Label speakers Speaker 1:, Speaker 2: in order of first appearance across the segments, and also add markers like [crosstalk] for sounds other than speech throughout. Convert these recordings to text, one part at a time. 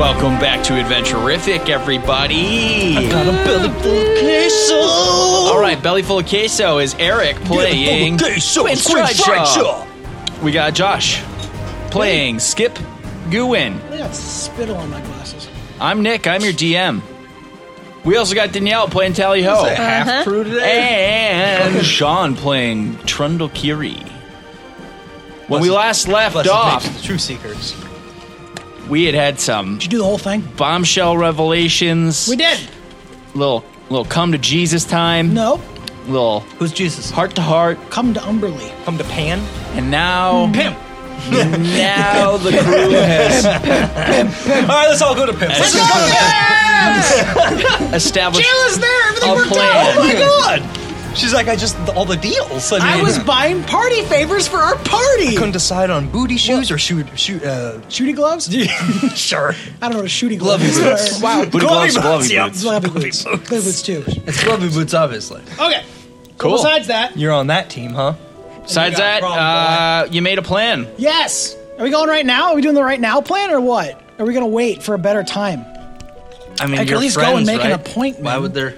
Speaker 1: Welcome back to Adventurific, everybody.
Speaker 2: Got a belly full of queso.
Speaker 1: All right, belly full of queso is Eric playing Quince Trishaw. We got Josh playing Skip Gouin.
Speaker 3: I got spittle on my glasses.
Speaker 1: I'm Nick. I'm your DM. We also got Danielle playing Tally Ho.
Speaker 2: Half
Speaker 3: Uh-huh.
Speaker 2: crew today.
Speaker 1: And Sean playing Trundle Kiri. When
Speaker 2: Bless
Speaker 1: we
Speaker 2: his-
Speaker 1: last left
Speaker 2: Bless his
Speaker 1: off,
Speaker 2: name's True Seekers.
Speaker 1: we had had some
Speaker 3: Did you do the whole thing?
Speaker 1: bombshell revelations.
Speaker 3: We did.
Speaker 1: Little, little come to Jesus time.
Speaker 3: No.
Speaker 1: Little
Speaker 2: Who's Jesus?
Speaker 1: heart to heart.
Speaker 3: Come to Umberley.
Speaker 2: Come to Pan.
Speaker 1: And now,
Speaker 2: Pimp.
Speaker 1: [laughs] now the crew has
Speaker 2: All right, let's all go to Pimp. Let's
Speaker 1: go established
Speaker 3: is there. Everything
Speaker 1: a plan.
Speaker 2: Oh God. She's like, I just all the deals. I,
Speaker 3: I
Speaker 2: mean,
Speaker 3: was buying party favors for our party.
Speaker 2: couldn't decide on booty shoes or shoot shoot. Uh,
Speaker 3: Shooty gloves?
Speaker 2: [laughs] sure.
Speaker 3: I don't know what a shooty glove
Speaker 2: Glovey
Speaker 3: is.
Speaker 2: boots.
Speaker 3: Wow.
Speaker 1: Booty gloves, glovey
Speaker 2: yeah.
Speaker 1: boots.
Speaker 3: Glovey boots. Glovey boots too.
Speaker 2: It's glovey boots, obviously.
Speaker 3: Okay.
Speaker 1: Cool.
Speaker 3: Besides that,
Speaker 2: You're on that team, huh?
Speaker 1: Besides
Speaker 3: You got
Speaker 1: that,
Speaker 3: a problem,
Speaker 1: uh, you made a plan.
Speaker 3: yes. Are we going right now? Are we doing the right now plan or what? Are we going to wait for a better time?
Speaker 1: I mean,
Speaker 3: I can
Speaker 1: you're
Speaker 3: at least
Speaker 1: friends,
Speaker 3: go and make an
Speaker 1: right?
Speaker 3: appointment.
Speaker 2: Why would there?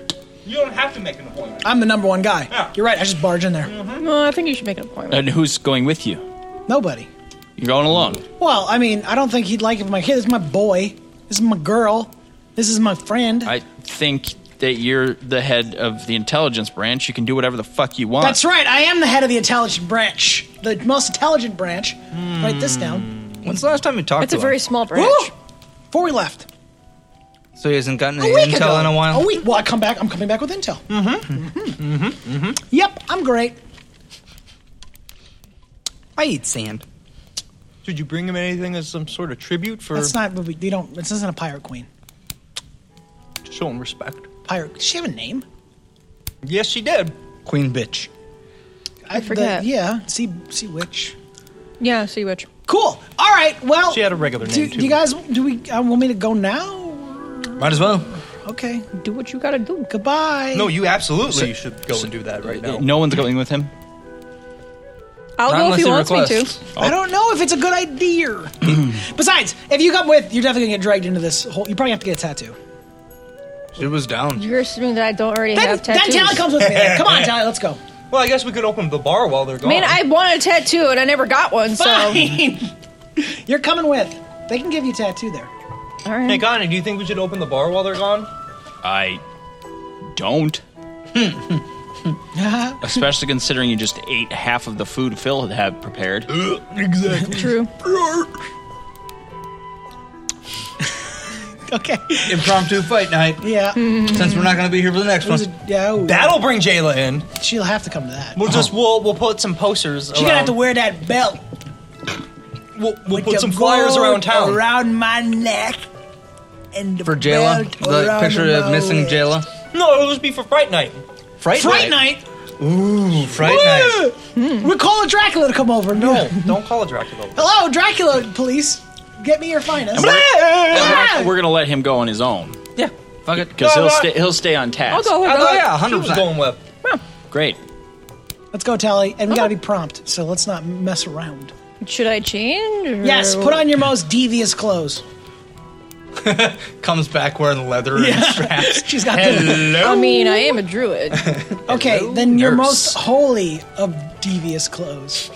Speaker 4: You don't have to make an appointment.
Speaker 3: I'm the number one guy.
Speaker 4: Yeah.
Speaker 3: You're right. I just barge in there.
Speaker 5: Well, I think you should make an appointment.
Speaker 1: And who's going with you?
Speaker 3: Nobody.
Speaker 1: You're going alone.
Speaker 3: Well, I mean, I don't think he'd like it if my kid. This is my boy. This is my girl. This is my friend.
Speaker 1: I think that you're the head of the intelligence branch. You can do whatever the fuck you want.
Speaker 3: That's right. I am the head of the intelligent branch, the most intelligent branch. Write this down.
Speaker 2: When's the last time you talked
Speaker 5: It's
Speaker 2: to
Speaker 5: a very
Speaker 2: him?
Speaker 5: small branch.
Speaker 3: Woo! Before we left,
Speaker 2: So he hasn't gotten
Speaker 3: a
Speaker 2: any
Speaker 3: week
Speaker 2: intel
Speaker 3: ago.
Speaker 2: in a while.
Speaker 3: A week. Well, I come back. I'm coming back with intel. Mm-hmm. Mm-hmm. Mm-hmm. Yep. I'm great.
Speaker 2: I eat sand. Did you bring him anything as some sort of tribute for
Speaker 3: That's not. what we- You don't. This isn't a pirate queen.
Speaker 2: showing respect?
Speaker 3: Pirate. Does she have a name?
Speaker 2: Yes, she did. Queen bitch.
Speaker 3: I,
Speaker 5: forget.
Speaker 3: The, yeah. Sea Sea Witch.
Speaker 5: Yeah, see which.
Speaker 3: Cool. All right. Well,
Speaker 2: She had a regular
Speaker 3: do,
Speaker 2: name too.
Speaker 3: do you guys? Do we? Uh, want me to go now?
Speaker 2: Might as well.
Speaker 3: Okay.
Speaker 5: Do what you gotta do.
Speaker 3: Goodbye.
Speaker 2: No, you absolutely should go and do that right now.
Speaker 1: No one's going with him.
Speaker 5: I'll go if he wants me to.
Speaker 3: I don't know if it's a good
Speaker 2: [clears throat]
Speaker 3: idea. Besides, if you come with, you're definitely gonna get dragged into this whole. You probably have to get a tattoo.
Speaker 2: It was down.
Speaker 5: You're assuming that I don't already
Speaker 3: Then,
Speaker 5: have
Speaker 3: then
Speaker 5: tattoos.
Speaker 3: Talon comes with me. then. Come
Speaker 2: [laughs]
Speaker 3: on, Talon, let's go.
Speaker 2: Well, I guess we could open the bar while they're
Speaker 5: I
Speaker 2: gone.
Speaker 5: mean, I wanted a tattoo and I never got one, so. um,
Speaker 3: Fine. [laughs] you're coming with. They can give you a tattoo there.
Speaker 5: All right.
Speaker 2: Hey, Connie, do you think we should open the bar while they're gone?
Speaker 1: I don't. Especially considering you just ate half of the food Phil had had prepared.
Speaker 2: exactly.
Speaker 5: True.
Speaker 3: okay.
Speaker 2: Impromptu fight night. [laughs]
Speaker 3: Yeah.
Speaker 2: Since we're not going to be here for the next one,
Speaker 3: Who's Mm-hmm. it- yeah. ooh.
Speaker 2: that'll bring Jayla in.
Speaker 3: She'll have to come to that.
Speaker 2: We'll just we'll we'll put some posters.
Speaker 3: Oh. She's gonna have to wear that belt.
Speaker 2: We'll, we'll
Speaker 3: with
Speaker 2: put
Speaker 3: the
Speaker 2: some flyers
Speaker 3: gold
Speaker 2: around town.
Speaker 3: Around my neck. And the
Speaker 6: for Jayla.
Speaker 3: belt
Speaker 6: The
Speaker 3: around
Speaker 6: picture of
Speaker 3: my
Speaker 6: missing
Speaker 3: waist.
Speaker 6: Jayla.
Speaker 2: No, it'll just be for Fright Night.
Speaker 6: Fright,
Speaker 3: Fright night.
Speaker 6: Ooh, Fright night.
Speaker 3: We're calling Dracula to come over.
Speaker 2: No, don't call it Dracula.
Speaker 3: Hello, Dracula police. Get me your finest.
Speaker 1: We're, going to let him go on his own.
Speaker 2: Yeah.
Speaker 1: Fuck it. Because
Speaker 2: No,
Speaker 1: he'll,
Speaker 2: no.
Speaker 1: stay, he'll stay on
Speaker 5: I'll
Speaker 1: task.
Speaker 5: go. I'll
Speaker 6: I
Speaker 5: go.
Speaker 6: thought, yeah,
Speaker 2: She
Speaker 6: hundred
Speaker 2: was
Speaker 6: percent.
Speaker 2: going with.
Speaker 1: Great.
Speaker 3: Let's go, Tally. And we gotta be prompt, so let's not mess around.
Speaker 5: Should I change? or-
Speaker 3: Yes, put on your most devious clothes.
Speaker 6: Comes back wearing leather. And straps.
Speaker 3: She's got the.
Speaker 5: I mean, I am
Speaker 3: [laughs]
Speaker 5: a druid.
Speaker 3: Okay, then your
Speaker 1: Nurse.
Speaker 3: most holy of devious clothes.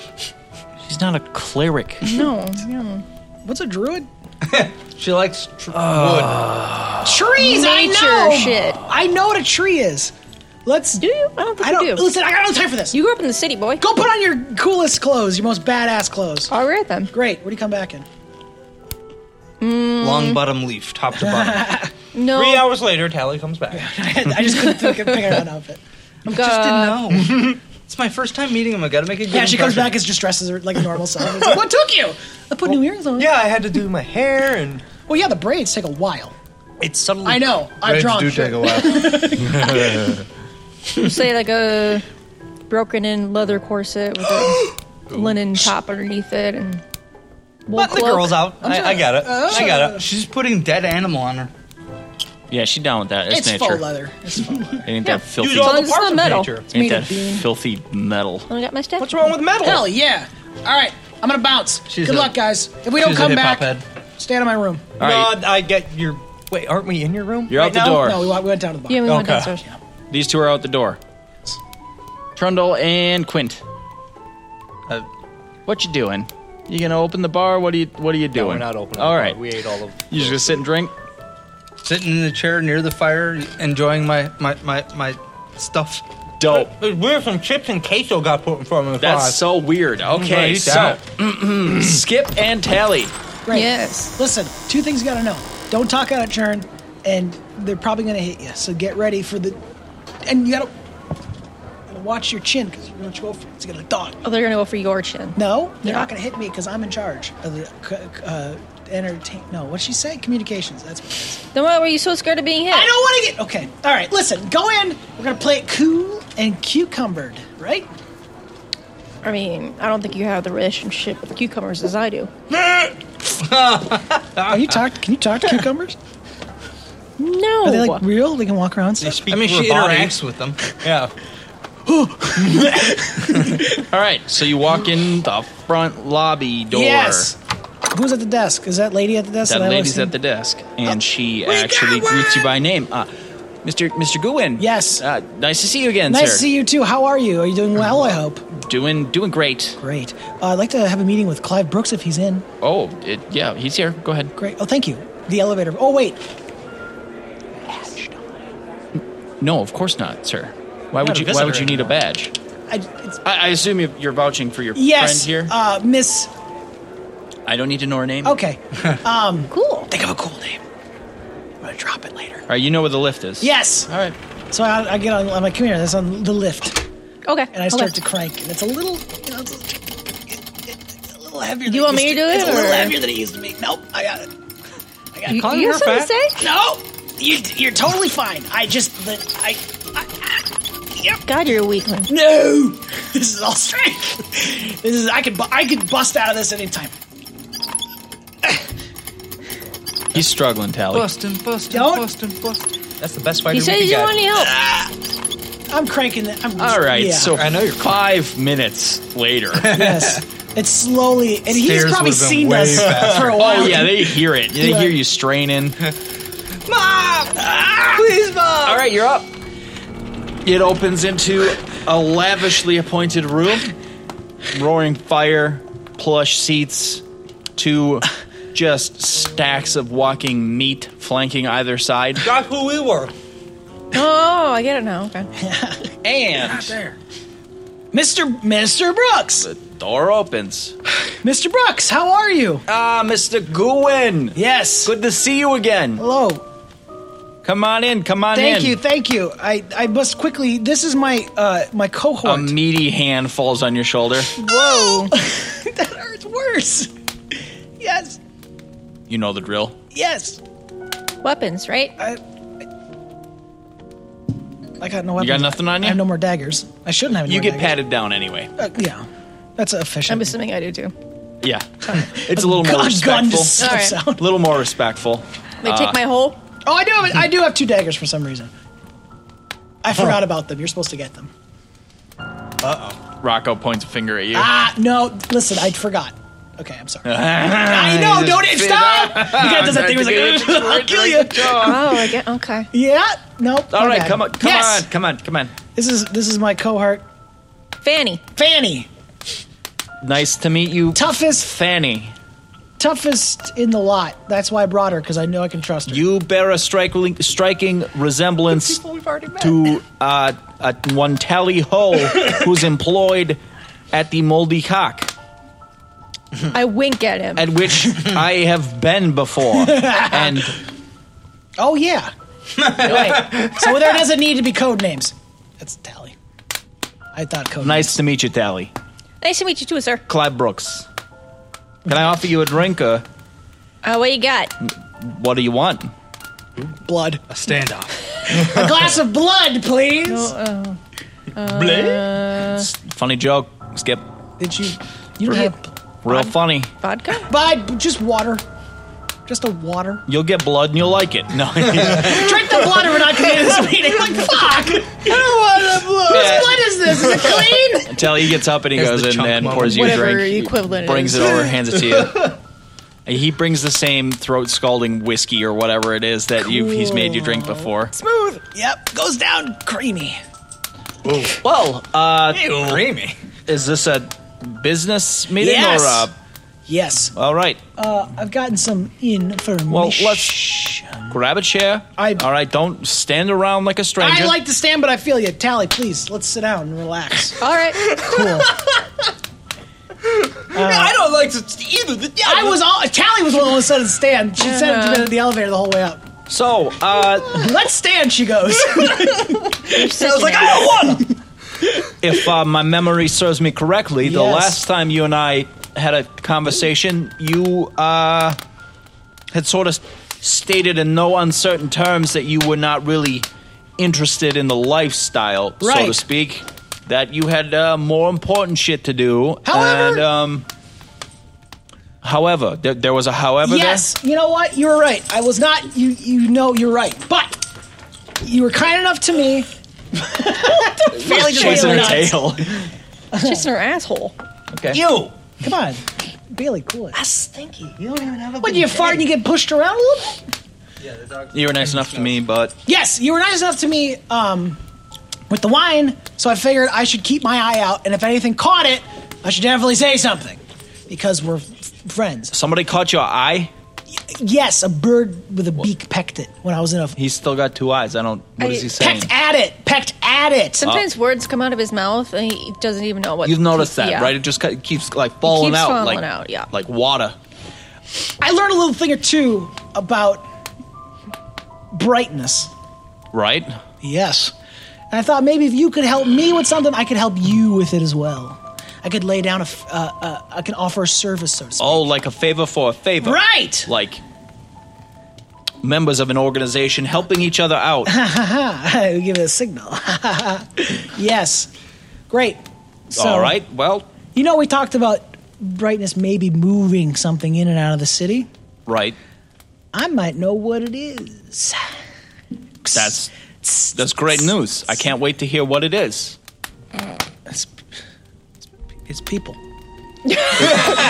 Speaker 1: She's not a cleric.
Speaker 5: no. Yeah.
Speaker 3: What's a druid?
Speaker 6: [laughs] She likes. Tr-
Speaker 2: Oh.
Speaker 6: Uh.
Speaker 3: Trees.
Speaker 5: Nature
Speaker 3: I know.
Speaker 5: shit.
Speaker 3: I know what a tree is. Let's.
Speaker 5: Do you? I don't think
Speaker 3: I
Speaker 5: you
Speaker 3: don't.
Speaker 5: do.
Speaker 3: Listen, I got no time for this.
Speaker 5: You grew up in the city, boy.
Speaker 3: go put on your coolest clothes, your most badass clothes.
Speaker 5: All right then.
Speaker 3: Great. What do you come back in? [laughs]
Speaker 6: long bottom leaf, top
Speaker 3: [laughs]
Speaker 6: to bottom.
Speaker 5: No.
Speaker 2: Three hours later, Tally comes back.
Speaker 3: I just couldn't think of picking out an outfit.
Speaker 5: uh,
Speaker 6: Just didn't know. it's my first time meeting him. I gotta make a good
Speaker 3: Yeah, she comes
Speaker 6: impression.
Speaker 3: back as just dresses her like a normal self. It's [laughs] like, what took you? I put new earrings on.
Speaker 2: Yeah, I had to do my hair, and
Speaker 3: Well, yeah, the braids take a while.
Speaker 2: it's suddenly.
Speaker 3: I know. I'm drunk.
Speaker 6: while.
Speaker 5: Say like a broken in leather corset with
Speaker 3: [gasps]
Speaker 5: a linen top underneath it and wool
Speaker 2: Let the
Speaker 5: cloak.
Speaker 2: girls out. I, I got it. I got it.
Speaker 6: She's putting dead animal on her.
Speaker 1: [laughs] yeah, she's down with that. It's,
Speaker 3: It's
Speaker 1: nature.
Speaker 3: faux leather. It's faux leather.
Speaker 1: It ain't
Speaker 5: Yeah.
Speaker 1: that filthy,
Speaker 2: Use all
Speaker 5: Well,
Speaker 2: the
Speaker 5: it's not
Speaker 2: parts of
Speaker 5: metal.
Speaker 2: nature.
Speaker 1: ain't
Speaker 3: made
Speaker 1: that
Speaker 3: of bean.
Speaker 1: filthy metal.
Speaker 5: I got my staff.
Speaker 2: What's wrong with metal?
Speaker 3: Hell yeah! All right, I'm gonna bounce.
Speaker 6: She's
Speaker 3: Good
Speaker 6: a-
Speaker 3: luck, guys. If we don't
Speaker 6: She's a
Speaker 3: come
Speaker 6: hip-hop
Speaker 3: back,
Speaker 6: head.
Speaker 3: Stay out of my room.
Speaker 1: All right,
Speaker 7: No, I get your. Wait, aren't we in your room?
Speaker 1: you're out the
Speaker 7: right now?
Speaker 1: door.
Speaker 3: No, we, wa- we went down to the bar.
Speaker 5: Yeah, we went
Speaker 7: Okay.
Speaker 5: downstairs.
Speaker 1: These two are out the door. Trundle and Quint,
Speaker 7: Uh,
Speaker 1: what you doing? You gonna open the bar? What are you What are you
Speaker 7: no,
Speaker 1: doing?
Speaker 7: we're not opening.
Speaker 1: All
Speaker 7: the
Speaker 1: right,
Speaker 7: bar. we ate all of.
Speaker 1: you just gonna sit and drink?
Speaker 6: Sitting in the chair near the fire, enjoying my my my, my stuff.
Speaker 1: Dope.
Speaker 7: It's weird. Oh. Some chips and queso got put in front of the
Speaker 1: That's
Speaker 7: fire.
Speaker 1: so weird. Okay,
Speaker 7: Right,
Speaker 1: so
Speaker 7: that.
Speaker 1: Skip and Tally.
Speaker 3: Right.
Speaker 5: Yes.
Speaker 3: Listen, two things you gotta know. Don't talk out of turn, and they're probably gonna hit you. So get ready for the. And you gotta, gotta watch your chin because you're gonna go for it. It's gonna dog.
Speaker 5: Oh, they're gonna go for your chin.
Speaker 3: No, they're
Speaker 5: Yeah.
Speaker 3: not gonna hit me because I'm in charge of the c- c- uh, entertain. No, what'd she say? Communications. That's. What it is.
Speaker 5: Then why were you so scared of being hit?
Speaker 3: I don't want to get. Okay. All right. Listen. Go in. We're gonna play it cool and cucumbered. Right.
Speaker 5: I mean, I don't think you have the relationship with cucumbers as I do.
Speaker 3: Are you talk? Can you talk to [laughs] cucumbers?
Speaker 5: No.
Speaker 3: Are they like real? They can walk around. and
Speaker 7: They
Speaker 3: Stuff?
Speaker 7: speak
Speaker 6: I mean,
Speaker 7: to her
Speaker 6: she
Speaker 7: body.
Speaker 6: interacts with them.
Speaker 7: Yeah.
Speaker 1: All right, so you walk in the front lobby door.
Speaker 3: Yes. Who's at the desk? Is that lady at the desk?
Speaker 1: That
Speaker 3: I Oh, always
Speaker 1: lady's
Speaker 3: see?
Speaker 1: at the desk, and she actually greets you by name. Uh, Mr. Mr. Goodwin.
Speaker 3: Yes.
Speaker 1: Uh, nice to see you again,
Speaker 3: Nice
Speaker 1: sir.
Speaker 3: to see you too. How are you? Are you doing well? I hope.
Speaker 1: Doing doing great.
Speaker 3: Great. Uh, I'd like to have a meeting with Clive Brooks if he's in.
Speaker 1: Oh, it, yeah, he's here. Go ahead.
Speaker 3: Great. Oh, thank you. The elevator. Oh, wait.
Speaker 1: No, of course not, sir. Why
Speaker 7: Not
Speaker 1: would
Speaker 7: a
Speaker 1: you Why would
Speaker 7: visitor
Speaker 1: you need a badge?
Speaker 3: I, it's,
Speaker 1: I, I assume you- you're vouching for your
Speaker 3: yes.
Speaker 1: friend here.
Speaker 3: Uh, Miss.
Speaker 1: I don't need to know her name.
Speaker 3: Okay.
Speaker 5: cool.
Speaker 3: Think of a cool name. I'm gonna drop it later.
Speaker 1: All right, you know where the lift is.
Speaker 3: Yes.
Speaker 1: All right.
Speaker 3: So I, I get on. I'm like, come here. That's on the lift,
Speaker 5: Okay.
Speaker 3: and I start to
Speaker 5: okay.
Speaker 3: crank, and it's a little. You know, it's a, it- it's a little heavier.
Speaker 5: You
Speaker 3: than
Speaker 5: want
Speaker 3: it
Speaker 5: me
Speaker 3: used
Speaker 5: to do
Speaker 3: It's
Speaker 5: it,
Speaker 3: a little
Speaker 5: or-
Speaker 3: heavier than it used to be. Nope. I got it. I got it.
Speaker 5: You,
Speaker 7: Calm
Speaker 5: you
Speaker 7: your
Speaker 5: have something
Speaker 7: back.
Speaker 5: to say?
Speaker 3: No, you, you're totally fine. I just, the, I, I, I, yep.
Speaker 5: God, you're a weakling.
Speaker 3: No, [laughs] this is all strength. This is I could, bu- I could bust out of this anytime.
Speaker 1: He's struggling, Tally.
Speaker 6: Bustin', bustin',
Speaker 3: Don't-
Speaker 6: bustin', bustin'. That's the best fighter
Speaker 5: You
Speaker 6: we
Speaker 5: said
Speaker 6: could
Speaker 5: you didn't
Speaker 6: get.
Speaker 5: want any
Speaker 3: [laughs]
Speaker 5: help.
Speaker 3: I'm cranking. The, I'm,
Speaker 1: All right.
Speaker 3: yeah,
Speaker 1: So
Speaker 6: I know you're-
Speaker 1: five minutes
Speaker 3: [laughs]
Speaker 1: later.
Speaker 3: yes, it's slowly, and he's
Speaker 6: Stairs
Speaker 3: probably
Speaker 6: would've been
Speaker 3: seen
Speaker 6: way
Speaker 3: us
Speaker 6: faster.
Speaker 3: for a while.
Speaker 1: oh yeah, they hear it. They
Speaker 3: Yeah.
Speaker 1: hear you straining.
Speaker 3: Mom, please, mom.
Speaker 1: All right, you're up. It opens into a lavishly appointed room, roaring fire, plush seats, two just stacks of walking meat flanking either side,
Speaker 7: That's who we were.
Speaker 5: Oh, I get it now. Okay.
Speaker 1: and
Speaker 3: Mr. Mr. Brooks,
Speaker 1: door opens.
Speaker 3: Mr. Brooks, how are you?
Speaker 1: Ah, Mr. Gowen,
Speaker 3: Yes.
Speaker 1: good to see you again.
Speaker 3: Hello.
Speaker 1: Come on in, come on in.
Speaker 3: Thank you, thank you. I, I must quickly. This is my uh my
Speaker 1: A
Speaker 3: cohort.
Speaker 1: meaty hand falls on your shoulder.
Speaker 3: Whoa, [laughs] that hurts worse. Yes,
Speaker 1: You know the drill.
Speaker 3: yes.
Speaker 5: Weapons, right?
Speaker 3: I, I, I got no weapons.
Speaker 1: got nothing on you?
Speaker 3: I have no more daggers. I shouldn't have. Any
Speaker 1: You
Speaker 3: more
Speaker 1: get
Speaker 3: daggers.
Speaker 1: patted down anyway.
Speaker 3: Uh, yeah, that's efficient.
Speaker 5: I'm assuming I do too.
Speaker 1: Yeah. It's a little
Speaker 3: [laughs]
Speaker 1: more
Speaker 3: God, gun
Speaker 1: respectful.
Speaker 3: to s-
Speaker 5: All right.
Speaker 1: A
Speaker 3: sound.
Speaker 1: little more respectful.
Speaker 5: They
Speaker 1: Uh,
Speaker 5: take my whole.
Speaker 3: Oh, I do. Have, I do have two daggers for some reason. I forgot about them. You're supposed to get them.
Speaker 1: Rocco points a finger at you.
Speaker 3: Ah, no. Listen, I forgot. Okay, I'm sorry.
Speaker 1: [laughs]
Speaker 3: I know. Don't it, stop. The guy does that thing. He's like, I'll kill you.
Speaker 5: Oh, I get. Okay.
Speaker 3: Yeah. Nope.
Speaker 1: All
Speaker 3: my
Speaker 1: right,
Speaker 3: bad.
Speaker 1: come on, come
Speaker 3: Yes!
Speaker 1: on, come on, come on.
Speaker 3: This is this is my cohort,
Speaker 5: Fanny.
Speaker 3: Fanny.
Speaker 1: Nice to meet you,
Speaker 3: Toughest,
Speaker 1: Fanny.
Speaker 3: toughest in the lot. That's why I brought her because I know I can trust her.
Speaker 1: You bear a striking, striking resemblance to uh, uh, one Tally Ho, who's employed at the Moldy Cock,
Speaker 5: I wink at him.
Speaker 1: at which I have been
Speaker 6: [laughs]
Speaker 1: before, and
Speaker 3: oh yeah. Wait. So there doesn't need to be code names. That's tally. I thought code.
Speaker 1: nice to meet you, Tally.
Speaker 5: nice to meet you too, sir.
Speaker 1: Clyde Brooks. Can I offer you a drink? Or
Speaker 5: Uh, what you got?
Speaker 1: what do you want?
Speaker 3: names. blood.
Speaker 6: A standoff.
Speaker 3: A glass of blood, please.
Speaker 1: Funny joke, Skip.
Speaker 3: Did you? You don't have.
Speaker 1: Real funny.
Speaker 5: Vodka.
Speaker 3: But just water. Just a water.
Speaker 1: You'll get blood and you'll like it.
Speaker 6: [laughs]
Speaker 1: No,
Speaker 3: Drink the blood, or we're not coming to [laughs] this meeting. Like fuck. I don't want the blood. Whose blood is this? Is it clean?
Speaker 1: until he gets up and he
Speaker 6: Here's
Speaker 1: goes
Speaker 6: the
Speaker 1: in
Speaker 6: chunk
Speaker 1: and
Speaker 6: moment.
Speaker 1: pours you a
Speaker 5: Whatever
Speaker 1: drink.
Speaker 5: equivalent it
Speaker 1: brings
Speaker 5: is.
Speaker 1: it over, hands it to you. [laughs] He brings the same throat scalding whiskey or whatever it is that you've, he's made you drink before.
Speaker 3: Smooth. [laughs] Yep. Goes down creamy.
Speaker 1: Well, uh,
Speaker 6: Creamy.
Speaker 1: is this a business meeting
Speaker 3: Yes.
Speaker 1: or a?
Speaker 3: Yes.
Speaker 1: All right.
Speaker 3: Uh, I've gotten some information.
Speaker 1: Well, let's grab a chair.
Speaker 3: I-
Speaker 1: All right, don't stand around like a stranger.
Speaker 3: I like to stand, but I feel you. Tally, please, let's sit down and relax.
Speaker 5: All [laughs] right.
Speaker 3: Cool.
Speaker 6: I don't like to either. The,
Speaker 3: [laughs] I was all. Tally was the one who said to stand. She said it to
Speaker 5: Uh-huh.
Speaker 3: me in the elevator the whole way up.
Speaker 1: so. Uh,
Speaker 3: Let's stand, she [laughs] goes.
Speaker 5: I was like, "Oh!"
Speaker 1: if uh, my memory serves me correctly, the
Speaker 3: Yes.
Speaker 1: last time you and I had a conversation, you uh, had sort of stated in no uncertain terms that you were not really interested in the lifestyle, so to
Speaker 3: Right.
Speaker 1: speak. That you had uh, more important shit to do.
Speaker 3: However-
Speaker 1: and, um, however, there, there was a however. there?
Speaker 3: yes, you know what? You were right. I was not. You you know you're right, but you were kind enough to me. [laughs] Really just
Speaker 1: chasing her
Speaker 3: nuts.
Speaker 1: tail.
Speaker 3: [laughs]
Speaker 5: just in her asshole.
Speaker 1: okay.
Speaker 3: You come on, Bailey, cool it. That's stinky. You don't even have a. What do you fart and you get pushed around a little bit?
Speaker 1: You were nice enough to me, but
Speaker 3: Yes, you were nice enough to me um, with the wine, so I figured I should keep my eye out, and if anything caught it, I should definitely say something because we're f- friends.
Speaker 1: somebody caught your eye.
Speaker 3: Yes, a bird with a beak pecked it when I was in a
Speaker 1: He's still got two eyes. I don't. What
Speaker 5: I-
Speaker 1: is he saying?
Speaker 3: pecked at it, pecked at it.
Speaker 5: Sometimes words come out of his mouth and he doesn't even know what.
Speaker 1: You've noticed that,
Speaker 5: yeah.
Speaker 1: right? It just ki- keeps like falling
Speaker 5: keeps
Speaker 1: out,
Speaker 5: falling
Speaker 1: like
Speaker 5: out, yeah.
Speaker 1: like water.
Speaker 3: I learned a little thing or two about brightness.
Speaker 1: Right?
Speaker 3: Yes. And I thought maybe if you could help me with something, I could help you with it as well. I could lay down a, f- uh, uh, I can offer a service, so to speak.
Speaker 1: Oh, like a favor for a favor.
Speaker 3: [laughs] Right!
Speaker 1: Like members of an organization helping each other out.
Speaker 3: I give it a signal. [laughs] yes. Great. [laughs] So,
Speaker 1: All right. Well,
Speaker 3: You know, we talked about brightness maybe moving something in and out of the city.
Speaker 1: right.
Speaker 3: I might know what it is.
Speaker 1: That's that's great news. I can't wait to hear what it is.
Speaker 3: It's, it's people.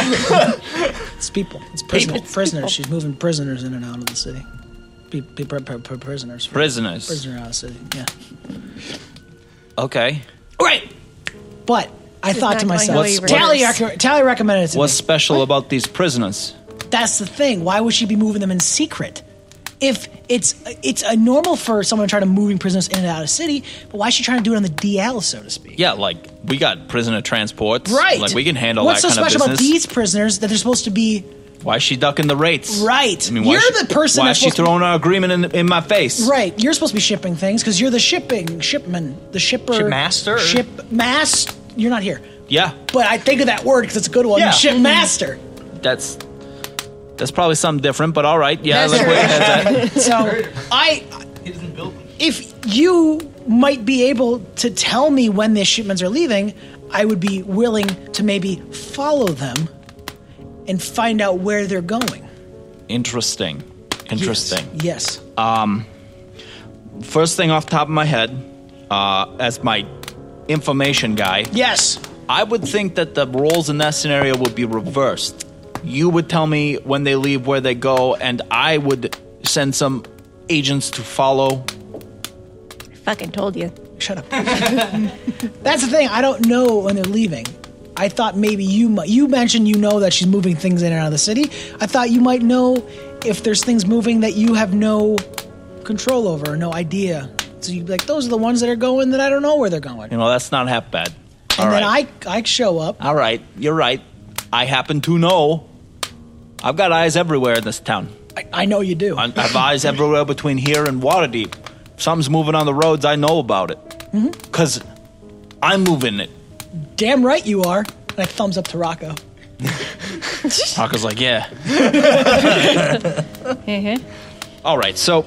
Speaker 3: it's people. It's prisoners. prisoners. She's moving prisoners in and out of the city. Pe- pe- pr- pr- pr- prisoners.
Speaker 1: Prisoners.
Speaker 3: Prisoner out of the city. Yeah.
Speaker 1: Okay.
Speaker 3: Right. But I thought
Speaker 5: not
Speaker 3: to
Speaker 5: going
Speaker 3: myself,
Speaker 5: the way you were
Speaker 3: Tally,
Speaker 5: raised.
Speaker 3: rec- Tally recommended it to
Speaker 1: What's
Speaker 3: me.
Speaker 1: special about these prisoners?
Speaker 3: That's the thing. Why would she be moving them in secret? If it's it's a normal for someone to try to moving prisoners in and out of city, but why is she trying to do it on the DL, so to speak?
Speaker 1: Yeah, like we got prisoner transports.
Speaker 3: Right.
Speaker 1: Like we can handle
Speaker 3: What's
Speaker 1: that
Speaker 3: so
Speaker 1: kind
Speaker 3: special
Speaker 1: of
Speaker 3: about
Speaker 1: business.
Speaker 3: these prisoners that they're supposed to be
Speaker 1: Why is she ducking the rates?
Speaker 3: Right.
Speaker 1: I mean, why
Speaker 3: You're
Speaker 1: is she-
Speaker 3: the person
Speaker 1: Why
Speaker 3: that's
Speaker 1: is she
Speaker 3: supposed to-
Speaker 1: throwing our agreement in, in my face?
Speaker 3: Right, you're supposed to be shipping things because you're the shipping shipman, the shipper,
Speaker 6: Shipmaster?
Speaker 3: ship master. You're not here,
Speaker 1: Yeah.
Speaker 3: but I think of that word because it's a good one.
Speaker 1: Yeah.
Speaker 3: Shipmaster.
Speaker 1: that's that's probably something different, but all right. Yeah,
Speaker 5: That's
Speaker 1: like,
Speaker 5: true.
Speaker 1: where your head's at.
Speaker 3: So I, if you might be able to tell me when the shipments are leaving, I would be willing to maybe follow them and find out where they're going. [laughs]
Speaker 1: interesting, interesting.
Speaker 3: Yes.
Speaker 1: Uh, First thing off the top of my head, uh, as my information guy,
Speaker 3: Yes.
Speaker 1: I would think that the roles in that scenario would be reversed. You would tell me when they leave, where they go, and I would send some agents to follow.
Speaker 5: Fucking told you.
Speaker 3: Shut up. [laughs] That's the thing. I don't know when they're leaving. I thought maybe you might. You mentioned you know that she's moving things in and out of the city. I thought you might know if there's things moving that you have no control over, no idea. So you'd be like, those are the ones that are going that I don't know where they're going.
Speaker 1: You know, that's not half bad.
Speaker 3: and
Speaker 1: All
Speaker 3: then
Speaker 1: right.
Speaker 3: I I show up.
Speaker 1: all right, you're right. I happen to know. I've got eyes everywhere in this town.
Speaker 3: I, I know you do.
Speaker 1: I have eyes everywhere between here and Waterdeep. If something's moving on the roads, I know about it.
Speaker 3: Mm-hmm.
Speaker 1: Because I'm moving it.
Speaker 3: Damn right you are. And I thumbs up to Rocco.
Speaker 1: Hawker's like, yeah.
Speaker 5: Mhm.
Speaker 1: All right, so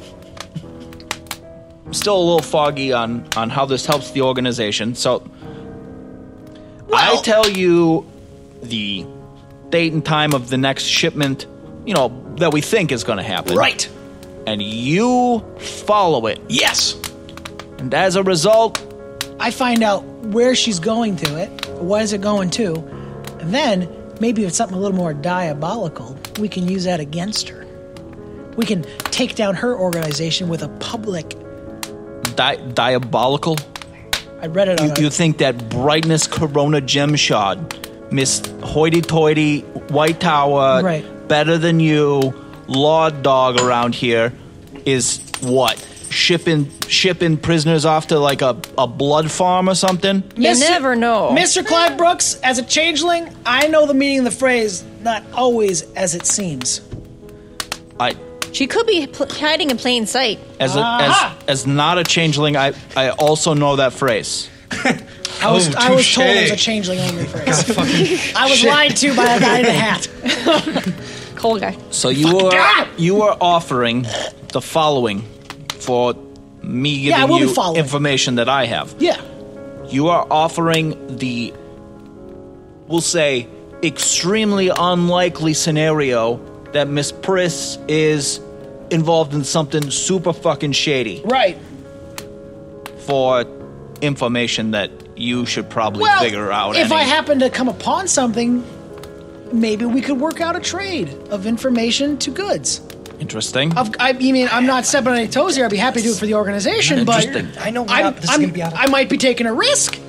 Speaker 1: still a little foggy on, on how this helps the organization. So I tell you the date and time of the next shipment, you know, that we think is going to happen.
Speaker 3: Right.
Speaker 1: And you follow it.
Speaker 3: Yes.
Speaker 1: And as a result,
Speaker 3: I find out where she's going to it, what is it going to, and then maybe if it's something a little more diabolical, we can use that against her. We can take down her organization with a public.
Speaker 1: Di- diabolical.
Speaker 3: I read it on.
Speaker 1: You,
Speaker 3: a-
Speaker 1: you think that brightness Corona gem shod, Miss Hoity Toity White Tower,
Speaker 3: Right.
Speaker 1: better than you, law dog around here, is what shipping shipping prisoners off to like a, a blood farm or something?
Speaker 5: You
Speaker 3: Mr.
Speaker 5: never know.
Speaker 3: Mr. Clyde Brooks, as a changeling, I know the meaning of the phrase "not always as it seems."
Speaker 1: I
Speaker 5: She could be pl- hiding in plain sight.
Speaker 1: as a,
Speaker 3: Ah.
Speaker 1: as as not a changeling, I I also know that phrase.
Speaker 3: I was,
Speaker 6: Oh,
Speaker 3: I was told it was a
Speaker 6: touche.
Speaker 3: changeling only phrase. I was lied to by a guy in a hat.
Speaker 5: Cold guy.
Speaker 1: So you are you are offering the following for me giving
Speaker 3: I will be
Speaker 1: you
Speaker 3: following.
Speaker 1: information that I have.
Speaker 3: Yeah.
Speaker 1: You are offering the, we'll say, extremely unlikely scenario that Miss Priss is involved in something super fucking shady
Speaker 3: Right.
Speaker 1: for information that you should probably
Speaker 3: Well,
Speaker 1: figure out.
Speaker 3: if I
Speaker 1: any-
Speaker 3: happen to come upon something, maybe we could work out a trade of information to goods.
Speaker 1: Interesting.
Speaker 3: Of, I mean, I'm not stepping on any toes here. I'd be happy to do it for the organization, but
Speaker 1: Interesting.
Speaker 7: I know we're
Speaker 3: I'm,
Speaker 7: out- this is
Speaker 3: I'm-
Speaker 7: gonna be out of-
Speaker 3: I might be taking a risk.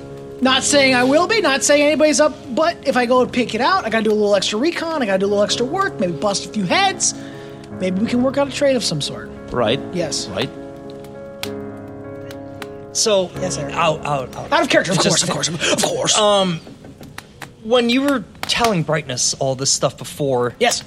Speaker 3: Not saying I will be, not saying anybody's up, but if I go and pick it out, I gotta do a little extra recon, I gotta do a little extra work, maybe bust a few heads. Maybe we can work out a trade of some sort.
Speaker 1: right?
Speaker 3: Yes.
Speaker 1: Right?
Speaker 7: So
Speaker 3: Yes, sir.
Speaker 7: Out, out, out.
Speaker 3: Out of character, of
Speaker 7: Just-
Speaker 3: course, of course, of course.
Speaker 7: When you were telling Brightness all this stuff before,
Speaker 3: yes.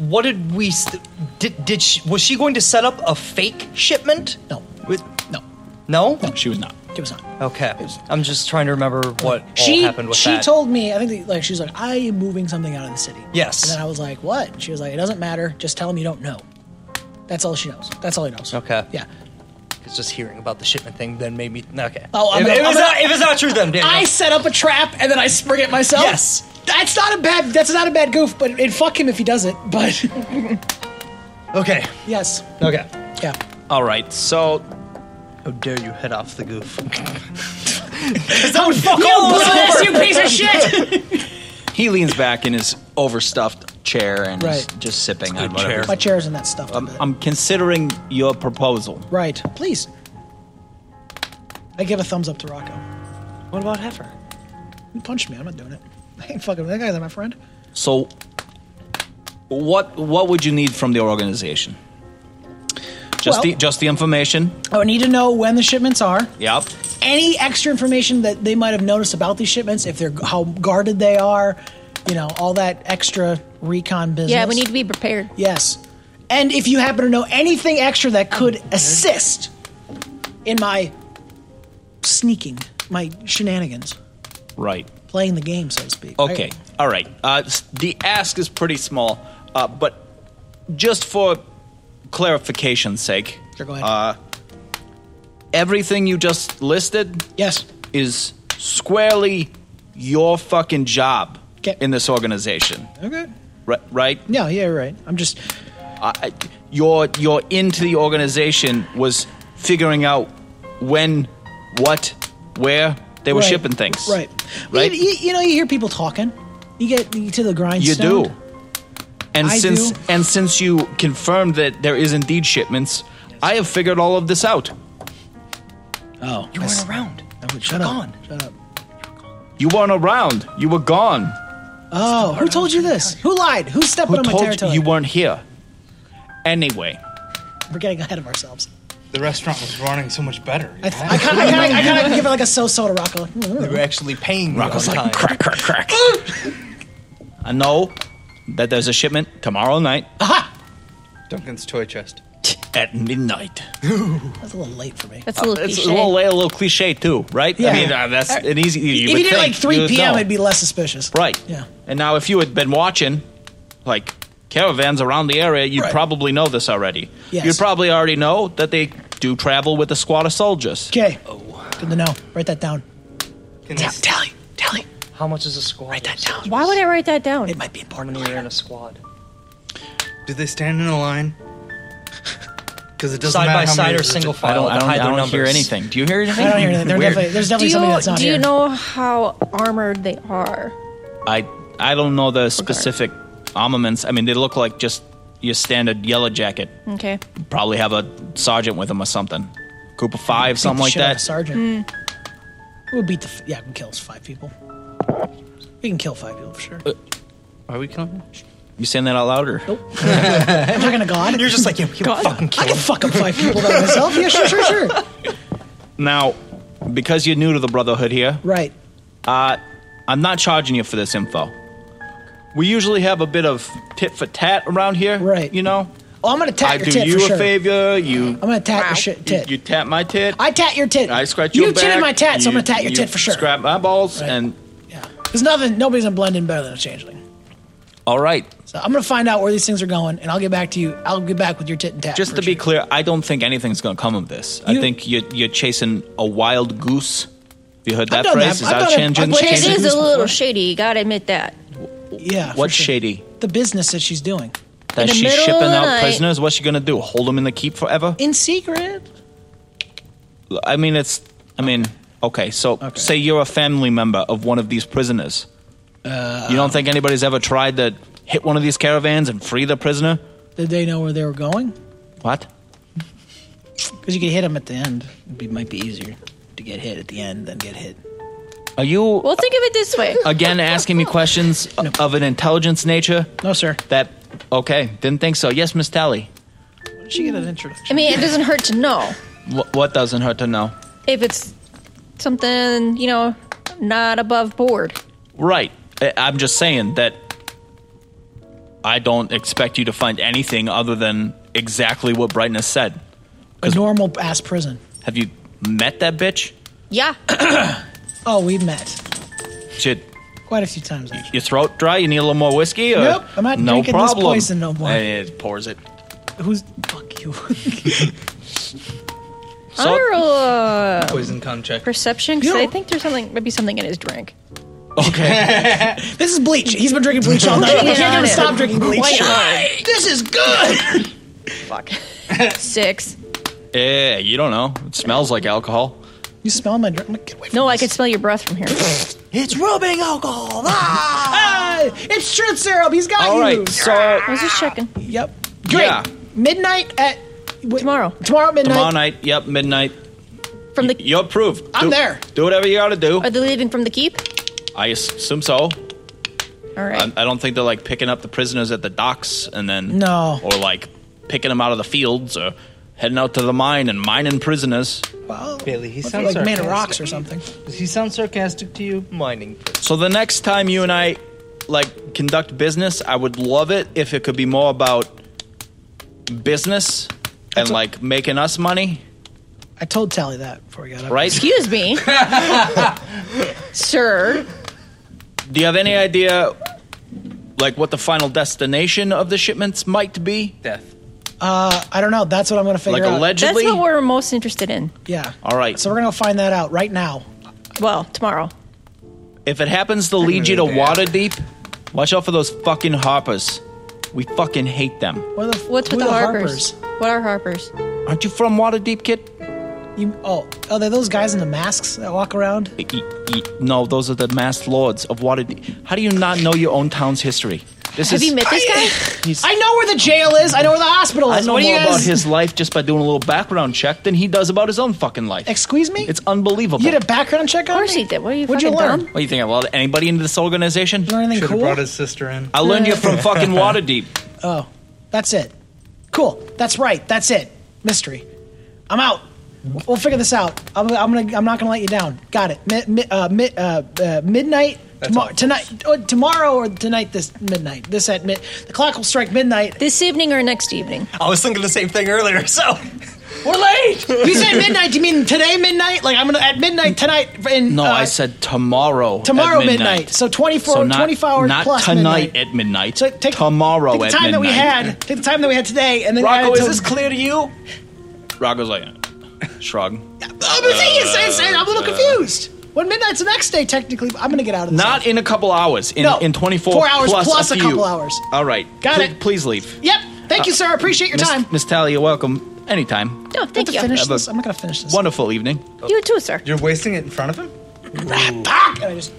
Speaker 7: What did we? St- did did she? Was she going to set up a fake shipment?
Speaker 3: No.
Speaker 7: With
Speaker 3: No.
Speaker 7: no.
Speaker 1: She was not.
Speaker 3: It was not.
Speaker 7: Okay. I'm just trying to remember what
Speaker 3: she
Speaker 7: all happened with
Speaker 3: she
Speaker 7: that.
Speaker 3: told me I think that, like she was like I am moving something out of the city.
Speaker 7: Yes.
Speaker 3: And then I was like, what? And she was like, it doesn't matter. Just tell him you don't know. That's all she knows. That's all he knows.
Speaker 7: Okay.
Speaker 3: Yeah.
Speaker 7: It's just hearing about the shipment thing then made me okay.
Speaker 3: Oh, I'm
Speaker 7: if,
Speaker 3: gonna-
Speaker 7: if
Speaker 3: I'm
Speaker 7: it's
Speaker 3: gonna-
Speaker 7: not, if it's not true, then yeah,
Speaker 3: I set up a trap and then I spring it myself.
Speaker 7: Yes.
Speaker 3: That's not a bad. That's not a bad goof. But and fuck him if he does it. But [laughs]
Speaker 7: okay,
Speaker 3: yes.
Speaker 7: okay.
Speaker 3: Yeah.
Speaker 1: All right. So
Speaker 7: How dare you head off the goof?
Speaker 3: you piece of shit.
Speaker 1: he leans back in his overstuffed chair and is
Speaker 3: Right.
Speaker 1: just sipping
Speaker 7: a
Speaker 1: on
Speaker 7: good
Speaker 1: whatever.
Speaker 7: [laughs]
Speaker 3: My chair's in that stuff.
Speaker 1: I'm, I'm considering your proposal.
Speaker 3: right. Please. I give a thumbs up to Rocco.
Speaker 7: What about Heifer?
Speaker 3: You punched me. I'm not doing it. [laughs] I ain't fucking. That guy's not my friend.
Speaker 1: So, what what would you need from the organization? Just the
Speaker 3: Well-
Speaker 1: just the information.
Speaker 3: I would need to know when the shipments are.
Speaker 1: Yep.
Speaker 3: any extra information that they might have noticed about these shipments, if they're how guarded they are, you know, all that extra recon business.
Speaker 5: Yeah, we need to be prepared.
Speaker 3: Yes, and if you happen to know anything extra that could assist in my sneaking, my shenanigans,
Speaker 1: Right.
Speaker 3: playing the game, so to speak.
Speaker 1: Okay. All right. Uh, s- the ask is pretty small, uh, but just for clarification's sake, uh,
Speaker 3: Sure, go ahead.
Speaker 1: everything you just listed
Speaker 3: yes.
Speaker 1: is squarely your fucking job
Speaker 3: Okay.
Speaker 1: in this organization.
Speaker 3: Okay.
Speaker 1: Right. Right.
Speaker 3: No, yeah, you're right. I'm just
Speaker 1: I, your your into the organization was figuring out when, what, where they were
Speaker 3: right.
Speaker 1: shipping things.
Speaker 3: Right.
Speaker 1: Right?
Speaker 3: You, you- you know, you hear people talking. You get you get to the
Speaker 1: You
Speaker 3: grindstone.
Speaker 1: do. And
Speaker 3: I
Speaker 1: since
Speaker 3: do.
Speaker 1: and since you confirmed that there is indeed shipments, I have figured all of this out.
Speaker 3: Oh,
Speaker 7: You weren't around.
Speaker 3: shut up.
Speaker 7: gone.
Speaker 3: Shut up.
Speaker 1: You weren't around. You were gone.
Speaker 3: Oh, who told you this? Who lied? Who's stepping
Speaker 1: Who
Speaker 3: on my
Speaker 1: told you
Speaker 3: territory?
Speaker 1: you weren't here? Anyway,
Speaker 3: We're getting ahead of ourselves.
Speaker 8: The restaurant was running so much better.
Speaker 3: I,
Speaker 1: Ah.
Speaker 3: th- I kind of, I kind of, I kind of give it like a so-so to Rocco. Like, "Mm,
Speaker 7: You were actually paying me on time.
Speaker 1: crack, crack, crack. [laughs] I know that there's a shipment tomorrow night
Speaker 6: Duncan's toy chest.
Speaker 1: at midnight.
Speaker 3: That's a little late for me.
Speaker 5: That's a little
Speaker 1: Uh, It's
Speaker 5: cliche.
Speaker 1: a little, a little cliche too, right?
Speaker 3: Yeah.
Speaker 1: I mean, uh, that's an easy. You would
Speaker 3: if you did it
Speaker 1: think,
Speaker 3: like 3
Speaker 1: you would
Speaker 3: p.m.,
Speaker 1: know.
Speaker 3: it'd be less suspicious.
Speaker 1: right.
Speaker 3: Yeah.
Speaker 1: And now, if you had been watching, like caravans around the area, you'd
Speaker 3: Right.
Speaker 1: probably know this already.
Speaker 3: Yes.
Speaker 1: You'd probably already know that they do travel with a squad of soldiers.
Speaker 3: Okay. Good to know. Write that down.
Speaker 8: Can
Speaker 3: Ta-
Speaker 8: this-
Speaker 3: Tally, tally.
Speaker 7: How much is a squad? Write
Speaker 3: that down.
Speaker 5: Why would I write that down?
Speaker 3: It might be
Speaker 7: How
Speaker 3: important.
Speaker 7: many are in a squad?
Speaker 6: Do they stand in a line? Because it doesn't
Speaker 7: Side by
Speaker 6: matter how
Speaker 7: side
Speaker 6: many
Speaker 7: or
Speaker 6: there's
Speaker 7: single
Speaker 6: a-
Speaker 1: I
Speaker 7: file
Speaker 1: don't.
Speaker 7: to
Speaker 1: I don't,
Speaker 7: hide their
Speaker 1: I don't hear
Speaker 7: numbers.
Speaker 1: anything. Do you hear anything?
Speaker 3: I don't hear anything. There's
Speaker 1: Weird.
Speaker 3: definitely, there's
Speaker 5: do
Speaker 3: definitely
Speaker 5: you,
Speaker 3: something that's not
Speaker 5: do you
Speaker 3: here.
Speaker 5: know how armored they are?
Speaker 1: I I don't know the specific armaments. I mean, they look like just your standard yellow jacket.
Speaker 5: Okay.
Speaker 1: Probably have a sergeant with them or something. Group of five,
Speaker 3: Beat the
Speaker 1: something like
Speaker 3: shit out of a
Speaker 1: that.
Speaker 3: sergeant.
Speaker 5: Hmm.
Speaker 3: We'll beat the. f- Yeah, we kill five people. We can kill five people for sure.
Speaker 6: Are we coming?
Speaker 1: You saying that out loud or?
Speaker 3: I'm talking to God.
Speaker 8: You're just like, yeah, we can fucking
Speaker 3: I
Speaker 8: kill
Speaker 3: can
Speaker 8: him.
Speaker 3: fuck up five people by myself. Yeah, sure, sure, sure.
Speaker 1: Now, because you're new to the Brotherhood here,
Speaker 3: Right.
Speaker 1: I'm not charging you for this info. We usually have a bit of tit for tat around here.
Speaker 3: Right.
Speaker 1: You know?
Speaker 3: Oh, I'm gonna tap
Speaker 1: I
Speaker 3: your
Speaker 1: do
Speaker 3: tit
Speaker 1: you
Speaker 3: for
Speaker 1: a
Speaker 3: sure.
Speaker 1: favor. You.
Speaker 3: I'm gonna tap your shit tit.
Speaker 1: You, you tap my tit.
Speaker 3: I tat your tit.
Speaker 1: I scratch
Speaker 3: you
Speaker 1: your back.
Speaker 3: titted my tat, so I'm
Speaker 1: you-
Speaker 3: gonna tat your
Speaker 1: you
Speaker 3: tit for sure.
Speaker 1: Scrap my balls
Speaker 3: Right.
Speaker 1: and
Speaker 3: Yeah. Because nothing, nobody's gonna blend in better than a changeling.
Speaker 1: all right.
Speaker 3: So I'm gonna find out where these things are going, and I'll get back to you. I'll get back with your tit and tat.
Speaker 1: Just
Speaker 3: for
Speaker 1: to be
Speaker 3: sure.
Speaker 1: clear, I don't think anything's going to come of this. I
Speaker 3: You-
Speaker 1: think you're, you're chasing a wild goose. You heard that
Speaker 3: done
Speaker 1: phrase?
Speaker 3: that.
Speaker 1: Is
Speaker 3: I've
Speaker 1: that
Speaker 3: done it.
Speaker 1: changing?
Speaker 3: I've
Speaker 5: Which
Speaker 3: Changing
Speaker 5: is
Speaker 3: this
Speaker 5: a little
Speaker 3: before.
Speaker 5: shady. You gotta admit that.
Speaker 3: yeah. for
Speaker 1: What's
Speaker 3: sure.
Speaker 1: shady?
Speaker 3: The business that she's doing
Speaker 1: That
Speaker 5: the
Speaker 1: she's
Speaker 5: middle of
Speaker 1: shipping
Speaker 5: the
Speaker 1: out
Speaker 5: night-
Speaker 1: prisoners? What's she going to do? Hold them in the keep forever?
Speaker 3: in secret.
Speaker 1: I mean, it's. I mean, okay. So, say you're a family member of one of these prisoners. you don't think anybody's ever tried to hit one of these caravans and free the prisoner?
Speaker 3: Did they know where they were going?
Speaker 1: What?
Speaker 3: Because you could hit them at the end. It'd be, might be easier to get hit at the end than get hit.
Speaker 1: Are you
Speaker 5: Well, think of it this way.
Speaker 1: again asking me questions of an intelligence nature?
Speaker 3: No, sir.
Speaker 1: That okay? Didn't think so. Yes, Miss Tally.
Speaker 3: Did she get an introduction?
Speaker 5: I mean, it doesn't hurt to know
Speaker 1: Wh- what doesn't hurt to know?
Speaker 5: if it's something you know not above board.
Speaker 1: Right. I- I'm just saying that I don't expect you to find anything other than exactly what Brightness said.
Speaker 3: A normal ass prison.
Speaker 1: Have you met that bitch?
Speaker 3: [coughs]
Speaker 5: Yeah.
Speaker 3: Oh, we've met
Speaker 1: Shit.
Speaker 3: quite a few times. Actually.
Speaker 1: Your throat dry? You need a little more whiskey? Or?
Speaker 3: Nope, I'm not
Speaker 1: no
Speaker 3: drinking this
Speaker 1: problem.
Speaker 3: poison no more.
Speaker 1: And it pours it.
Speaker 3: Who's fuck you? [laughs]
Speaker 1: So-
Speaker 5: I roll a
Speaker 6: Poison con check.
Speaker 5: uh, perception because
Speaker 3: You
Speaker 5: I
Speaker 3: know-
Speaker 5: think there's something, maybe something in his drink.
Speaker 3: [laughs]
Speaker 1: Okay.
Speaker 3: this is bleach. He's been drinking bleach
Speaker 5: [laughs]
Speaker 3: all night.
Speaker 5: Yeah,
Speaker 3: You can't get him
Speaker 5: I
Speaker 3: to
Speaker 5: know.
Speaker 3: stop drinking bleach.
Speaker 5: Quite hard.
Speaker 3: This is good. [laughs]
Speaker 5: Fuck. Six.
Speaker 1: yeah, you don't know. It smells like alcohol.
Speaker 3: You smell my drink? I'm like, Get away from
Speaker 5: No,
Speaker 3: me.
Speaker 5: I could smell your breath from here.
Speaker 3: It's rubbing alcohol. Ah! it's truth serum. He's got
Speaker 1: All
Speaker 3: you.
Speaker 1: right. So
Speaker 5: I was just checking.
Speaker 3: Yep. Great.
Speaker 1: Yeah.
Speaker 3: Midnight at wait,
Speaker 5: Tomorrow.
Speaker 3: Tomorrow at midnight.
Speaker 1: tomorrow night, yep, midnight.
Speaker 5: From the
Speaker 1: You're approved.
Speaker 3: I'm
Speaker 1: Do-
Speaker 3: there.
Speaker 1: Do whatever you gotta do.
Speaker 5: are they leaving from the keep?
Speaker 1: I assume so.
Speaker 5: All right.
Speaker 1: I, I don't think they're like picking up the prisoners at the docks and then
Speaker 3: No.
Speaker 1: or like picking them out of the fields or heading out to the mine and mining prisoners.
Speaker 3: Well,
Speaker 8: Bailey, he sounds
Speaker 3: like Man of
Speaker 8: sarcastic.
Speaker 3: Rocks or something.
Speaker 8: Does he sound sarcastic to you?
Speaker 7: Mining.
Speaker 1: So the next time you and I like conduct business, I would love it if it could be more about business and like making us money,
Speaker 3: I told Tally that before we got up.
Speaker 1: right?
Speaker 5: Excuse me,
Speaker 3: [laughs]
Speaker 5: sir.
Speaker 1: Do you have any idea like what the final destination of the shipments might be?
Speaker 6: Death.
Speaker 3: Uh, I don't know. That's what I'm gonna figure
Speaker 1: Like
Speaker 3: out.
Speaker 1: allegedly?
Speaker 5: That's what we're most interested in.
Speaker 3: Yeah.
Speaker 1: All right.
Speaker 3: So we're gonna find that out right now.
Speaker 5: Well, tomorrow.
Speaker 1: If it happens to lead you to
Speaker 6: gonna do that.
Speaker 1: Waterdeep, watch out for those fucking harpers. We fucking hate them.
Speaker 3: What the,
Speaker 5: What's
Speaker 3: who the,
Speaker 5: with the, Harpers? What are Harpers?
Speaker 1: Aren't you from Waterdeep, kid?
Speaker 3: You, oh, oh, they're those guys in the masks that walk around.
Speaker 1: E- e- e- No, those are the masked lords of Waterdeep. How do you not know your own town's history? This
Speaker 5: Have
Speaker 1: is,
Speaker 5: you met this
Speaker 3: [laughs]
Speaker 5: guy?
Speaker 1: he's-
Speaker 3: I know where the jail is. I know where the hospital
Speaker 1: I
Speaker 3: is.
Speaker 1: know
Speaker 3: what do
Speaker 1: more
Speaker 3: you guys?
Speaker 1: about his life just by doing a little background check than he does about his own fucking life.
Speaker 3: Excuse me.
Speaker 1: It's unbelievable.
Speaker 3: you did a background check on
Speaker 5: Of course
Speaker 3: me?
Speaker 5: he did. What are you
Speaker 3: What'd you
Speaker 5: fucking
Speaker 3: learn?
Speaker 5: dumb?
Speaker 1: what do you think? I allowed anybody into this organization?
Speaker 3: Learn anything
Speaker 6: Should have
Speaker 3: cool?
Speaker 6: brought his sister in.
Speaker 1: I learned you
Speaker 3: [laughs]
Speaker 1: from fucking Waterdeep.
Speaker 3: Oh, that's it. Cool. That's right. That's it. Mystery. I'm out. We'll figure this out. I'm, I'm gonna. I'm not gonna let you down. Got it. Mi- mi- uh, mi- uh, uh, midnight tomorrow. Tonight. Oh, tomorrow or tonight. This midnight. This at mid. The clock will strike
Speaker 5: [laughs]
Speaker 3: midnight.
Speaker 5: This evening or next evening?
Speaker 8: I was thinking the same thing earlier, so.
Speaker 3: We're late. you said midnight. Do you mean today midnight? Like I'm gonna at midnight tonight. In,
Speaker 1: No,
Speaker 3: uh,
Speaker 1: I said tomorrow. at
Speaker 3: tomorrow midnight.
Speaker 1: midnight.
Speaker 3: So 24,
Speaker 1: So not,
Speaker 3: 24 hours
Speaker 1: not
Speaker 3: plus
Speaker 1: tonight
Speaker 3: midnight.
Speaker 1: at midnight.
Speaker 3: So take
Speaker 1: tomorrow
Speaker 3: take the
Speaker 1: at
Speaker 3: time that we
Speaker 1: midnight.
Speaker 3: had. Take the time that we had today, and then add
Speaker 1: Rocco,
Speaker 3: it
Speaker 1: is
Speaker 3: to-
Speaker 1: this clear to you? Rocco's like,
Speaker 3: [laughs]
Speaker 1: shrug.
Speaker 3: I'm, gonna say yes, yes, yes, I'm a little
Speaker 1: Uh,
Speaker 3: confused. When midnight's the next day, technically, I'm gonna get out of this.
Speaker 1: Not
Speaker 3: house.
Speaker 1: in a couple hours. In,
Speaker 3: No.
Speaker 1: in 24
Speaker 3: Four hours
Speaker 1: plus,
Speaker 3: plus a
Speaker 1: few.
Speaker 3: couple hours.
Speaker 1: All right.
Speaker 3: Got
Speaker 1: Ple-
Speaker 3: it.
Speaker 1: Please leave.
Speaker 3: Yep. Thank you, sir. Appreciate your
Speaker 1: Miss,
Speaker 3: time.
Speaker 1: Miss Tally, you're welcome. Anytime.
Speaker 5: No,
Speaker 3: I have
Speaker 5: thank
Speaker 3: to
Speaker 5: you.
Speaker 3: finish
Speaker 1: Have a
Speaker 3: this. I'm not gonna finish this.
Speaker 1: Wonderful evening.
Speaker 5: You too, sir.
Speaker 6: You're wasting it in front of him?
Speaker 3: Ah, fuck! And I just.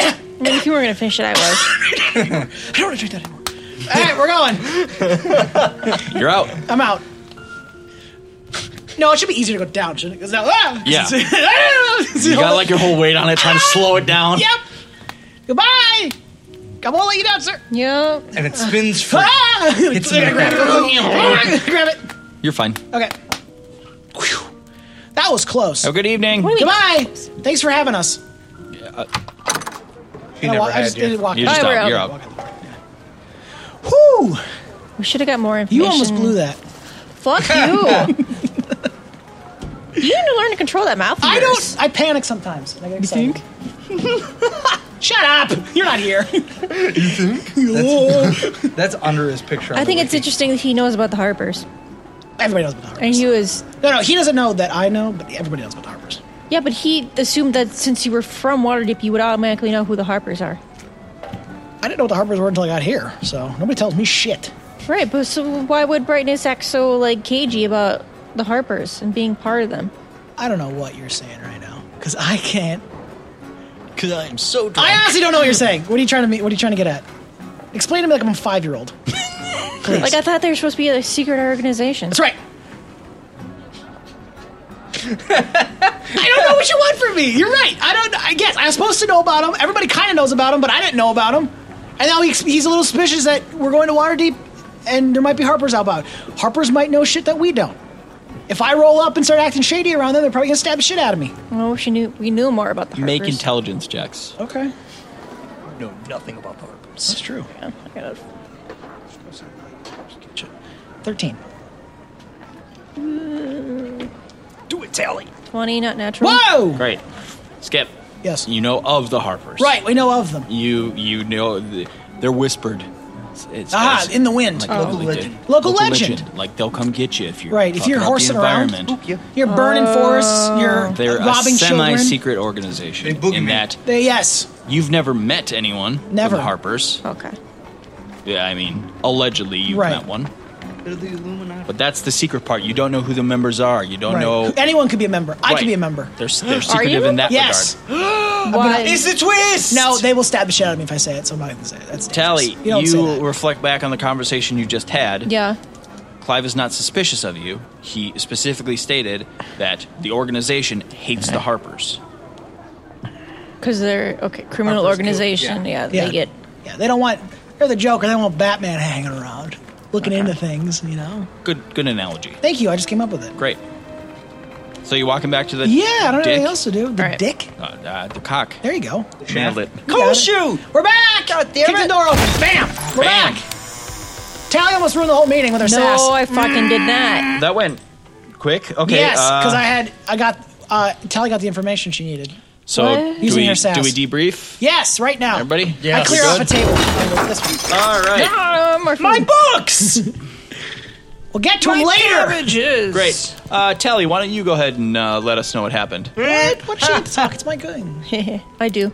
Speaker 5: I mean, if you were gonna finish it,
Speaker 3: [laughs]
Speaker 5: I was.
Speaker 3: I don't want to drink that anymore. All right, we're going.
Speaker 1: You're out.
Speaker 3: I'm out. No, it should be easier to go down, shouldn't it? 'Cause now, ah!
Speaker 1: Yeah.
Speaker 3: [laughs] you
Speaker 1: [laughs] You got like your whole weight on it, trying to slow it down.
Speaker 3: [laughs] Yep. Goodbye. I won't let you down, sir.
Speaker 5: yeah.
Speaker 6: and it spins for
Speaker 3: Ah! [laughs]
Speaker 6: It's in the
Speaker 3: grab it. grab it.
Speaker 1: You're fine.
Speaker 3: Okay. Whew. That was close.
Speaker 1: Have a Oh, good evening.
Speaker 5: What do you mean?
Speaker 3: Goodbye. Thanks for having us.
Speaker 6: She
Speaker 3: I,
Speaker 6: uh, never
Speaker 3: wa- I
Speaker 6: had
Speaker 3: just
Speaker 6: you.
Speaker 3: did walk.
Speaker 1: You're just
Speaker 5: Bye, we're
Speaker 1: out.
Speaker 5: out.
Speaker 1: You're out.
Speaker 3: Whew.
Speaker 5: We should have got more
Speaker 3: You
Speaker 5: information.
Speaker 3: almost blew that. [laughs]
Speaker 5: Fuck you. you need to learn to control that mouth. of
Speaker 3: I
Speaker 5: yours.
Speaker 3: don't. I panic sometimes. And I get excited. [laughs] Shut up! You're not here. [laughs] you think?
Speaker 6: That's [laughs] under his picture. on
Speaker 5: I
Speaker 6: the
Speaker 5: think it's
Speaker 6: wiki.
Speaker 5: interesting that he knows about the Harpers,
Speaker 3: Everybody knows about the Harpers.
Speaker 5: and he was.
Speaker 3: No, no, he doesn't know that I know, but everybody knows about the Harpers.
Speaker 5: Yeah, but he assumed that since you were from Waterdeep, you would automatically know who the Harpers are.
Speaker 3: I didn't know what the Harpers were until I got here, so nobody tells me shit.
Speaker 5: Right, but so why would Brightness act so like cagey about the Harpers and being part of them?
Speaker 3: I don't know what you're saying right now, because I can't.
Speaker 7: Because I am so drunk.
Speaker 3: I honestly don't know what you're saying. What are you trying to me? What are you trying to get at? Explain to me like I'm a five year old. Please.
Speaker 5: Like I thought they were supposed to be a secret organization.
Speaker 3: That's right. I don't know what you want from me. You're right. I don't. I guess I'm supposed to know about him. Everybody kind of knows about him, but I didn't know about him. And now he's, he's a little suspicious that we're going to Waterdeep, and there might be Harpers out about. Harpers might know shit that we don't. If I roll up and start acting shady around them, they're probably gonna stab the shit out of me.
Speaker 5: Well, I wish you knew we knew more about the Harpers.
Speaker 1: Make intelligence checks.
Speaker 3: Okay,
Speaker 7: know nothing about the Harpers.
Speaker 3: that's true.
Speaker 5: I gotta-
Speaker 3: Thirteen.
Speaker 7: Do it, Tally.
Speaker 5: Twenty, not natural.
Speaker 3: Whoa.
Speaker 1: Great. Skip.
Speaker 3: Yes.
Speaker 1: You know of the Harpers.
Speaker 3: Right. We know of them.
Speaker 1: You you know th- they're whispered. It's, it's,
Speaker 3: Ah,
Speaker 1: it's-
Speaker 3: in the wind.
Speaker 1: Like
Speaker 3: Oh.
Speaker 1: local,
Speaker 3: Local
Speaker 1: legend.
Speaker 3: Local legend.
Speaker 1: Like they'll come get you if you're
Speaker 3: Right. If
Speaker 1: fucking
Speaker 3: you're
Speaker 1: up the
Speaker 3: horsing around,
Speaker 1: environment.
Speaker 3: you're burning
Speaker 5: Uh,
Speaker 3: forests. You're
Speaker 1: They're
Speaker 3: robbing
Speaker 1: a
Speaker 3: children.
Speaker 1: semi-secret organization
Speaker 6: They boogeyman.
Speaker 1: in that
Speaker 3: They, yes.
Speaker 1: you've never met anyone. from
Speaker 3: Never.
Speaker 1: the Harpers.
Speaker 5: Okay.
Speaker 1: Yeah, I mean, allegedly you've
Speaker 3: Right.
Speaker 1: met one,
Speaker 6: They're the Illuminati.
Speaker 1: but that's the secret part. You don't know who the members are. You don't
Speaker 3: Right.
Speaker 1: know.
Speaker 3: Anyone could be a member. I
Speaker 1: Oh, Right.
Speaker 3: could be a member.
Speaker 1: They're, s- they're secretive
Speaker 5: you?
Speaker 1: in that
Speaker 3: Yes.
Speaker 1: regard.
Speaker 5: Why?
Speaker 7: a twist.
Speaker 3: No, they will stab the shit out of me if I say it. So I'm not gonna say it. That's dangerous.
Speaker 1: Tally,
Speaker 3: You, don't say
Speaker 1: you
Speaker 3: that.
Speaker 1: reflect back on the conversation you just had.
Speaker 5: yeah.
Speaker 1: Clive is not suspicious of you. He specifically stated that the organization hates the Harpers.
Speaker 5: Because they're okay, criminal
Speaker 6: Harper's Guild,
Speaker 5: organization. Yeah.
Speaker 3: Yeah.
Speaker 5: they get.
Speaker 3: Yeah, they don't want. They're the Joker. They don't want Batman hanging around, looking into things. You know.
Speaker 1: Good, good analogy.
Speaker 3: Thank you. I just came up with it.
Speaker 1: Great. So you're walking back to the
Speaker 3: Yeah, I don't have
Speaker 1: dick?
Speaker 3: anything else to do. The
Speaker 5: All right.
Speaker 3: dick.
Speaker 1: Uh, uh, the cock.
Speaker 3: There you go.
Speaker 1: Nailed it.
Speaker 3: Cool shoe. We're back. Kick the door open. Bam. We're
Speaker 1: Bam.
Speaker 3: back. Tally almost ruined the whole meeting with her
Speaker 5: No,
Speaker 3: sass.
Speaker 5: I fucking did not.
Speaker 1: That went quick. Okay.
Speaker 3: yes, because
Speaker 1: uh,
Speaker 3: I had. I got. Uh, Tally got the information she needed.
Speaker 1: So
Speaker 5: What?
Speaker 1: do
Speaker 3: Using
Speaker 1: we,
Speaker 3: her sass.
Speaker 1: do we debrief?
Speaker 3: Yes, right now.
Speaker 1: Everybody?
Speaker 3: I
Speaker 6: Yes.
Speaker 3: clear
Speaker 6: We
Speaker 3: off a
Speaker 1: good?
Speaker 3: table. I go this one.
Speaker 1: All
Speaker 3: Mm.
Speaker 1: right.
Speaker 5: Um, or
Speaker 3: My
Speaker 5: food.
Speaker 3: books. [laughs] we'll get to them later.
Speaker 1: Great. Uh, Tally, why don't you go ahead and uh, let us know what happened?
Speaker 3: What? What shit talk? It's my gun.
Speaker 5: [laughs] I do.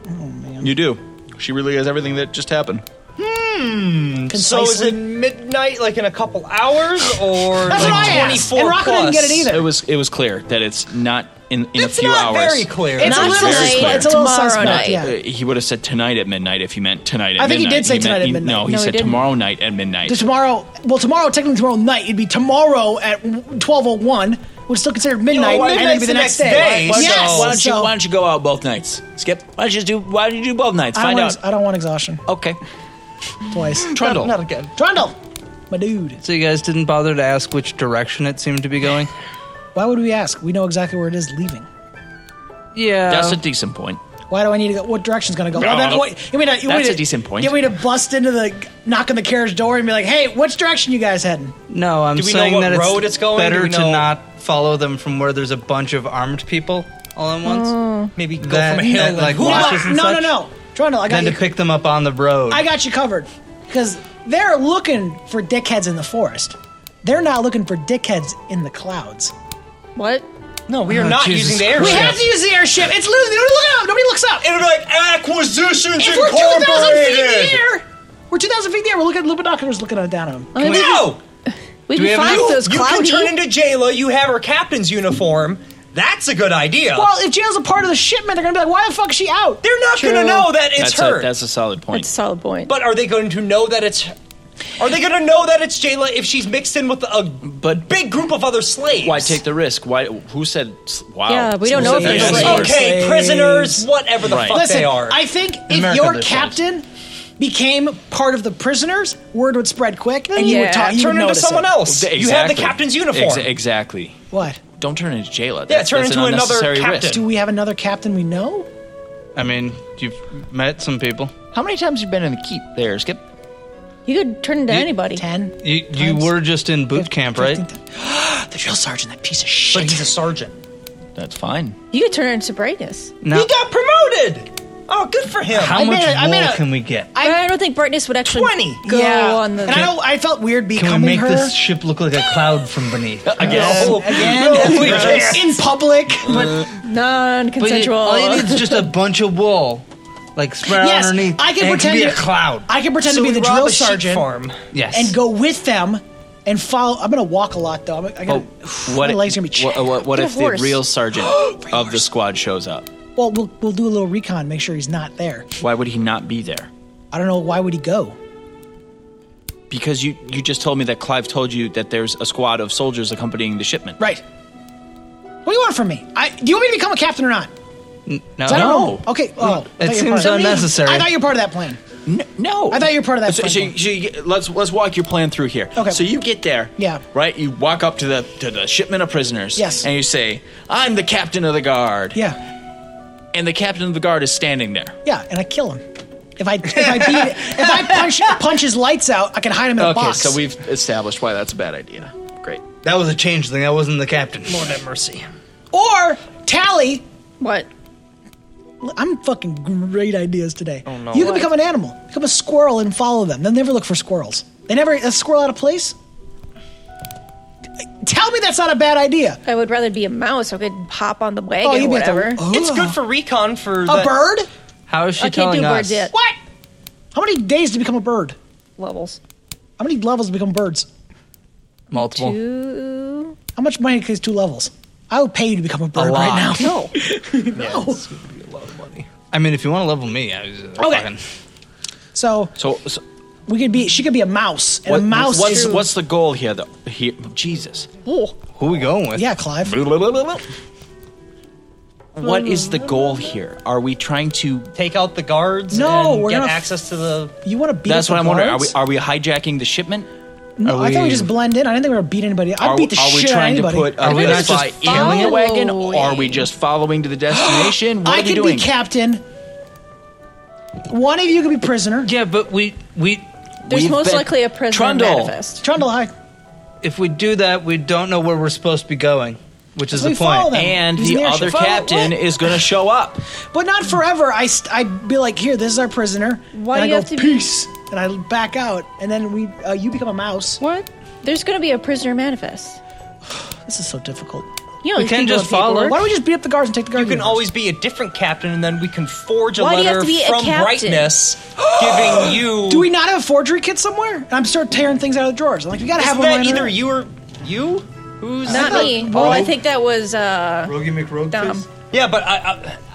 Speaker 1: You do. She really has everything that just happened.
Speaker 8: So is
Speaker 3: Concisely.
Speaker 8: it midnight, like in a couple hours, or
Speaker 3: That's
Speaker 8: like
Speaker 3: what I asked.
Speaker 8: 24
Speaker 3: And Rocket didn't get it
Speaker 8: plus?
Speaker 1: It
Speaker 3: either.
Speaker 1: was it was clear that it's not in in
Speaker 8: It's
Speaker 1: a few
Speaker 8: not
Speaker 1: hours.
Speaker 8: very clear.
Speaker 3: It's a
Speaker 5: Not
Speaker 3: little.
Speaker 1: very
Speaker 5: tonight,
Speaker 1: clear.
Speaker 3: It's a little
Speaker 5: tomorrow
Speaker 3: suspect.
Speaker 5: night.
Speaker 3: Yeah.
Speaker 1: Uh, he would have said tonight at midnight if he meant tonight at
Speaker 3: I
Speaker 1: midnight.
Speaker 3: think he did say
Speaker 1: meant-
Speaker 3: tonight at
Speaker 1: he- No, he
Speaker 3: midnight.
Speaker 5: No, he
Speaker 1: said
Speaker 5: didn't.
Speaker 1: tomorrow night at midnight.
Speaker 3: To tomorrow. Well, tomorrow. Technically, tomorrow night. It'd be tomorrow at twelve oh one, which is still considered midnight,
Speaker 8: why
Speaker 3: and
Speaker 8: midnight's
Speaker 3: it'd be the
Speaker 8: the
Speaker 3: next
Speaker 8: next
Speaker 3: day.
Speaker 8: day, so-
Speaker 3: Yes.
Speaker 1: why don't you
Speaker 3: so-
Speaker 1: why don't you go out both nights? Skip. Why don't you do why don't you do both nights?
Speaker 3: I don't
Speaker 1: Find
Speaker 3: want.
Speaker 1: out.
Speaker 3: ex- I don't want exhaustion
Speaker 1: okay.
Speaker 3: twice.
Speaker 1: Trundle.
Speaker 8: Not again.
Speaker 3: Trundle, my dude.
Speaker 6: So you guys didn't bother to ask which direction it seemed to be going?
Speaker 3: Why would we ask? We know exactly where it is leaving.
Speaker 6: Yeah.
Speaker 1: That's a decent point.
Speaker 3: Why do I need to go? What direction's going to go? Well, then, what, you mean, to- you
Speaker 1: That's
Speaker 3: mean to-
Speaker 1: a decent point.
Speaker 3: You mean to bust into the knock on the carriage door and be like, "Hey, which direction you guys heading?"
Speaker 6: no, I'm
Speaker 8: Do we know
Speaker 6: saying
Speaker 8: what
Speaker 6: that it's,
Speaker 8: road it's going? Do
Speaker 6: better
Speaker 8: we
Speaker 6: to
Speaker 8: know-
Speaker 6: not follow them from where there's a bunch of armed people all at once
Speaker 3: Oh.
Speaker 8: Maybe go
Speaker 6: That-
Speaker 8: from a hill
Speaker 6: that,
Speaker 8: and
Speaker 6: like,
Speaker 8: whoop.
Speaker 6: watches
Speaker 3: no,
Speaker 6: and
Speaker 3: no, no,
Speaker 6: such?
Speaker 3: no, Trundle, I got
Speaker 6: than
Speaker 3: you.
Speaker 6: to pick them up on the road.
Speaker 3: I got you covered because they're looking for dickheads in the forest. They're not looking for dickheads in the clouds.
Speaker 5: What?
Speaker 8: No, we are
Speaker 2: Uh-huh.
Speaker 8: not
Speaker 6: Jesus
Speaker 8: using the
Speaker 3: We
Speaker 8: airship.
Speaker 3: have to use the airship. It's literally nobody looks up. Nobody looks up.
Speaker 8: It'll be like acquisitions
Speaker 3: If we're two thousand feet in the air, we're two thousand feet in the air. We're looking at little binoculars, looking down at them.
Speaker 2: Uh-huh.
Speaker 5: I mean, we
Speaker 8: No,
Speaker 5: We
Speaker 6: we
Speaker 5: can
Speaker 6: have
Speaker 5: find
Speaker 6: any-
Speaker 5: those
Speaker 8: you can
Speaker 5: cloudy.
Speaker 8: turn into Jayla. You have her captain's uniform.
Speaker 2: That's a good idea.
Speaker 3: Well, if jail's a part of the shipment, they're gonna be like, "Why the fuck is she out?"
Speaker 2: They're not going to know that it's
Speaker 1: that's
Speaker 2: her.
Speaker 1: A, that's a solid point.
Speaker 5: That's a solid point.
Speaker 2: but are they going to know that it's? Are they going to know that it's Jayla if she's mixed in with a
Speaker 1: but
Speaker 2: big group of other slaves?
Speaker 1: why take the risk? Why? Who said? s- Wow.
Speaker 5: Yeah, we don't know if
Speaker 1: Yeah,
Speaker 5: they're
Speaker 1: that's
Speaker 5: slaves.
Speaker 1: worse.
Speaker 2: Okay,
Speaker 3: Slaves.
Speaker 2: prisoners, whatever the
Speaker 1: Right.
Speaker 2: fuck
Speaker 3: Listen,
Speaker 2: they are.
Speaker 3: I think if
Speaker 6: America,
Speaker 3: your
Speaker 6: they're
Speaker 3: captain became part of the prisoners, word would spread quick, and you
Speaker 5: Yeah.
Speaker 3: would talk. You
Speaker 2: turn
Speaker 3: would
Speaker 2: into
Speaker 3: notice
Speaker 2: someone
Speaker 3: it.
Speaker 2: else.
Speaker 1: Exactly.
Speaker 2: You have the captain's uniform.
Speaker 1: Exa- exactly.
Speaker 3: What?
Speaker 1: Don't turn into Jayla.
Speaker 2: Yeah,
Speaker 1: That's,
Speaker 2: turn
Speaker 1: that's
Speaker 2: into
Speaker 1: an
Speaker 2: another
Speaker 1: unnecessary
Speaker 2: captain.
Speaker 1: risk.
Speaker 3: Do we have another captain we know?
Speaker 6: I mean, you've met some people.
Speaker 1: How many times have you been in the keep there, Skip?
Speaker 5: you could turn into
Speaker 6: You-
Speaker 5: anybody.
Speaker 3: Ten.
Speaker 6: You, you
Speaker 3: Times-
Speaker 6: were just in boot camp, right?
Speaker 3: the drill sergeant, that piece of shit.
Speaker 2: but he's a sergeant.
Speaker 1: That's fine.
Speaker 5: You could turn into brightness.
Speaker 6: Now,
Speaker 2: He got promoted. Oh, good for him.
Speaker 6: how
Speaker 3: I
Speaker 6: much
Speaker 3: made a- I made
Speaker 6: wool
Speaker 3: a-
Speaker 6: can we get?
Speaker 5: I, I don't think brightness would actually
Speaker 2: 20.
Speaker 5: go
Speaker 3: yeah.
Speaker 5: on the.
Speaker 3: and I, don't, I felt weird
Speaker 6: Can
Speaker 3: becoming
Speaker 6: we make
Speaker 3: her
Speaker 6: this ship look like a cloud from
Speaker 2: [laughs]
Speaker 6: beneath?
Speaker 2: No.
Speaker 3: [laughs]
Speaker 2: No, we can't.
Speaker 3: in public.
Speaker 6: But you-
Speaker 5: non-consensual.
Speaker 6: all you need is just a bunch of wool, like spread
Speaker 3: Yes,
Speaker 6: out underneath.
Speaker 3: I can
Speaker 6: and it
Speaker 3: pretend
Speaker 6: be
Speaker 3: to-
Speaker 6: a cloud.
Speaker 3: I can pretend
Speaker 2: So
Speaker 3: to be
Speaker 2: we
Speaker 3: the
Speaker 2: rob
Speaker 3: drill
Speaker 2: a sheep
Speaker 3: sergeant
Speaker 2: farm.
Speaker 6: yes,
Speaker 3: and go with them and follow. I'm gonna walk a lot though. I'm, I
Speaker 1: But
Speaker 3: gotta,
Speaker 1: what?
Speaker 3: my legs gonna be
Speaker 1: what,
Speaker 3: chapped.
Speaker 1: what, what
Speaker 5: Get a
Speaker 1: if the
Speaker 5: horse.
Speaker 1: real
Speaker 2: [gasps]
Speaker 1: sergeant of the squad shows up?
Speaker 3: Well, we'll we'll do a little recon, make sure he's not there.
Speaker 1: Why would he not be there?
Speaker 3: I don't know why would he go.
Speaker 1: Because you you just told me that Clive told you that there's a squad of soldiers accompanying the shipment.
Speaker 3: Right. What do you want from me? I, do you want me to become a captain or not?
Speaker 6: no,
Speaker 3: 'Cause I don't know. Okay. Oh, I thought you were
Speaker 6: seems
Speaker 3: part of that.
Speaker 6: unnecessary.
Speaker 3: I thought you were part of that plan.
Speaker 1: No,
Speaker 3: I thought you were part of that
Speaker 1: So,
Speaker 3: plan.
Speaker 1: so, you- so you get- let's let's walk your plan through here.
Speaker 3: Okay.
Speaker 1: So you get there.
Speaker 3: Yeah.
Speaker 1: Right. You walk up to the to the shipment of prisoners.
Speaker 3: Yes.
Speaker 1: And you say, "I'm the captain of the guard."
Speaker 3: Yeah.
Speaker 1: And the captain of the guard is standing there.
Speaker 3: Yeah. And I kill him. If I if I beat, if I
Speaker 5: [laughs]
Speaker 3: punch punch his lights out, I can hide him in a
Speaker 1: okay.
Speaker 3: box.
Speaker 1: So we've established why that's a bad idea. Great.
Speaker 6: that was a change thing. I wasn't the captain.
Speaker 2: Lord have mercy.
Speaker 3: or Tally.
Speaker 5: what?
Speaker 3: I'm fucking great ideas today. Oh, no. You can become an animal. Become a squirrel and follow them. They'll never look for squirrels. They never a squirrel out of place. Tell me that's not a bad idea.
Speaker 5: I would rather be a mouse. I could hop on the wagon
Speaker 3: Oh, you'd
Speaker 5: or
Speaker 3: be at the-
Speaker 5: whatever.
Speaker 3: oh.
Speaker 2: It's good for recon for
Speaker 3: A bird?
Speaker 6: How is she
Speaker 5: I can't
Speaker 6: telling
Speaker 5: do
Speaker 6: us?
Speaker 5: birds yet.
Speaker 3: What? How many days to become a bird?
Speaker 5: Levels.
Speaker 3: How many levels to become birds?
Speaker 6: Multiple.
Speaker 5: Ooh.
Speaker 3: How much money is two levels? I would pay you to become a bird right now.
Speaker 5: No.
Speaker 6: I mean, if you want to level me, I was
Speaker 3: [laughs]
Speaker 6: uh,
Speaker 3: Okay.
Speaker 6: fucking-
Speaker 3: So
Speaker 1: So, so
Speaker 3: we could be. She could be a mouse. And
Speaker 1: what,
Speaker 3: a mouse
Speaker 1: what's
Speaker 3: is
Speaker 1: what's the goal here though? Here, Jesus.
Speaker 6: Who we going with?
Speaker 3: yeah, Clive.
Speaker 1: What is the goal here? Are we trying to?
Speaker 2: take out the guards.
Speaker 3: No,
Speaker 2: and
Speaker 3: we're
Speaker 2: get
Speaker 3: gonna-
Speaker 2: access to the.
Speaker 3: You want to beat?
Speaker 1: That's
Speaker 3: up
Speaker 1: what
Speaker 3: the
Speaker 1: I'm wondering. Are we
Speaker 3: guards?
Speaker 1: are we hijacking the shipment?
Speaker 3: No, I thought we just blend in. I didn't think we were gonna beat anybody. I
Speaker 1: Are,
Speaker 3: would beat the
Speaker 1: are we
Speaker 3: shit out of
Speaker 1: trying to
Speaker 3: anybody.
Speaker 1: put? uh, Are we
Speaker 6: we not
Speaker 1: just
Speaker 6: just
Speaker 1: by in the wagon? Or are we
Speaker 5: following?
Speaker 1: just following to the
Speaker 5: [gasps]
Speaker 1: destination? What
Speaker 3: I
Speaker 1: are we
Speaker 3: could
Speaker 1: doing?
Speaker 3: be captain. One of you could be prisoner.
Speaker 6: Yeah, but we we
Speaker 5: There's
Speaker 1: We've
Speaker 5: most
Speaker 1: been-
Speaker 5: likely a prisoner in
Speaker 1: Trundle.
Speaker 5: manifest.
Speaker 3: Trundle High.
Speaker 6: if we do that, we don't know where we're supposed to be going, which is
Speaker 3: We
Speaker 6: the
Speaker 3: follow
Speaker 6: point.
Speaker 3: them.
Speaker 1: and
Speaker 3: He's
Speaker 1: the
Speaker 3: mayor.
Speaker 1: other
Speaker 3: Follow-
Speaker 1: captain
Speaker 3: what?
Speaker 1: is going to show up.
Speaker 3: But not forever. I st- I'd be like, here, this is our prisoner.
Speaker 5: Why
Speaker 3: and
Speaker 5: do
Speaker 3: I
Speaker 5: you
Speaker 3: go,
Speaker 5: have to be-
Speaker 3: peace? And I back out, and then we uh, you become a mouse.
Speaker 5: What? There's going to be a prisoner manifest.
Speaker 3: This is so difficult.
Speaker 5: You know,
Speaker 6: We
Speaker 5: these
Speaker 6: can't
Speaker 5: people
Speaker 6: just
Speaker 5: have
Speaker 6: follow.
Speaker 5: paperwork.
Speaker 3: Why don't we just beat up the guards and take the guards?
Speaker 2: You can always be a different captain, and then we can forge a
Speaker 5: Why do you
Speaker 2: letter
Speaker 5: have to be a
Speaker 2: from
Speaker 5: captain?
Speaker 2: brightness, giving you.
Speaker 3: Do we not have a forgery kit somewhere? And I'm start tearing things out of the drawers. I'm like, we gotta
Speaker 2: Isn't
Speaker 3: have one.
Speaker 2: that
Speaker 3: lying
Speaker 2: either
Speaker 3: around.
Speaker 2: you or you? Who's
Speaker 5: Not me. Well, I think that was uh,
Speaker 6: Rogie McRogue
Speaker 5: Dom.
Speaker 2: Yeah, but I,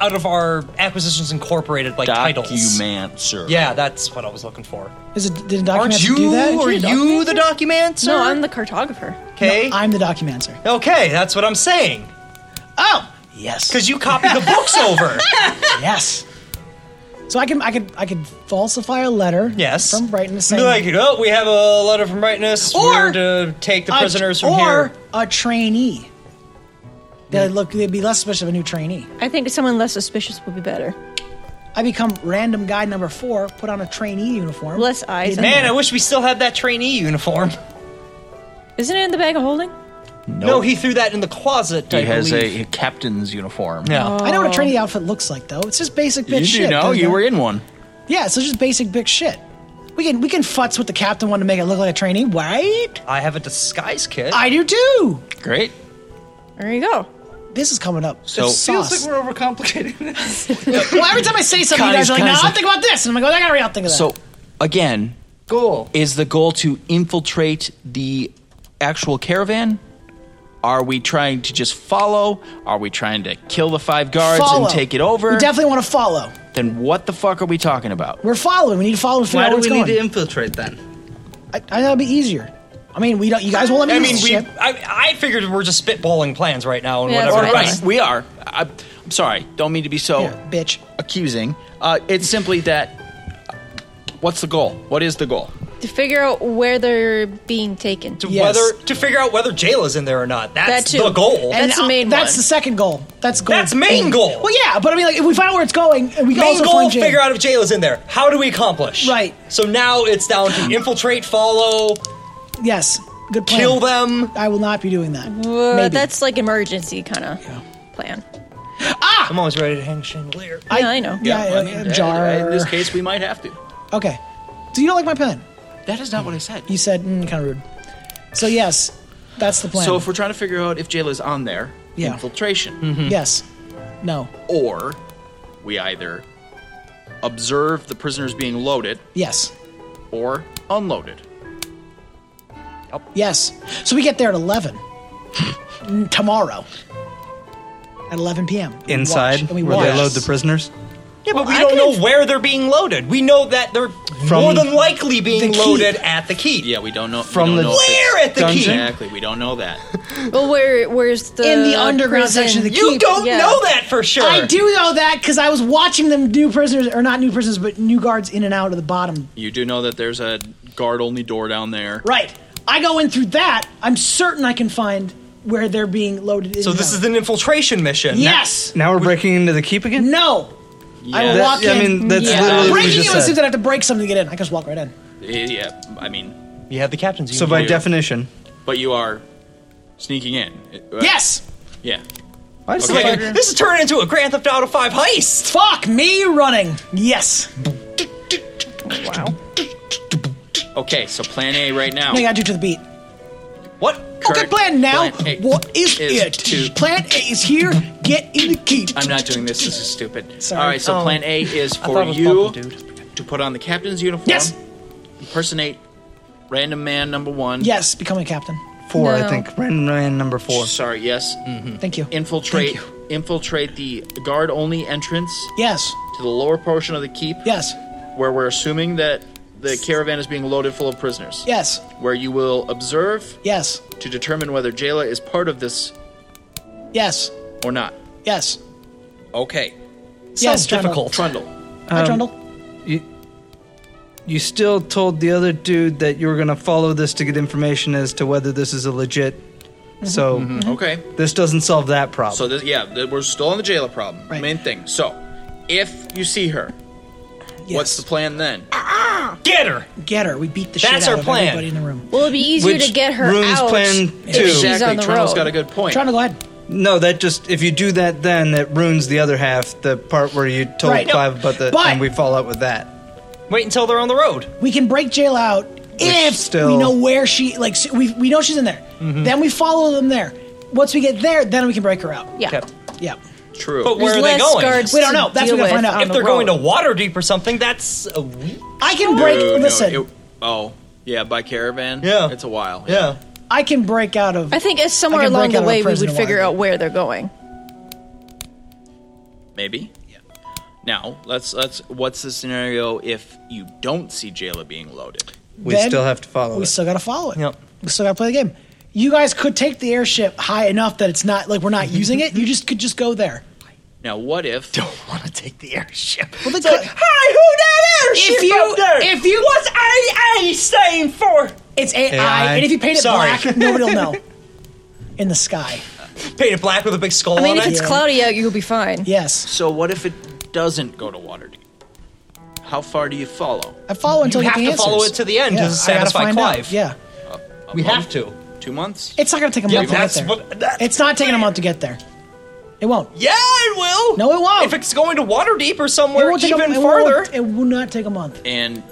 Speaker 2: I, out of our acquisitions incorporated like titles.
Speaker 1: Documancer.
Speaker 2: Yeah, that's what I was looking for.
Speaker 3: Is it did a document
Speaker 2: Aren't
Speaker 3: have to do
Speaker 2: you?
Speaker 3: that?
Speaker 2: Are you the documancer?
Speaker 5: No, I'm the cartographer.
Speaker 2: okay.
Speaker 3: I'm the documancer.
Speaker 2: okay, that's what I'm saying.
Speaker 3: Oh yes,
Speaker 2: Because you
Speaker 3: [laughs]
Speaker 2: copied the books over.
Speaker 3: yes. So I can I could I could falsify a letter.
Speaker 2: Yes.
Speaker 3: From brightness.
Speaker 2: Be
Speaker 3: Saying,
Speaker 2: Like, oh, we have a letter from brightness.
Speaker 3: Or-
Speaker 2: We're to take the
Speaker 3: a-
Speaker 2: prisoners from
Speaker 3: or
Speaker 2: here. Hmm.
Speaker 3: a trainee. They look. They'd be less suspicious of a new trainee.
Speaker 5: I think someone less suspicious would be better.
Speaker 3: I become random guy number four. Put on a trainee uniform.
Speaker 5: Less eyes.
Speaker 3: Get
Speaker 5: on
Speaker 2: Man, I
Speaker 5: them.
Speaker 2: wish we still had that trainee uniform.
Speaker 5: Isn't it in the bag of holding?
Speaker 2: No, he threw that in the closet.
Speaker 1: Oh. He
Speaker 2: I
Speaker 1: has
Speaker 2: believe.
Speaker 1: a captain's uniform.
Speaker 2: Yeah.
Speaker 3: I know what a trainee
Speaker 2: Oh.
Speaker 3: outfit looks like though. It's just basic bitch
Speaker 1: You
Speaker 3: shit.
Speaker 1: do know
Speaker 3: doesn't it?
Speaker 1: you were in one.
Speaker 3: Yeah, so just basic bitch shit. We can we can futz with the captain one to make it look like a trainee, right?
Speaker 2: I have a disguise kit.
Speaker 3: I do too.
Speaker 1: Great.
Speaker 5: There you go.
Speaker 3: This is coming up.
Speaker 1: So-
Speaker 3: It's
Speaker 6: Feels
Speaker 3: sauce.
Speaker 6: like we're overcomplicating this.
Speaker 3: well, every time I say something, you guys
Speaker 1: Connie's-
Speaker 3: are like, "No,
Speaker 1: Connie's
Speaker 3: I'll
Speaker 1: like-
Speaker 3: think about this," and I'm like, "Oh, I gotta re-think of that."
Speaker 1: So, again,
Speaker 6: Goal.
Speaker 1: is the goal to infiltrate the actual caravan? Are we trying to just follow? Are we trying to kill the five guards
Speaker 3: follow.
Speaker 1: and take it over?
Speaker 3: We definitely want to follow.
Speaker 1: then what the fuck are we talking about?
Speaker 3: We're following. We need to follow and figure
Speaker 6: Why
Speaker 3: out
Speaker 6: do
Speaker 3: where
Speaker 6: we
Speaker 3: it's
Speaker 6: need
Speaker 3: going.
Speaker 6: to infiltrate then?
Speaker 3: I, I thought it'd be easier. I mean, we don't. You guys will let me.
Speaker 2: I
Speaker 3: use
Speaker 2: mean,
Speaker 3: this
Speaker 2: we.
Speaker 3: shit.
Speaker 2: I, I figured we're just spitballing plans right now and
Speaker 5: Yeah, that's
Speaker 2: whatever.
Speaker 5: right.
Speaker 1: Right, we are. I, I'm sorry. Don't mean to be so
Speaker 3: Yeah, bitch.
Speaker 1: accusing. Uh, it's simply that. What's the goal? What is the goal?
Speaker 5: To figure out where they're being taken.
Speaker 2: To
Speaker 3: Yes.
Speaker 2: whether to figure out whether Jayla's in there or not.
Speaker 5: That
Speaker 2: That's
Speaker 5: too.
Speaker 2: the goal.
Speaker 5: That's the main
Speaker 3: That's
Speaker 5: one.
Speaker 3: the second goal. That's goal.
Speaker 2: That's main goal.
Speaker 3: Well, yeah, but I mean, like, if we find out where it's going, and we can
Speaker 2: Main
Speaker 3: also
Speaker 2: goal:
Speaker 3: find Jane.
Speaker 2: figure out if Jayla's in there. How do we accomplish?
Speaker 3: Right.
Speaker 2: So now it's down to infiltrate, follow,
Speaker 3: Yes, good plan.
Speaker 2: kill them.
Speaker 3: I will not be doing that.
Speaker 5: Well,
Speaker 3: Maybe.
Speaker 5: That's like emergency kind of plan.
Speaker 7: I'm always ready to hang chandelier.
Speaker 5: yeah, I know.
Speaker 3: yeah,
Speaker 1: I
Speaker 3: uh,
Speaker 1: mean,
Speaker 3: uh,
Speaker 1: uh,
Speaker 3: jar.
Speaker 1: In this case, we might have to.
Speaker 3: okay. Do you don't like my pen?
Speaker 1: That is not what I said.
Speaker 3: You said mm, kind of rude. So yes, that's the plan.
Speaker 1: So if we're trying to figure out if Jayla's on there,
Speaker 3: Yeah. Mm-hmm.
Speaker 1: infiltration,
Speaker 3: yes, no,
Speaker 1: or we either observe the prisoners being loaded
Speaker 3: yes,
Speaker 1: or unloaded.
Speaker 3: yes. So we get there at eleven Mm, tomorrow at eleven p.m. We watch,
Speaker 6: Inside,
Speaker 3: and we
Speaker 6: where
Speaker 3: watch.
Speaker 6: they load the prisoners.
Speaker 2: Yeah, but we
Speaker 5: I
Speaker 2: don't know
Speaker 5: could've-
Speaker 2: where they're being loaded. We know that they're more than likely being
Speaker 3: the keep.
Speaker 2: loaded at the keep.
Speaker 1: Yeah, we don't know
Speaker 6: From
Speaker 1: we
Speaker 6: the-
Speaker 1: don't know if it's-
Speaker 2: Where at the keep?
Speaker 1: Exactly, we don't know that.
Speaker 5: Well, where where's the
Speaker 3: In the underground
Speaker 5: prison?
Speaker 3: section of the
Speaker 2: You
Speaker 3: Keep,
Speaker 2: don't
Speaker 5: yeah.
Speaker 2: know that for sure.
Speaker 3: I do know that because I was watching them new prisoners or not new prisoners, but new guards in and out of the bottom.
Speaker 1: You do know that there's a guard-only door down there.
Speaker 3: Right. I go in through that. I'm certain I can find where they're being loaded. in
Speaker 2: So
Speaker 3: and
Speaker 2: this
Speaker 3: out.
Speaker 2: is an infiltration mission.
Speaker 3: yes.
Speaker 6: Now we're breaking into the keep again.
Speaker 3: No.
Speaker 1: Yeah,
Speaker 3: I
Speaker 1: that-
Speaker 3: walk
Speaker 6: I
Speaker 3: in.
Speaker 6: mean, that's
Speaker 5: Yeah.
Speaker 6: literally what we
Speaker 3: breaking it
Speaker 6: just
Speaker 3: would
Speaker 6: said.
Speaker 3: seem that I have to break something to get in. I just walk right in.
Speaker 1: Yeah, I mean,
Speaker 2: You have the captain's
Speaker 6: So
Speaker 2: uniform.
Speaker 6: by
Speaker 1: Yeah.
Speaker 6: definition,
Speaker 1: but you are sneaking in. Uh,
Speaker 3: Yes.
Speaker 1: Yeah.
Speaker 2: Okay, This is turning into a Grand Theft Auto 5 heist.
Speaker 3: Fuck me running. Yes.
Speaker 1: Okay, so plan A right now.
Speaker 3: I gotta do to the beat.
Speaker 2: What?
Speaker 3: Okay, plan now.
Speaker 1: plan A
Speaker 3: what is,
Speaker 1: is
Speaker 3: it?
Speaker 1: to-
Speaker 3: Plan A is here. Get in the key.
Speaker 1: I'm not doing this. This is stupid.
Speaker 3: Sorry.
Speaker 1: All right, so
Speaker 3: Oh.
Speaker 1: plan A is for
Speaker 2: thought it was
Speaker 1: you
Speaker 2: Bumble
Speaker 1: to put on the captain's uniform.
Speaker 3: Yes.
Speaker 1: Impersonate random man number one.
Speaker 3: Yes, becoming a captain.
Speaker 6: four,
Speaker 5: No.
Speaker 6: I think. Random man number four.
Speaker 1: Sorry. Yes.
Speaker 3: Hmm. Thank you.
Speaker 1: Infiltrate. Infiltrate the guard-only entrance
Speaker 3: Yes.
Speaker 1: to the lower portion of the keep,
Speaker 3: Yes.
Speaker 1: where we're assuming that the caravan is being loaded full of prisoners.
Speaker 3: Yes.
Speaker 1: Where you will observe
Speaker 3: Yes.
Speaker 1: to determine whether Jayla is part of this
Speaker 3: Yes.
Speaker 1: or not.
Speaker 3: Yes.
Speaker 1: Okay.
Speaker 3: yes.
Speaker 2: difficult.
Speaker 1: Trundle.
Speaker 3: Hi, Trundle.
Speaker 6: You still told the other dude that you were going to follow this to get information as to whether this is a legit.
Speaker 3: Mm-hmm.
Speaker 6: So
Speaker 1: Okay.
Speaker 6: this doesn't solve that problem.
Speaker 1: So this, yeah, th- we're still on the jailer problem.
Speaker 3: Right.
Speaker 1: Main thing. So, if you see her,
Speaker 3: Yes.
Speaker 1: what's the plan then?
Speaker 2: Get her.
Speaker 3: Get her. We beat the
Speaker 2: That's
Speaker 3: shit out
Speaker 2: our
Speaker 3: of
Speaker 2: plan.
Speaker 3: everybody in the room.
Speaker 5: Well, it'd be easier
Speaker 6: Which
Speaker 5: to get her
Speaker 6: room's
Speaker 5: out.
Speaker 6: plan
Speaker 5: if
Speaker 6: two?
Speaker 5: she's
Speaker 1: exactly.
Speaker 5: on the
Speaker 1: Trundle's
Speaker 5: road.
Speaker 1: got a good point.
Speaker 3: Trundle, go ahead.
Speaker 6: no, that just if you do that, then it ruins the other half. The part where you told
Speaker 3: Right.
Speaker 6: five about the
Speaker 3: But-
Speaker 6: and we fall out with that.
Speaker 2: Wait until they're on the road.
Speaker 3: We can break jail out if
Speaker 6: still-
Speaker 3: we know where she like s- we we know she's in there.
Speaker 1: Mm-hmm.
Speaker 3: Then we follow them there. Once we get there, then we can break her out.
Speaker 5: Yeah.
Speaker 2: Okay.
Speaker 3: Yeah.
Speaker 1: True.
Speaker 2: But where are
Speaker 5: There's
Speaker 2: they
Speaker 5: less
Speaker 2: going?
Speaker 5: guards
Speaker 3: We don't
Speaker 5: to
Speaker 3: know. That's
Speaker 5: deal
Speaker 3: what we're gonna find
Speaker 5: with
Speaker 3: out.
Speaker 5: on
Speaker 2: if
Speaker 5: the
Speaker 2: they're going to
Speaker 5: road.
Speaker 2: Waterdeep or something, that's a week.
Speaker 3: I can
Speaker 1: No,
Speaker 3: break.
Speaker 1: no,
Speaker 3: listen,
Speaker 1: it- oh, yeah, by caravan.
Speaker 2: Yeah.
Speaker 1: it's a while.
Speaker 2: Yeah.
Speaker 3: I can break out of.
Speaker 5: I think it's somewhere
Speaker 3: I can
Speaker 5: along
Speaker 3: break out
Speaker 5: the
Speaker 3: of a
Speaker 5: way we
Speaker 3: prison
Speaker 5: would
Speaker 3: in
Speaker 5: figure
Speaker 3: Waterdeep.
Speaker 5: out where they're going.
Speaker 1: maybe. Yeah. Now let's let's. What's the scenario if you don't see Jayla being loaded?
Speaker 6: We
Speaker 3: Then
Speaker 6: still have to follow.
Speaker 3: we
Speaker 6: it.
Speaker 3: still gotta follow it.
Speaker 2: Yep.
Speaker 3: We still gotta play the game. You guys could take the airship high enough that it's not like we're not using it. You just could just go there.
Speaker 1: Now what if?
Speaker 2: Don't want to take the airship.
Speaker 3: Well, they
Speaker 2: It's like,
Speaker 3: could-
Speaker 2: hi, who that airship
Speaker 3: If you-
Speaker 2: up there?
Speaker 3: if you-
Speaker 2: what's AA saying for?
Speaker 3: It's AI,
Speaker 6: AI.
Speaker 3: and if you paint it
Speaker 2: Sorry.
Speaker 6: [laughs]
Speaker 3: black, nobody will know. In the sky.
Speaker 2: Painted black with a big skull
Speaker 5: I mean,
Speaker 2: on
Speaker 5: if
Speaker 2: it.
Speaker 5: it's cloudy out, you'll be fine.
Speaker 3: Yes.
Speaker 1: So what if it doesn't go to Waterdeep? How far do you follow?
Speaker 3: I follow
Speaker 2: You
Speaker 3: until
Speaker 2: have
Speaker 3: the
Speaker 2: to
Speaker 3: answers.
Speaker 2: follow it to the end
Speaker 3: yeah,
Speaker 2: to
Speaker 3: I gotta
Speaker 2: satisfy
Speaker 3: find
Speaker 2: Clive.
Speaker 3: out. Yeah.
Speaker 1: A
Speaker 2: We
Speaker 1: month?
Speaker 2: have to.
Speaker 1: Two months.
Speaker 3: It's not going to take a
Speaker 2: Yeah,
Speaker 3: month to get
Speaker 2: that's
Speaker 3: there.
Speaker 2: what. That,
Speaker 3: it's not taking a month to get there. It won't.
Speaker 2: Yeah, it will.
Speaker 3: No, it won't.
Speaker 2: If it's going to Waterdeep or
Speaker 3: It
Speaker 2: somewhere
Speaker 3: won't take a-
Speaker 2: even
Speaker 3: it won't-
Speaker 2: farther,
Speaker 3: it will not take a month.
Speaker 1: And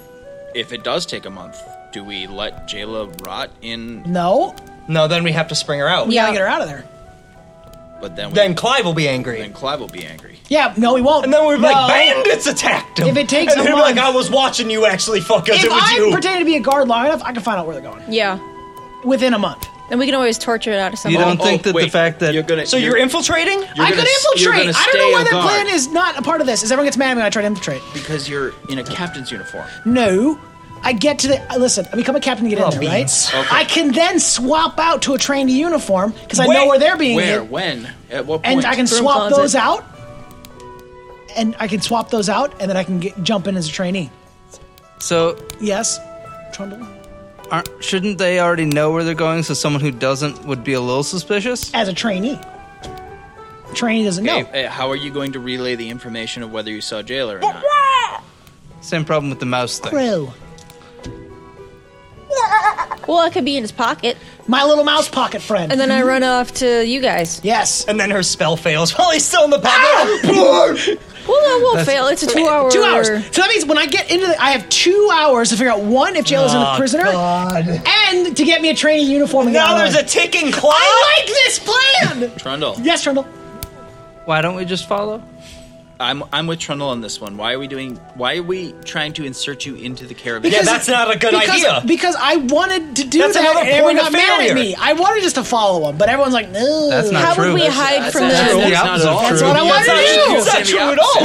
Speaker 1: if it does take a month, do we let Jayla rot in?
Speaker 3: No,
Speaker 2: no, then we have to spring her out.
Speaker 3: we gotta
Speaker 5: Yeah.
Speaker 3: get her out of there.
Speaker 1: But then we,
Speaker 2: Then Clive will be
Speaker 1: then
Speaker 2: angry,
Speaker 1: Clive will be angry.
Speaker 3: Yeah, no, we won't.
Speaker 2: and then we're
Speaker 3: no.
Speaker 2: like, bandits attacked him.
Speaker 3: If it takes
Speaker 2: and
Speaker 3: a
Speaker 2: then we're
Speaker 3: month-
Speaker 2: like, I was watching you actually fuck us.
Speaker 3: If
Speaker 2: it was
Speaker 3: I
Speaker 2: you.
Speaker 3: pretend to be a guard long enough, I can find out where they're going
Speaker 5: Yeah.
Speaker 3: within a month.
Speaker 5: Then we can always torture it out of
Speaker 6: You
Speaker 5: somebody.
Speaker 6: don't think that the
Speaker 1: Oh, wait,
Speaker 6: fact that
Speaker 1: you're gonna
Speaker 2: So you're, infiltrating?
Speaker 1: You're
Speaker 3: I
Speaker 1: gonna
Speaker 3: could
Speaker 1: s- you're
Speaker 3: infiltrate.
Speaker 1: gonna
Speaker 3: I don't know
Speaker 1: stay
Speaker 3: why
Speaker 1: on
Speaker 3: that
Speaker 1: guard.
Speaker 3: plan is not a part of this. Is everyone gets mad at me when I try to infiltrate?
Speaker 1: because you're in a captain's uniform.
Speaker 3: No. I get to the. I- Listen, I become a captain to get
Speaker 1: Oh,
Speaker 3: in there,
Speaker 2: beans.
Speaker 3: right? I can then swap out to a trainee uniform because I know
Speaker 2: Wait,
Speaker 3: where they're being
Speaker 1: Where?
Speaker 3: hit,
Speaker 1: When? At what point?
Speaker 3: and I can
Speaker 5: Broom
Speaker 3: swap
Speaker 5: closet.
Speaker 3: those out. And I can swap those out, and then I can get, jump in as a trainee.
Speaker 6: so
Speaker 3: Yes, Trundle.
Speaker 6: aren't, shouldn't they already know where they're going? So someone who doesn't would be a little suspicious.
Speaker 3: As a trainee, trainee doesn't
Speaker 1: Okay,
Speaker 3: know.
Speaker 1: uh, how are you going to relay the information of whether you saw Jailer or not?
Speaker 6: Same problem with the mouse thing.
Speaker 3: Crow.
Speaker 5: well, it could be in his pocket,
Speaker 3: My little mouse pocket friend.
Speaker 5: and then I run off to you guys.
Speaker 3: yes.
Speaker 2: And then her spell fails [laughs] while he's still in the
Speaker 3: Ah!
Speaker 2: pocket.
Speaker 5: Well, that won't fail. It's a two-hour.
Speaker 3: Two hours. So that means when I get into the, I have two hours to figure out one if Jail is in a
Speaker 2: Oh,
Speaker 3: prisoner, and to get me a training uniform. and get
Speaker 2: now
Speaker 3: out of
Speaker 2: there's
Speaker 3: there.
Speaker 2: a ticking clock.
Speaker 3: I like this plan.
Speaker 1: Trundle.
Speaker 3: yes, Trundle.
Speaker 6: Why don't we just follow?
Speaker 1: I'm I'm with Trundle on this one. Why are we doing? Why are we trying to insert you into the caravan?
Speaker 2: Yeah, that's not a good
Speaker 3: because,
Speaker 2: idea.
Speaker 3: Because I wanted to do
Speaker 2: That's
Speaker 3: that,
Speaker 2: another
Speaker 3: and everyone got
Speaker 2: point of
Speaker 3: mad at
Speaker 2: failure.
Speaker 3: me. I wanted just to follow him, but everyone's like, no.
Speaker 6: That's not
Speaker 5: How
Speaker 6: true.
Speaker 5: would we
Speaker 6: That's-
Speaker 5: hide from
Speaker 1: that's
Speaker 5: the?
Speaker 1: not
Speaker 6: opposite
Speaker 1: at all.
Speaker 6: of
Speaker 1: That's
Speaker 6: true.
Speaker 3: what I wanted to do.
Speaker 2: It's not true at all.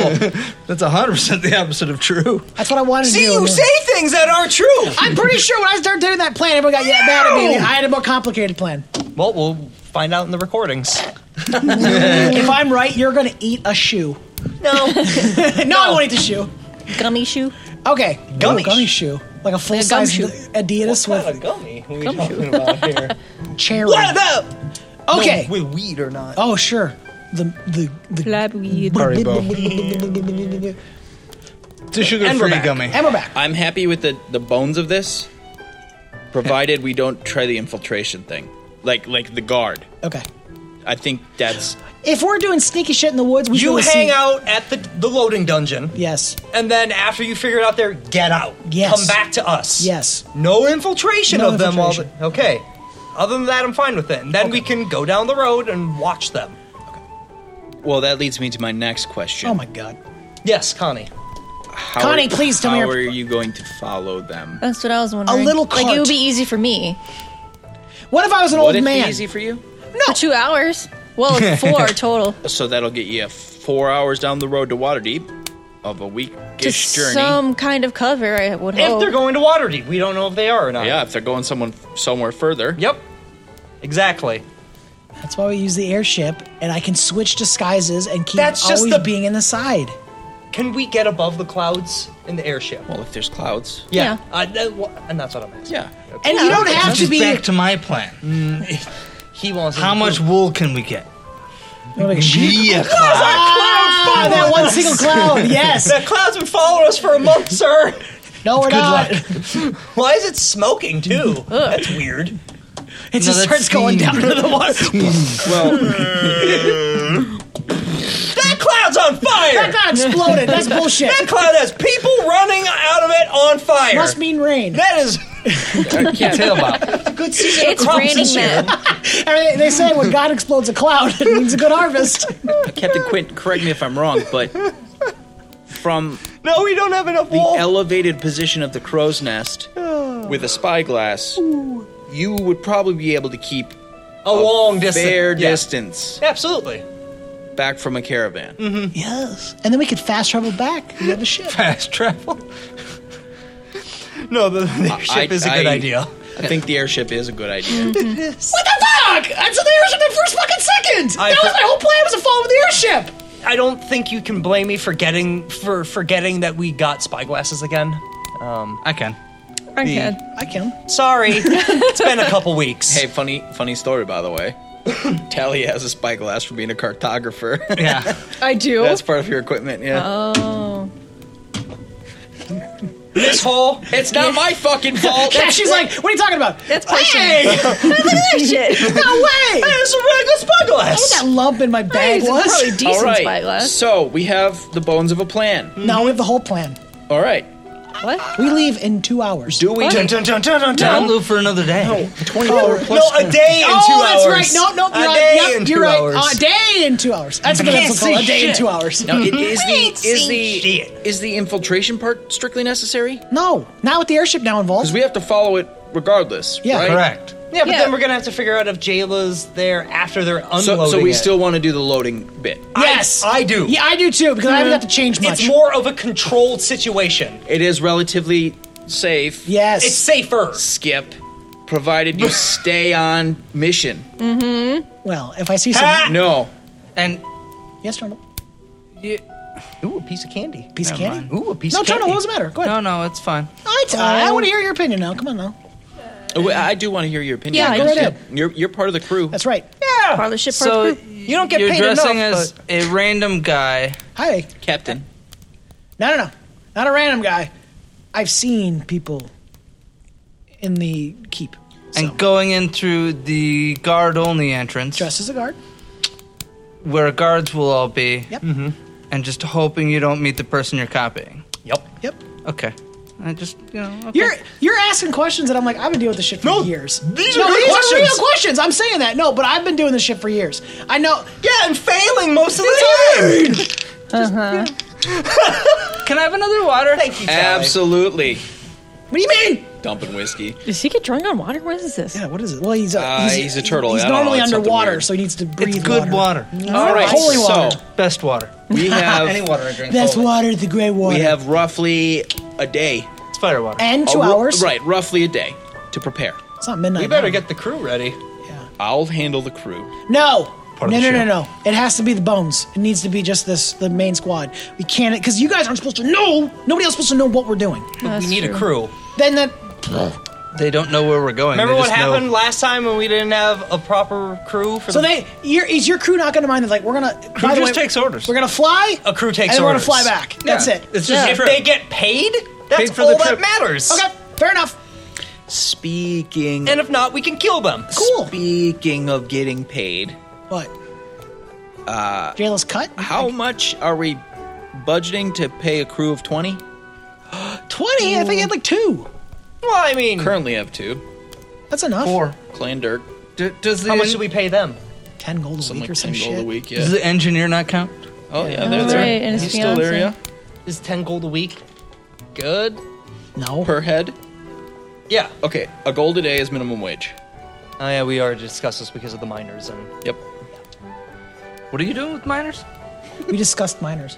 Speaker 6: That's 100% the opposite of true.
Speaker 3: That's what I wanted to
Speaker 2: See,
Speaker 3: do.
Speaker 2: you say things that aren't true.
Speaker 3: I'm pretty sure when I started doing that plan, everyone got yeah, mad at me. I had a more complicated plan.
Speaker 2: Well, we'll find out in the recordings. Mm.
Speaker 3: if I'm right, you're gonna eat a shoe.
Speaker 2: [laughs] No.
Speaker 3: no, I won't eat the shoe.
Speaker 5: Gummy shoe.
Speaker 3: Okay,
Speaker 2: Gummy
Speaker 3: Ooh, gummy
Speaker 2: sh-
Speaker 3: shoe, like a full size
Speaker 5: shoe.
Speaker 3: Adidas with
Speaker 2: gummy? What are we talking about
Speaker 3: [laughs]
Speaker 2: here?
Speaker 3: cherry.
Speaker 2: What about?
Speaker 3: Okay.
Speaker 2: With weed or not?
Speaker 3: Oh sure, the the the.
Speaker 5: Flabweed.
Speaker 2: [laughs]
Speaker 6: It's a sugar free gummy.
Speaker 3: And we're back.
Speaker 1: I'm happy with the the bones of this, provided we don't try the infiltration thing, like like the guard.
Speaker 3: Okay.
Speaker 1: I think that's
Speaker 3: If we're doing sneaky shit in the woods, we should
Speaker 2: You
Speaker 3: always
Speaker 2: hang
Speaker 3: see-
Speaker 2: out at the, the loading dungeon,
Speaker 3: Yes.
Speaker 2: and then after you figure it out there, get out.
Speaker 3: Yes.
Speaker 2: Come back to us.
Speaker 3: Yes.
Speaker 2: No infiltration
Speaker 3: No
Speaker 2: of them. While the,
Speaker 3: infiltration.
Speaker 2: okay. Other than that, I'm fine with it. And then we can go down the road and watch them.
Speaker 1: well. That leads me to my next question.
Speaker 3: Oh my god.
Speaker 2: Yes, Connie.
Speaker 1: How
Speaker 3: Connie, please tell me
Speaker 1: How
Speaker 3: your-
Speaker 1: are you going to follow them?
Speaker 5: That's what I was wondering.
Speaker 3: little
Speaker 5: Like
Speaker 3: cart.
Speaker 5: it would be easy for me
Speaker 3: What if I was an
Speaker 1: Would
Speaker 3: old
Speaker 1: it
Speaker 3: man?
Speaker 1: be easy for you?
Speaker 5: for two hours. Well, four total.
Speaker 1: So that'll get you four hours down the road to Waterdeep of a
Speaker 5: To
Speaker 1: weekish journey.
Speaker 5: some kind of cover, I would hope.
Speaker 2: If
Speaker 3: Oh.
Speaker 2: they're going to Waterdeep, we don't know if they are or not.
Speaker 1: yeah, if they're going someone somewhere further.
Speaker 2: Yep. Exactly.
Speaker 3: That's why we use the airship, and I can switch disguises and keep
Speaker 2: That's just
Speaker 3: always
Speaker 2: the-
Speaker 3: being in the side.
Speaker 2: Can we get above the clouds in the airship?
Speaker 1: Well, if there's clouds.
Speaker 5: Yeah.
Speaker 2: Uh, that- wh- and that's what I'm asking.
Speaker 1: Yeah.
Speaker 3: And you don't have
Speaker 6: Which
Speaker 3: to
Speaker 6: is
Speaker 3: be.
Speaker 6: back to my plan.
Speaker 2: He wants.
Speaker 6: How much wool can we get?
Speaker 3: You're like, "Shit."
Speaker 6: Yeah,
Speaker 3: Ah, that one single cloud. Yes.
Speaker 2: The clouds would follow us for a month, [laughs] sir.
Speaker 3: No, we're not.
Speaker 2: Why is it
Speaker 1: [laughs]
Speaker 2: smoking too? That's weird.
Speaker 3: It just
Speaker 6: that's
Speaker 3: starts going down to the
Speaker 2: [laughs]
Speaker 3: water.
Speaker 2: That cloud's on
Speaker 3: That
Speaker 2: fire.
Speaker 3: got exploded. That's bullshit.
Speaker 2: That cloud has people running out of it on fire.
Speaker 3: Must mean rain.
Speaker 1: [laughs]
Speaker 2: That is
Speaker 6: tail bop.
Speaker 3: Good season.
Speaker 5: it's raining men.
Speaker 3: Everything- they say when God explodes a cloud, it means a good harvest.
Speaker 1: Captain Quint, correct me if I'm wrong,
Speaker 3: [laughs]
Speaker 1: but from
Speaker 2: no. We don't have enough
Speaker 1: the
Speaker 2: wool.
Speaker 1: elevated position of the crow's nest with a spyglass, you would probably be able to keep
Speaker 2: a long distance.
Speaker 1: fair
Speaker 2: Yeah.
Speaker 1: distance
Speaker 2: Absolutely.
Speaker 1: back from a caravan.
Speaker 3: Yes. And then we could fast travel back. We have a ship.
Speaker 6: Fast travel.
Speaker 2: [laughs] No, the, the airship is a good
Speaker 1: I-
Speaker 2: idea.
Speaker 1: I think the airship is a good idea.
Speaker 3: What the fuck? That's the airship in first fucking second.
Speaker 2: I
Speaker 3: that was
Speaker 2: for-
Speaker 3: my whole plan was to follow the airship.
Speaker 2: I don't think you can blame me for getting for forgetting that we got spyglasses again. Um,
Speaker 6: I can.
Speaker 5: I can.
Speaker 3: I can.
Speaker 2: Sorry, it's been a couple weeks.
Speaker 1: hey, funny funny story by the way. Tally has a spyglass for being a cartographer. [laughs]
Speaker 6: Yeah.
Speaker 5: I do.
Speaker 1: That's part of your equipment, yeah.
Speaker 5: oh.
Speaker 2: [laughs] this hole.
Speaker 1: it's not my fucking fault.
Speaker 3: [laughs] Yeah, she's like, what are you talking about?
Speaker 5: That's personal.
Speaker 3: Hey!
Speaker 5: [laughs] Look at that shit.
Speaker 3: No way!
Speaker 2: Hey, it's a really good
Speaker 3: What
Speaker 2: spyglass.
Speaker 3: that lump in my bag
Speaker 5: It's probably
Speaker 3: was?
Speaker 5: decent
Speaker 1: All right.
Speaker 5: spyglass.
Speaker 1: So we have the bones of a plan.
Speaker 3: No, we have the whole plan.
Speaker 1: All right.
Speaker 5: What?
Speaker 3: We leave in two hours.
Speaker 1: Do we?
Speaker 2: Dun, dun, dun, dun, dun.
Speaker 6: Download for another day.
Speaker 3: Oh,
Speaker 2: No, a day and two
Speaker 3: oh, that's
Speaker 2: hours.
Speaker 3: right. No, no,
Speaker 2: a
Speaker 3: you're
Speaker 2: day
Speaker 3: right.
Speaker 2: and
Speaker 3: Yep, you're
Speaker 2: two
Speaker 3: right.
Speaker 2: hours.
Speaker 3: Oh, a day in two hours. That's a good
Speaker 2: Can't
Speaker 3: episode called,
Speaker 2: see
Speaker 3: A day in
Speaker 2: shit.
Speaker 3: two hours.
Speaker 1: Now, it is
Speaker 2: ain't
Speaker 1: the is
Speaker 2: seen
Speaker 1: the
Speaker 2: shit.
Speaker 1: is the infiltration part strictly necessary?
Speaker 3: No, not with the airship now involved.
Speaker 1: Because we have to follow it regardless.
Speaker 3: Yeah.
Speaker 1: right?
Speaker 6: Correct.
Speaker 2: Yeah, but
Speaker 5: Yeah.
Speaker 2: then we're gonna have to figure out if Jayla's there after they're unloading.
Speaker 1: So, so we
Speaker 2: it.
Speaker 1: still want to do the loading bit.
Speaker 2: Yes, I, do.
Speaker 3: Yeah, I do too because I haven't got to change much.
Speaker 2: It's more of a controlled situation.
Speaker 1: It is relatively safe.
Speaker 3: yes.
Speaker 2: It's safer.
Speaker 1: Skip, provided you stay on mission.
Speaker 3: Mm-hmm. well, if I see some
Speaker 1: No.
Speaker 9: And
Speaker 3: yes, Trundle.
Speaker 9: ooh, a piece of candy.
Speaker 3: Piece of
Speaker 9: Never
Speaker 3: candy?
Speaker 9: mind. Ooh, a piece
Speaker 3: No,
Speaker 9: of candy.
Speaker 3: Trundle. What was the matter? Go
Speaker 9: No,
Speaker 3: ahead.
Speaker 9: no, it's fine.
Speaker 3: I, t- I want to hear your opinion now. Come on now.
Speaker 1: Oh, I I do want to hear your opinion.
Speaker 5: Yeah,
Speaker 1: on
Speaker 5: go
Speaker 1: this.
Speaker 3: right ahead.
Speaker 1: You're, you're part of the crew.
Speaker 3: That's right.
Speaker 5: Part of the ship. part
Speaker 6: So
Speaker 5: of the group.
Speaker 9: You don't get
Speaker 6: you're
Speaker 9: paid
Speaker 6: dressing
Speaker 9: enough,
Speaker 6: as a random guy.
Speaker 3: Hi.
Speaker 1: Captain.
Speaker 3: No, no, no. Not a random guy. I've seen people in the keep. So,
Speaker 6: And going in through the guard only entrance,
Speaker 3: dressed as a guard.
Speaker 6: where guards will all be,
Speaker 3: Yep.
Speaker 6: and just hoping you don't meet the person you're copying.
Speaker 3: Yep.
Speaker 6: Okay. I just, you know. Okay.
Speaker 3: You're you're asking questions that I'm like I've been doing this shit for years. These
Speaker 2: are good
Speaker 3: these are
Speaker 2: questions.
Speaker 3: real questions. I'm saying that. No, but I've been doing this shit for years. I know.
Speaker 2: Yeah, and failing most of the [laughs] time. Uh-huh.
Speaker 6: Can I have another water?
Speaker 2: Thank you, Jayla.
Speaker 1: Absolutely.
Speaker 3: What do you mean?
Speaker 1: Dumping whiskey.
Speaker 5: Does he get drunk on water? What is this?
Speaker 3: Yeah, what is it? Well, he's a
Speaker 1: Uh, he's a turtle.
Speaker 3: He's
Speaker 1: I don't know.
Speaker 3: normally
Speaker 1: It's something
Speaker 3: underwater,
Speaker 1: weird.
Speaker 3: so he needs to breathe.
Speaker 6: It's good water.
Speaker 1: All right.
Speaker 3: holy water.
Speaker 1: So
Speaker 6: Best water.
Speaker 3: [laughs]
Speaker 1: we have
Speaker 9: Any water I drink.
Speaker 3: That's
Speaker 9: holy.
Speaker 3: water. The gray water.
Speaker 1: we have roughly a day.
Speaker 6: It's fire water.
Speaker 3: and two
Speaker 1: A ru-
Speaker 3: hours.
Speaker 1: Oh, Right, roughly a day to prepare.
Speaker 3: It's not midnight.
Speaker 2: We better
Speaker 3: now.
Speaker 2: get the crew ready.
Speaker 1: I'll handle the crew.
Speaker 3: No.
Speaker 6: of
Speaker 3: no, no,
Speaker 6: the
Speaker 3: no,
Speaker 6: show.
Speaker 3: no. It has to be the bones. It needs to be just this the main squad. We can't because you guys aren't supposed to know. Nobody else is supposed to know what we're doing.
Speaker 2: we need a crew.
Speaker 3: Then that
Speaker 6: They don't know where we're going.
Speaker 2: Remember
Speaker 6: They
Speaker 2: what
Speaker 6: just know-
Speaker 2: happened last time when we didn't have a proper crew for
Speaker 3: so
Speaker 2: the
Speaker 3: they your, is your crew not going to mind that like we're gonna crew
Speaker 6: just takes orders.
Speaker 3: We're gonna fly.
Speaker 2: a crew takes
Speaker 3: and then we're gonna fly
Speaker 2: orders.
Speaker 3: back. That's it.
Speaker 2: It's just
Speaker 6: Yeah.
Speaker 2: if they get paid, that's
Speaker 6: Paid for the
Speaker 2: all that
Speaker 6: trip.
Speaker 2: matters.
Speaker 3: Okay, fair enough.
Speaker 1: Speaking
Speaker 2: And if not, we can kill them.
Speaker 3: Cool.
Speaker 1: speaking of getting paid,
Speaker 3: What? Uh, Jayla's cut.
Speaker 1: how much are we budgeting to pay a crew of [gasps] 20?
Speaker 3: Twenty. I think I had like two.
Speaker 2: Well, I mean,
Speaker 1: Currently have two.
Speaker 3: That's enough.
Speaker 6: Four.
Speaker 1: Clay and Dirk.
Speaker 6: D- does the
Speaker 2: how much
Speaker 6: en-
Speaker 2: do we pay them?
Speaker 3: Ten gold a
Speaker 1: Some
Speaker 3: week
Speaker 1: like
Speaker 3: or
Speaker 1: 10
Speaker 3: some
Speaker 1: gold
Speaker 3: shit.
Speaker 1: a week.
Speaker 6: Does
Speaker 1: Yeah.
Speaker 6: the engineer not count?
Speaker 1: Oh, yeah, they're
Speaker 5: Oh,
Speaker 1: there.
Speaker 5: right, and his
Speaker 1: He's still there, yeah?
Speaker 5: fiance.
Speaker 2: Is ten gold a week? Good.
Speaker 3: No.
Speaker 1: Per head?
Speaker 2: Yeah.
Speaker 1: Okay, a gold a day is minimum wage.
Speaker 2: Oh yeah, we already discussed this because of the miners and
Speaker 1: Yep.
Speaker 6: What are you doing with miners?
Speaker 3: We discussed minors.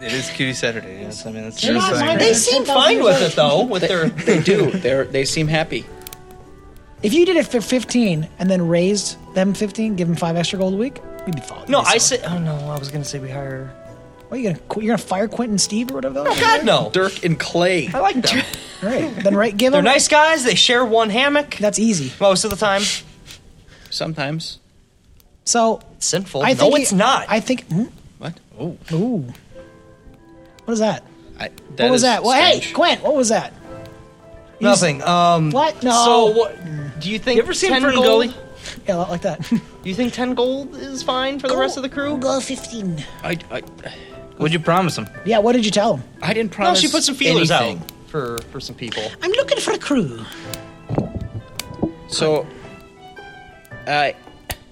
Speaker 6: It is Cutie Saturday. Yes, I mean it's
Speaker 3: They're not minors.
Speaker 2: they seem fine with it though. [laughs] With their
Speaker 1: They
Speaker 3: [laughs]
Speaker 1: do. They're, they seem happy.
Speaker 3: If you did it for 15 and then raised them 15, give them five extra gold a week, we'd be fine.
Speaker 2: no,
Speaker 3: We'd be
Speaker 2: I
Speaker 3: solid.
Speaker 2: said. Oh no, I was gonna say we hire.
Speaker 3: What, you gonna qu- you're gonna fire Quentin and Steve or whatever?
Speaker 2: Oh God, no.
Speaker 1: Dirk and Clay.
Speaker 3: Oh.
Speaker 2: I like them.
Speaker 3: All right, then right, give
Speaker 2: They're
Speaker 3: them.
Speaker 2: nice guys. They share one hammock
Speaker 3: That's easy.
Speaker 2: most of the time.
Speaker 1: Sometimes.
Speaker 3: So
Speaker 2: Sinful.
Speaker 3: I
Speaker 2: no,
Speaker 3: think
Speaker 2: it's not.
Speaker 3: I think. Hmm?
Speaker 1: What?
Speaker 3: Ooh, what is that?
Speaker 1: I, that
Speaker 3: what
Speaker 1: is
Speaker 3: was that? Well, hey,
Speaker 1: strange.
Speaker 3: Quint, what was that? You just-
Speaker 2: Nothing. Um.
Speaker 3: What? No.
Speaker 2: So what? Do you think
Speaker 6: You ever seen
Speaker 2: 10
Speaker 6: Ferngully?
Speaker 2: gold?
Speaker 3: yeah, a lot like that.
Speaker 2: Do you think ten gold is fine for [laughs] the rest of the crew?
Speaker 3: Go 15.
Speaker 1: I, I,
Speaker 6: What'd you promise him?
Speaker 3: Yeah, what did you tell him?
Speaker 1: I didn't
Speaker 2: No,
Speaker 1: promise
Speaker 2: Oh, she put some feelers
Speaker 1: anything.
Speaker 2: out for for some people.
Speaker 3: I'm looking for a crew.
Speaker 1: So, I.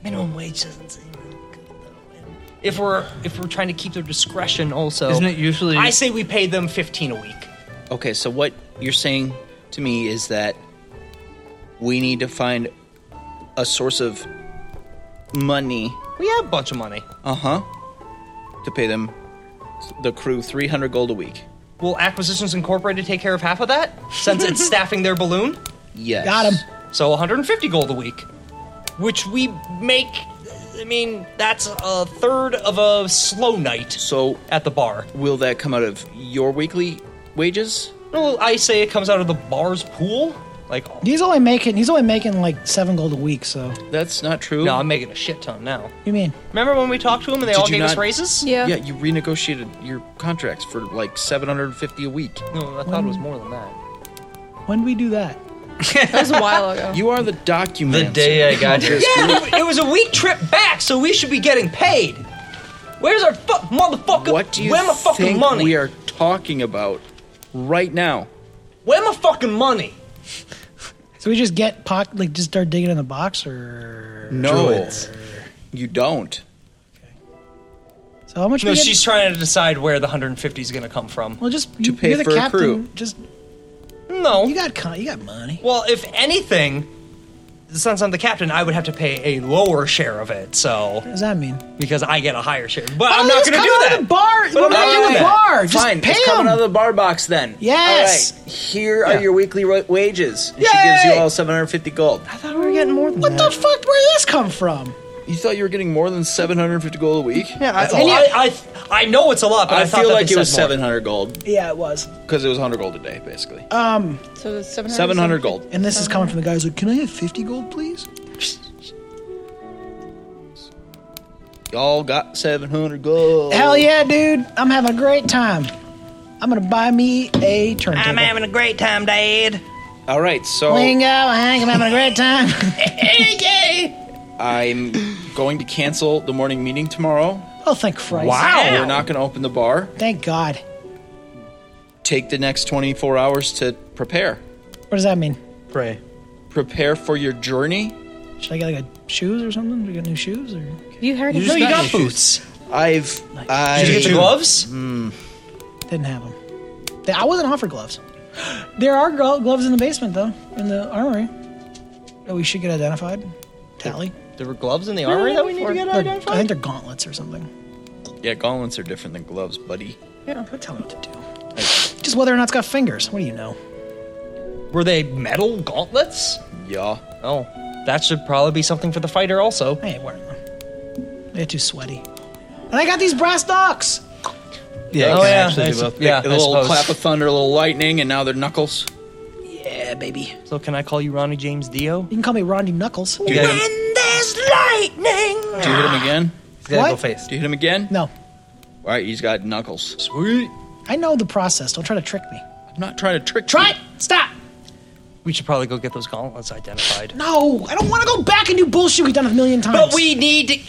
Speaker 2: Minimum wage doesn't seem really good though. And If we're if we're trying to keep their discretion, also
Speaker 6: Isn't it usually?
Speaker 2: I say we pay them fifteen a week.
Speaker 1: Okay, so what you're saying to me is that we need to find a source of money,
Speaker 2: We have a bunch of money.
Speaker 1: uh huh, to pay them the crew 300 gold a week.
Speaker 2: Will Acquisitions Incorporated take care of half of that since [laughs] it's staffing their balloon?
Speaker 1: Yes.
Speaker 3: Got him.
Speaker 2: So 150 gold a week, which we make. I mean, that's a third of a slow night
Speaker 1: So,
Speaker 2: at the bar.
Speaker 1: will that come out of your weekly wages?
Speaker 2: Well, I say it comes out of the bar's pool. Like, oh,
Speaker 3: He's only making he's only making like seven gold a week. So what
Speaker 1: That's not true.
Speaker 2: no, I'm making a shit ton now.
Speaker 3: do you mean?
Speaker 2: Remember when we talked to him and they all
Speaker 1: you
Speaker 2: gave us
Speaker 1: not-
Speaker 2: raises?
Speaker 5: Yeah.
Speaker 1: yeah, you renegotiated your contracts for like 750 a week.
Speaker 2: No, I thought it was more than that.
Speaker 3: When do we do that?
Speaker 5: That was a while ago.
Speaker 1: You are the
Speaker 6: the
Speaker 1: document.
Speaker 6: day I got here.
Speaker 2: Yeah, it was a week trip back, so we should be getting paid. Where's our fuck motherfucker?
Speaker 1: What do you
Speaker 2: Where my fucking
Speaker 1: think
Speaker 2: money?
Speaker 1: we are talking about right now?
Speaker 2: Where my fucking money?
Speaker 3: So we just get pock like just start digging in the box or
Speaker 1: No, you don't.
Speaker 3: so how much?
Speaker 2: No,
Speaker 3: we get-
Speaker 2: she's trying to decide where the 150 is going to come from.
Speaker 3: Well, just
Speaker 1: to
Speaker 3: you,
Speaker 1: pay
Speaker 3: you're the
Speaker 1: for a
Speaker 3: captain.
Speaker 1: crew.
Speaker 3: Just
Speaker 2: No.
Speaker 3: You got con- you got money.
Speaker 2: Well, if anything, since I'm the captain, I would have to pay a lower share of it. So
Speaker 3: What does that mean?
Speaker 2: because I get a higher share, but
Speaker 3: Oh,
Speaker 2: I'm not
Speaker 3: just
Speaker 2: going
Speaker 3: come
Speaker 2: to do
Speaker 3: out of
Speaker 2: that.
Speaker 3: the bar.
Speaker 2: But I'm
Speaker 3: We're
Speaker 2: not
Speaker 3: not
Speaker 2: doing
Speaker 3: in the
Speaker 2: that.
Speaker 3: bar. Just
Speaker 1: Fine,
Speaker 3: pay
Speaker 1: it's coming
Speaker 3: him.
Speaker 1: out of the bar box then.
Speaker 3: Yes.
Speaker 1: All right, here are your weekly ro- wages. And she gives you all 750 gold.
Speaker 3: thought we were getting more than what the fuck? Where did this come from?
Speaker 1: You thought you were getting more than 750 gold a week? Yeah,
Speaker 2: That's a lot. I, I I know it's a lot, but I,
Speaker 1: I,
Speaker 2: thought
Speaker 1: feel
Speaker 2: that
Speaker 1: like
Speaker 2: they
Speaker 1: it was
Speaker 2: said more.
Speaker 1: 700 gold
Speaker 3: Yeah, it was.
Speaker 1: because it was 100 gold a day, basically.
Speaker 3: Um,
Speaker 5: So it's 700.
Speaker 1: 700 gold.
Speaker 3: and this is coming from the guys. Like, can I have fifty gold, please?
Speaker 1: Y'all got 700 gold.
Speaker 3: Hell yeah, dude! I'm having a great time. I'm gonna buy me a turntable. I'm having a
Speaker 1: All right, so
Speaker 3: bingo. Hank, I'm having a great time. [laughs]
Speaker 1: I'm going to cancel the morning meeting tomorrow.
Speaker 3: oh, thank Christ!
Speaker 1: We're not going to open the bar.
Speaker 3: Thank God.
Speaker 1: Take the next 24 hours to prepare.
Speaker 3: What does that mean?
Speaker 6: Pray.
Speaker 1: Prepare for your journey.
Speaker 3: Should I get like a shoes or something? Do I get new shoes or?
Speaker 5: You heard it.
Speaker 2: No, you got boots.
Speaker 1: I've.
Speaker 2: Did you
Speaker 1: I,
Speaker 2: get the gloves?
Speaker 3: Didn't have them. They- I wasn't offered gloves. [gasps] There are glo- gloves in the basement, though, in the armory. That we should get identified. Tally.
Speaker 2: Mm. There were gloves in the armory that we need to get
Speaker 3: They're-
Speaker 2: identified.
Speaker 3: I think they're gauntlets or something.
Speaker 1: yeah, gauntlets are different than gloves, buddy.
Speaker 3: Yeah, don't tell me what to do. Just whether or not it's got fingers. What do you know?
Speaker 2: Were they metal gauntlets?
Speaker 1: Yeah.
Speaker 2: Oh, that should probably be something for the fighter also.
Speaker 3: I ain't wearing them. They're too sweaty. And I got these brass knocks.
Speaker 6: Yeah,
Speaker 2: Oh,
Speaker 6: you can
Speaker 2: yeah,
Speaker 6: actually
Speaker 2: I
Speaker 6: do
Speaker 2: sup-
Speaker 6: both.
Speaker 2: yeah.
Speaker 1: a little
Speaker 2: suppose.
Speaker 1: clap of thunder, a little lightning, and now they're knuckles.
Speaker 3: Yeah, baby.
Speaker 2: So can I call you Ronnie James Dio?
Speaker 3: You can call me Rondy Knuckles.
Speaker 1: Do you hit him, do you hit him again?
Speaker 6: He's gotta go
Speaker 3: What?
Speaker 6: face.
Speaker 1: Do you hit him again?
Speaker 3: No,
Speaker 1: All right, he's got knuckles.
Speaker 2: Sweet.
Speaker 3: I know the process. Don't try to trick me.
Speaker 1: I'm not trying to trick.
Speaker 3: Try
Speaker 1: you.
Speaker 3: it. Stop.
Speaker 2: We should probably go get those gauntlets identified.
Speaker 3: No, I don't want to go back and do bullshit we've done a million times.
Speaker 2: But we need to.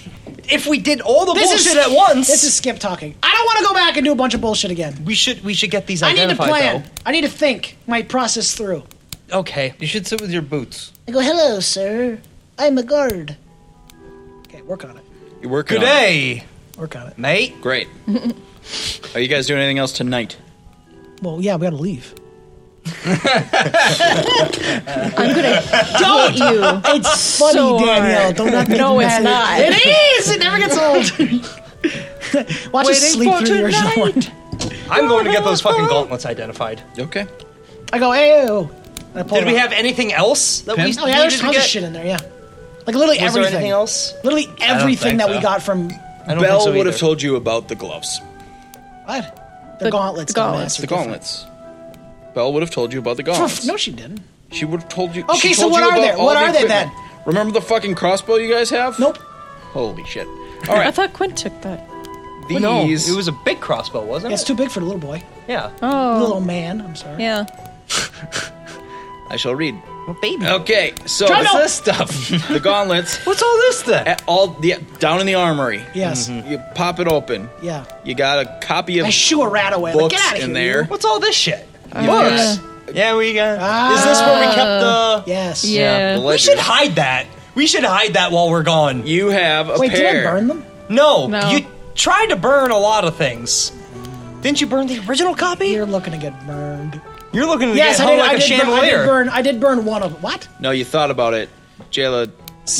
Speaker 2: If we did all the
Speaker 3: This
Speaker 2: bullshit
Speaker 3: is
Speaker 2: at once,
Speaker 3: This is skip talking. I don't want to go back and do a bunch of bullshit again.
Speaker 2: we should we should get these
Speaker 3: I need to
Speaker 2: identified.
Speaker 3: plan. I need to think my process through.
Speaker 2: Though. Okay.
Speaker 6: You should sit with your boots.
Speaker 3: I go, hello, sir. I'm a guard. Okay, work on it.
Speaker 1: You're working
Speaker 2: Good
Speaker 1: on it.
Speaker 2: day,
Speaker 3: Work on it.
Speaker 2: mate.
Speaker 3: [laughs]
Speaker 1: Great. Are you guys doing anything else tonight?
Speaker 3: Well, yeah, we gotta leave.
Speaker 5: I'm gonna hate you.
Speaker 3: [laughs] It's funny,
Speaker 5: so
Speaker 3: Danielle.
Speaker 5: hard.
Speaker 3: Don't not make
Speaker 5: No,
Speaker 3: me mad.
Speaker 5: it's not.
Speaker 3: It is. It never gets old. [laughs] Watch us sleep through yours and mine.
Speaker 2: I'm going to get those fucking gauntlets identified.
Speaker 1: Okay.
Speaker 3: I go, hey, oh. And I pull
Speaker 2: Did
Speaker 3: it
Speaker 2: we
Speaker 3: out.
Speaker 2: have anything else that we
Speaker 3: Oh yeah,
Speaker 2: needed
Speaker 3: there's
Speaker 2: to
Speaker 3: tons of
Speaker 2: get?
Speaker 3: shit in there. Yeah, like literally
Speaker 2: Was there
Speaker 3: everything.
Speaker 2: anything else?
Speaker 3: Literally everything
Speaker 2: think
Speaker 3: that we
Speaker 2: so.
Speaker 3: got from
Speaker 2: I don't
Speaker 1: Bell
Speaker 2: think so
Speaker 1: would have
Speaker 2: either.
Speaker 1: told you about the gloves,
Speaker 3: what? The,
Speaker 5: The-
Speaker 3: gauntlets.
Speaker 5: the gauntlets.
Speaker 1: the gauntlets. Bell would have told you about the gauntlets.
Speaker 3: No, she didn't.
Speaker 1: She would have told you.
Speaker 3: Okay,
Speaker 1: she
Speaker 3: so
Speaker 1: told
Speaker 3: what
Speaker 1: you
Speaker 3: are
Speaker 1: about
Speaker 3: they?
Speaker 1: all
Speaker 3: What
Speaker 1: the
Speaker 3: are they
Speaker 1: equipment. Remember the fucking crossbow you guys have?
Speaker 3: Nope.
Speaker 1: Holy shit. All
Speaker 3: [laughs]
Speaker 5: I
Speaker 1: right,
Speaker 5: thought Quinn took that.
Speaker 1: these.
Speaker 2: No, it was a big crossbow, wasn't
Speaker 3: It's
Speaker 2: it?
Speaker 3: too big for the little boy.
Speaker 2: yeah.
Speaker 5: Oh.
Speaker 3: Little man. I'm sorry.
Speaker 5: Yeah.
Speaker 1: I shall read.
Speaker 2: baby.
Speaker 1: Okay, so
Speaker 6: What's this
Speaker 3: [laughs]
Speaker 6: stuff?
Speaker 1: the gauntlets.
Speaker 6: What's all this then?
Speaker 1: at all the down in the armory.
Speaker 3: Yes.
Speaker 2: Mm-hmm.
Speaker 1: You pop it open.
Speaker 3: Yeah.
Speaker 1: You got a copy of
Speaker 3: I shoo a rat away. Like,
Speaker 1: books
Speaker 3: get out of here.
Speaker 1: in there.
Speaker 2: What's all this shit?
Speaker 1: Books.
Speaker 2: Yeah, we got.
Speaker 3: Ah.
Speaker 2: is this where we kept the?
Speaker 3: Yes.
Speaker 5: Yeah.
Speaker 1: The
Speaker 2: We should
Speaker 1: ledger.
Speaker 2: hide that. We should hide that while we're gone.
Speaker 1: You have a
Speaker 3: Wait,
Speaker 1: pair.
Speaker 3: did I burn them?
Speaker 2: No,
Speaker 5: No.
Speaker 2: you tried to burn a lot of things. Didn't you burn the original copy?
Speaker 3: You're looking to get burned.
Speaker 2: You're looking to
Speaker 3: Yes,
Speaker 2: get
Speaker 3: I
Speaker 2: hung
Speaker 3: did,
Speaker 2: like
Speaker 3: I,
Speaker 2: a
Speaker 3: did burn, I
Speaker 2: chandelier.
Speaker 3: did burn. I did burn one of them. What?
Speaker 1: No, you thought about it, Jayla.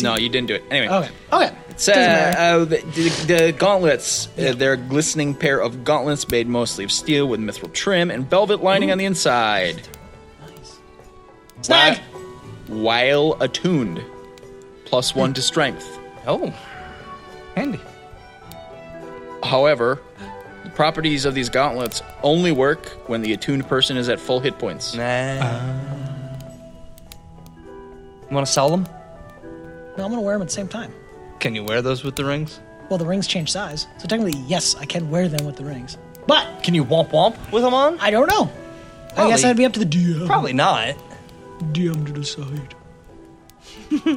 Speaker 1: No, you didn't do it. Anyway.
Speaker 3: Okay. Okay.
Speaker 1: So, uh, the, the, the gauntlets, uh, they're a glistening pair of gauntlets made mostly of steel with mithril trim and velvet lining on the inside.
Speaker 3: Snag.
Speaker 1: While attuned, plus one to strength.
Speaker 6: Oh. Handy.
Speaker 1: However, the properties of these gauntlets only work when the attuned person is at full hit points.
Speaker 2: you want to sell them?
Speaker 3: No, I'm gonna wear them at the same time.
Speaker 6: Can you wear those with the rings?
Speaker 3: Well, the rings change size, so technically, yes, I can wear them with the rings. But
Speaker 2: Can you womp womp with them on?
Speaker 3: I don't know. I guess
Speaker 2: Probably-
Speaker 3: I'd be up to the DM.
Speaker 2: Probably not.
Speaker 3: DM to decide.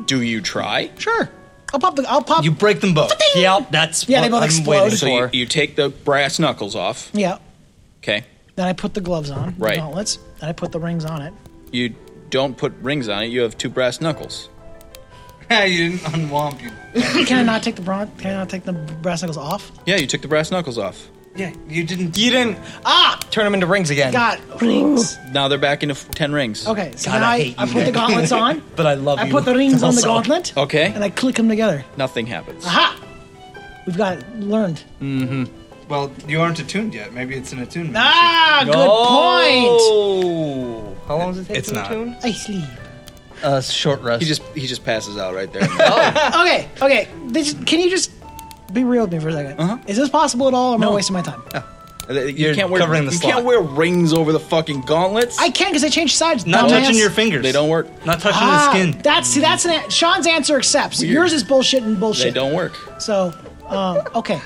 Speaker 1: Do you try?
Speaker 3: Sure. I'll pop the. I'll pop.
Speaker 6: You break them both.
Speaker 2: Yep, that's
Speaker 3: Yeah,
Speaker 2: what
Speaker 3: they both
Speaker 2: I'm
Speaker 3: explode.
Speaker 2: waiting
Speaker 1: So you,
Speaker 2: for.
Speaker 1: you take the brass knuckles off.
Speaker 3: yeah.
Speaker 1: Okay.
Speaker 3: Then I put the gloves on.
Speaker 1: Right.
Speaker 3: The gauntlets. Then I put the rings on it.
Speaker 1: You don't put rings on it. You have two brass knuckles.
Speaker 6: [laughs] you didn't unwomp you.
Speaker 3: can I not take the bron? Can I not take the brass knuckles off?
Speaker 1: Yeah, you took the brass knuckles off.
Speaker 6: Yeah, you didn't.
Speaker 2: You didn't
Speaker 3: Ah,
Speaker 2: turn them into rings again.
Speaker 3: got rings.
Speaker 1: Now they're back into f- ten rings.
Speaker 3: Okay, so
Speaker 2: God,
Speaker 3: now
Speaker 2: I
Speaker 3: I,
Speaker 2: hate
Speaker 3: I
Speaker 2: you.
Speaker 3: [laughs] put the gauntlets on.
Speaker 2: But I love
Speaker 3: I
Speaker 2: you
Speaker 3: put the rings on the
Speaker 2: also.
Speaker 3: gauntlet,
Speaker 1: Okay.
Speaker 3: and I Uh-huh. click them together.
Speaker 1: Nothing happens.
Speaker 3: Aha! We've got it learned.
Speaker 6: Well, you aren't attuned yet. Maybe it's an attunement.
Speaker 3: Ah, good
Speaker 2: Oh. How long does it take
Speaker 6: It's
Speaker 2: to
Speaker 6: not.
Speaker 2: attune?
Speaker 3: point. I sleep.
Speaker 10: Uh, short rest.
Speaker 1: He just he just passes out right [laughs] there.
Speaker 3: Okay, okay. This, can you just be real with me for a 2nd
Speaker 1: Uh-huh.
Speaker 3: Is this possible at all? Or am I wasting my time?
Speaker 1: you
Speaker 6: You're
Speaker 1: can't wear
Speaker 6: covering the
Speaker 1: you
Speaker 6: slot.
Speaker 1: can't wear rings over the fucking gauntlets.
Speaker 3: I can because I changed sides.
Speaker 2: Oh,
Speaker 6: Not
Speaker 3: dumbass.
Speaker 6: touching your fingers.
Speaker 1: they don't work.
Speaker 6: Not touching
Speaker 3: Ah,
Speaker 6: the skin.
Speaker 3: That's see, that's an a- Sean's answer accepts.
Speaker 1: Weird.
Speaker 3: Yours is bullshit and bullshit.
Speaker 1: They don't work.
Speaker 3: So, um, okay.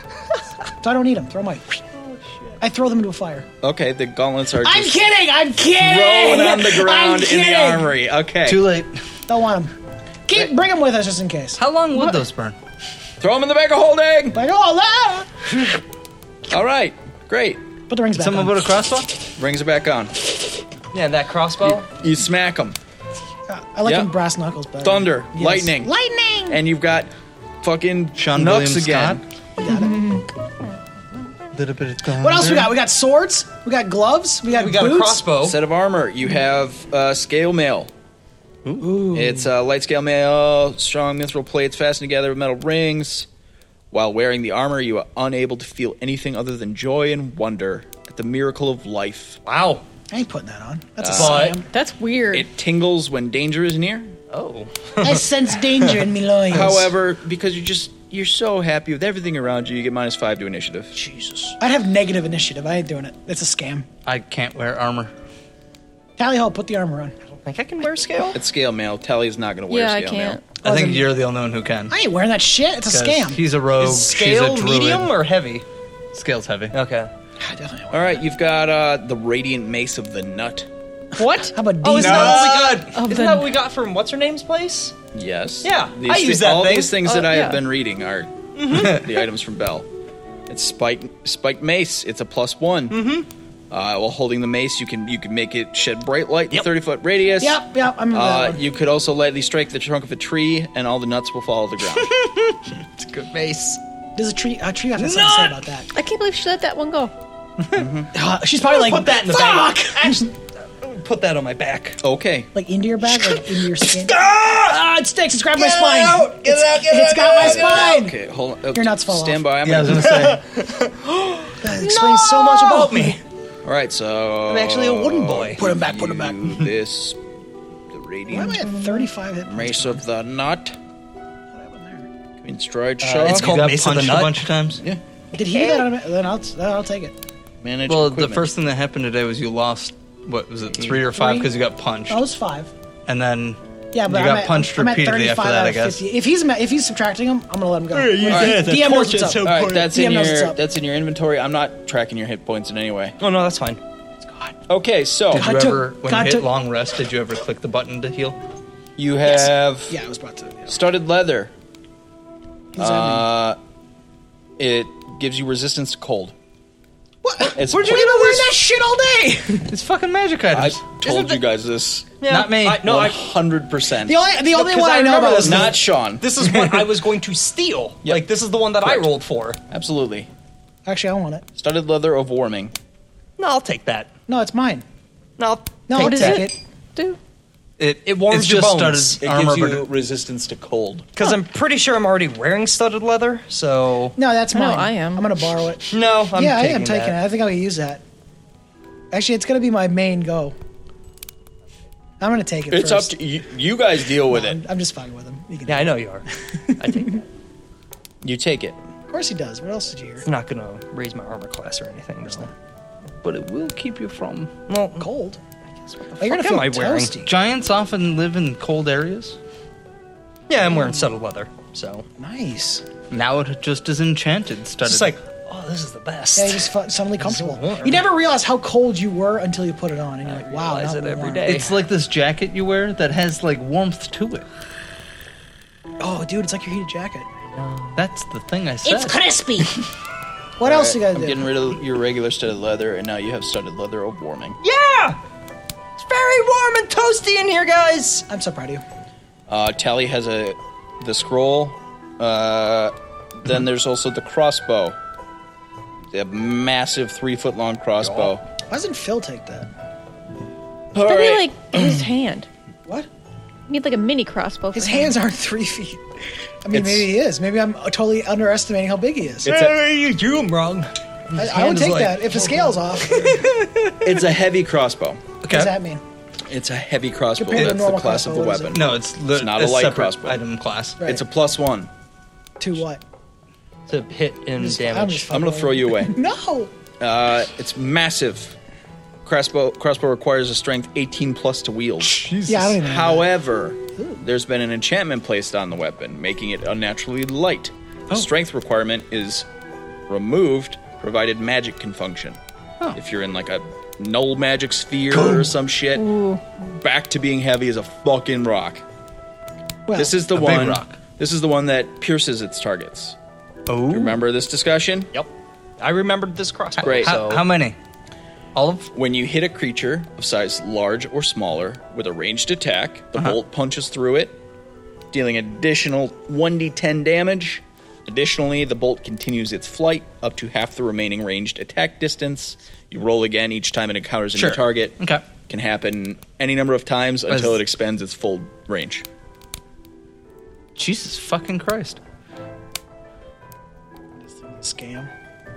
Speaker 3: so I don't need them. Throw my. I throw them into a fire.
Speaker 1: Okay, the gauntlets are
Speaker 3: I'm
Speaker 1: just
Speaker 3: kidding. I'm kidding.
Speaker 1: thrown on the
Speaker 3: I'm
Speaker 1: ground in
Speaker 3: kidding.
Speaker 1: the armory. Okay,
Speaker 6: Too late.
Speaker 3: Don't want them. Keep bring them with us just in case.
Speaker 6: How long would those burn?
Speaker 1: throw them in the bag of holding.
Speaker 3: Like oh, la.
Speaker 1: All right, great.
Speaker 3: Put the rings back.
Speaker 6: Someone
Speaker 3: on.
Speaker 6: put a crossbow?
Speaker 1: Rings are back on.
Speaker 2: Yeah, that crossbow.
Speaker 1: You smack them.
Speaker 3: I like
Speaker 1: Yeah.
Speaker 3: them brass knuckles better.
Speaker 1: Thunder, lightning,
Speaker 3: Lightning.
Speaker 1: and you've got fucking
Speaker 6: Sean
Speaker 1: Nux
Speaker 6: William
Speaker 1: again.
Speaker 6: Little bit of
Speaker 3: What else we got? We got swords. We got gloves. We got
Speaker 2: We got
Speaker 3: boots.
Speaker 2: a
Speaker 5: Oh.
Speaker 2: crossbow.
Speaker 1: Set of armor. You have uh, scale mail. Ooh. It's uh, light scale mail, strong mithril plates fastened together with metal rings. While wearing the armor, you are unable to feel anything other than joy and wonder at the miracle of life.
Speaker 2: Wow.
Speaker 3: I ain't putting that on. That's a [laughs]
Speaker 2: But-
Speaker 3: slam.
Speaker 5: That's weird.
Speaker 1: It tingles when danger is near.
Speaker 2: Oh.
Speaker 3: I sense danger in me loins.
Speaker 1: However, because you just you're so happy with everything around you, you get minus five to initiative.
Speaker 3: I'd have negative initiative. I ain't doing it. It's a scam.
Speaker 6: I can't wear armor.
Speaker 3: Tally ho, put the armor on.
Speaker 2: Think I can wear scale?
Speaker 1: It's scale mail. Tally's not going to wear
Speaker 5: yeah, I
Speaker 1: scale mail.
Speaker 5: can't.
Speaker 6: I
Speaker 3: Wasn't-
Speaker 6: think you're the only one who can.
Speaker 3: I ain't wearing that shit. It's a
Speaker 6: 'Cause
Speaker 3: scam.
Speaker 6: He's a rogue.
Speaker 2: Is scale
Speaker 6: Oh, she's a druid.
Speaker 2: medium or heavy?
Speaker 6: Scale's heavy.
Speaker 2: Okay.
Speaker 3: I definitely
Speaker 1: All right, you've got uh, the radiant mace of the nut.
Speaker 2: What?
Speaker 3: How about
Speaker 2: Oh, isn't
Speaker 3: these?
Speaker 2: that what we got?
Speaker 5: Oh,
Speaker 2: isn't
Speaker 5: then-
Speaker 2: that what we got from what's her name's place?
Speaker 1: Yes.
Speaker 2: Yeah,
Speaker 1: These
Speaker 2: I
Speaker 1: thi-
Speaker 2: use that
Speaker 1: All
Speaker 2: thing.
Speaker 1: these things that
Speaker 5: Uh,
Speaker 1: I
Speaker 5: yeah.
Speaker 1: have been reading are [laughs]
Speaker 3: Mm-hmm.
Speaker 1: the items from Bell. It's spike spiked mace. It's a plus one. Mm-hmm. Uh, while holding the mace, you can you can make it shed bright light in thirty foot radius.
Speaker 3: Yep, yep. I remember that
Speaker 1: Uh,
Speaker 3: one.
Speaker 1: you could also lightly strike the trunk of a tree, and all the nuts will fall to the
Speaker 3: [laughs]
Speaker 1: ground.
Speaker 2: It's a good base.
Speaker 3: There's a tree. A tree got something to say about that.
Speaker 5: I can't believe she let that one go.
Speaker 3: Uh, she's probably like,
Speaker 2: Put that in the
Speaker 3: fuck!
Speaker 2: bag.
Speaker 3: [laughs]
Speaker 2: Actually, put that on my back. Oh,
Speaker 1: okay.
Speaker 3: Like into your bag, like into your skin. ah, it sticks. It's grabbed my spine. it's
Speaker 2: out, get
Speaker 3: it's
Speaker 2: it
Speaker 3: got my spine.
Speaker 1: Okay. Hold on. Uh,
Speaker 3: Your nuts fall
Speaker 1: Stand
Speaker 3: off.
Speaker 1: by. I'm
Speaker 6: Yeah, I was
Speaker 1: gonna-
Speaker 6: gonna say.
Speaker 3: That explains so much about me.
Speaker 1: all right. So
Speaker 2: I'm actually a wooden boy.
Speaker 3: Put him back. Put him back.
Speaker 1: you
Speaker 3: [laughs]
Speaker 1: this the
Speaker 3: Why am I
Speaker 1: radiant
Speaker 3: at 35 hit points?
Speaker 1: mace of the nut. In stride
Speaker 6: Uh,
Speaker 1: shot.
Speaker 2: It's called
Speaker 6: you got
Speaker 2: Mace of the
Speaker 6: punched
Speaker 2: Nut?
Speaker 6: a bunch of times.
Speaker 1: yeah.
Speaker 3: Did he do that? automa- Then I'll then I'll take it.
Speaker 1: Manage
Speaker 6: Well,
Speaker 1: equipment.
Speaker 6: the first thing that happened today was you lost. What was it? Three or five? Because you got punched,
Speaker 3: I was five.
Speaker 6: and then
Speaker 3: Yeah, but I'm
Speaker 6: you got
Speaker 3: at,
Speaker 6: punched
Speaker 3: I'm at
Speaker 6: repeatedly
Speaker 3: 35
Speaker 6: after that.
Speaker 3: out
Speaker 6: I
Speaker 3: of
Speaker 6: guess.
Speaker 3: 50. If he's ma- if he's subtracting him, I'm gonna let him go. DM knows what's up.
Speaker 1: All right, that's
Speaker 3: DM
Speaker 1: in
Speaker 3: knows what's
Speaker 1: your
Speaker 3: up.
Speaker 1: that's in your inventory. I'm not tracking your hit points in any way.
Speaker 2: Oh no, that's fine.
Speaker 1: Okay, so
Speaker 6: Did you
Speaker 3: God took-
Speaker 6: ever, when
Speaker 3: God
Speaker 6: you hit
Speaker 3: took-
Speaker 6: long rest, did you ever click the button to heal?
Speaker 1: you have
Speaker 3: Yeah, I was about to. Yeah.
Speaker 1: studded leather.
Speaker 3: Does that mean-
Speaker 1: Uh, it gives you resistance to cold.
Speaker 3: what?
Speaker 1: It's
Speaker 3: We've been wearing that shit all day.
Speaker 6: It's fucking magic
Speaker 1: I
Speaker 6: items.
Speaker 1: told you guys this.
Speaker 6: Not me.
Speaker 2: I, no,
Speaker 1: One
Speaker 2: I,
Speaker 1: hundred percent.
Speaker 3: The only the only
Speaker 2: 'cause
Speaker 3: one I,
Speaker 2: I
Speaker 3: know
Speaker 2: remember
Speaker 3: about
Speaker 2: this
Speaker 3: was
Speaker 1: Not Sean.
Speaker 2: this is what [laughs] I was going to steal.
Speaker 1: Yep.
Speaker 2: Like this is the one that
Speaker 1: Correct.
Speaker 2: I rolled for.
Speaker 1: Absolutely.
Speaker 3: Actually, I want it.
Speaker 1: Studded leather of warming.
Speaker 2: No, I'll take that.
Speaker 3: No, it's mine.
Speaker 2: No, I'll
Speaker 3: No,
Speaker 2: take
Speaker 3: what is
Speaker 2: that.
Speaker 3: it?
Speaker 5: Dude,
Speaker 6: it,
Speaker 2: it warms
Speaker 6: it's
Speaker 2: your
Speaker 6: just
Speaker 2: bones.
Speaker 6: started armor, but it-
Speaker 1: resistance to cold.
Speaker 2: Because I'm pretty sure I'm already wearing studded leather. So
Speaker 3: No, that's
Speaker 5: I
Speaker 3: mine.
Speaker 5: know, I am.
Speaker 3: I'm gonna borrow it.
Speaker 2: no, I'm
Speaker 3: yeah, I
Speaker 2: taking
Speaker 3: am taking
Speaker 2: that.
Speaker 3: it. I think I'll use that. Actually, it's gonna be my main go. I'm gonna take it.
Speaker 1: It's
Speaker 3: first.
Speaker 1: up to you. You guys deal with
Speaker 3: I'm,
Speaker 1: it.
Speaker 3: I'm just fucking with him. He can-
Speaker 2: Yeah, I know you
Speaker 3: [laughs]
Speaker 2: are. I take that.
Speaker 1: You take it.
Speaker 3: Of course he does. What else did you hear?
Speaker 2: It's not gonna raise my armor class or anything. No.
Speaker 6: but it will keep you from.
Speaker 2: Well,
Speaker 3: Cold.
Speaker 2: I
Speaker 3: You're gonna
Speaker 2: guess
Speaker 3: feel
Speaker 2: what the fuck am I wearing?
Speaker 3: toasty.
Speaker 6: Giants often live in cold areas.
Speaker 2: Yeah, I'm wearing subtle leather. So
Speaker 3: Nice.
Speaker 6: Now it just is enchanted. Started.
Speaker 2: it's just like, oh, this is the best.
Speaker 3: Yeah, you just felt suddenly comfortable.
Speaker 2: warm.
Speaker 3: You never realize how cold you were until you put it on, and you're like, wow,
Speaker 2: realize
Speaker 3: now
Speaker 2: it
Speaker 3: I'm
Speaker 2: every
Speaker 3: warm.
Speaker 2: day.
Speaker 6: it's like this jacket you wear that has like warmth to it.
Speaker 3: Oh, dude, it's like your heated jacket.
Speaker 6: That's the thing I said.
Speaker 3: crispy. what else you
Speaker 1: Alright,
Speaker 3: gotta
Speaker 1: I'm
Speaker 3: do?
Speaker 1: getting rid of your regular studded leather, and now you have studded leather of warming.
Speaker 2: yeah, it's very warm and toasty in here, guys.
Speaker 3: I'm so proud of you.
Speaker 1: Uh, Tally has a the scroll. Uh, then there's also the crossbow. The massive three foot long crossbow.
Speaker 3: Why doesn't Phil take that?
Speaker 1: All
Speaker 5: That'd
Speaker 1: right.
Speaker 5: be like his hand.
Speaker 3: What?
Speaker 5: You need like a mini crossbow.
Speaker 3: His
Speaker 5: for
Speaker 3: hands
Speaker 5: him.
Speaker 3: aren't three feet. I mean,
Speaker 1: It's-
Speaker 3: maybe he is. Maybe I'm totally underestimating how big he is.
Speaker 1: It's a-
Speaker 11: you do him wrong.
Speaker 3: I, I would
Speaker 11: is
Speaker 3: take
Speaker 11: like-
Speaker 3: that if the scale's off. what
Speaker 1: it's a heavy crossbow.
Speaker 3: does that mean?
Speaker 1: It's a heavy crossbow.
Speaker 3: Compared to
Speaker 1: That's the
Speaker 3: normal
Speaker 1: class of the
Speaker 3: crossbow, what
Speaker 1: weapon.
Speaker 3: is
Speaker 11: No, it's, li-
Speaker 1: It's not a
Speaker 11: a
Speaker 1: light
Speaker 11: separate
Speaker 1: crossbow.
Speaker 11: item class.
Speaker 3: Right.
Speaker 1: It's a plus one.
Speaker 3: to what?
Speaker 2: to hit and
Speaker 3: I'm
Speaker 2: damage.
Speaker 3: just
Speaker 1: I'm gonna
Speaker 3: fucking
Speaker 1: throw you away.
Speaker 3: with- No.
Speaker 1: Uh, it's massive. Crossbow crossbow requires a strength 18 plus to wield.
Speaker 3: Yeah, I don't even. know.
Speaker 1: However, there's been an enchantment placed on the weapon, making it unnaturally light.
Speaker 11: Oh.
Speaker 1: The strength requirement is removed, provided magic can function. If you're in like a null magic sphere or some shit, back to being heavy as a fucking rock.
Speaker 3: Well,
Speaker 1: This is the
Speaker 11: A big
Speaker 1: one.
Speaker 11: rock.
Speaker 1: This is the one that pierces its targets.
Speaker 11: Oh,
Speaker 1: Remember this discussion?
Speaker 2: Yep. I remembered this crossbow.
Speaker 1: Great.
Speaker 2: So
Speaker 6: How, how many?
Speaker 2: all of
Speaker 1: When you hit a creature of size large or smaller with a ranged attack, the
Speaker 11: Uh-huh.
Speaker 1: bolt punches through it, dealing additional 1d10 damage. Additionally, the bolt continues its flight up to half the remaining ranged attack distance. You roll again each time it encounters a
Speaker 2: Sure.
Speaker 1: new target.
Speaker 2: Okay.
Speaker 1: Can happen any number of times until it expends its full range.
Speaker 6: Jesus fucking Christ!
Speaker 3: scam.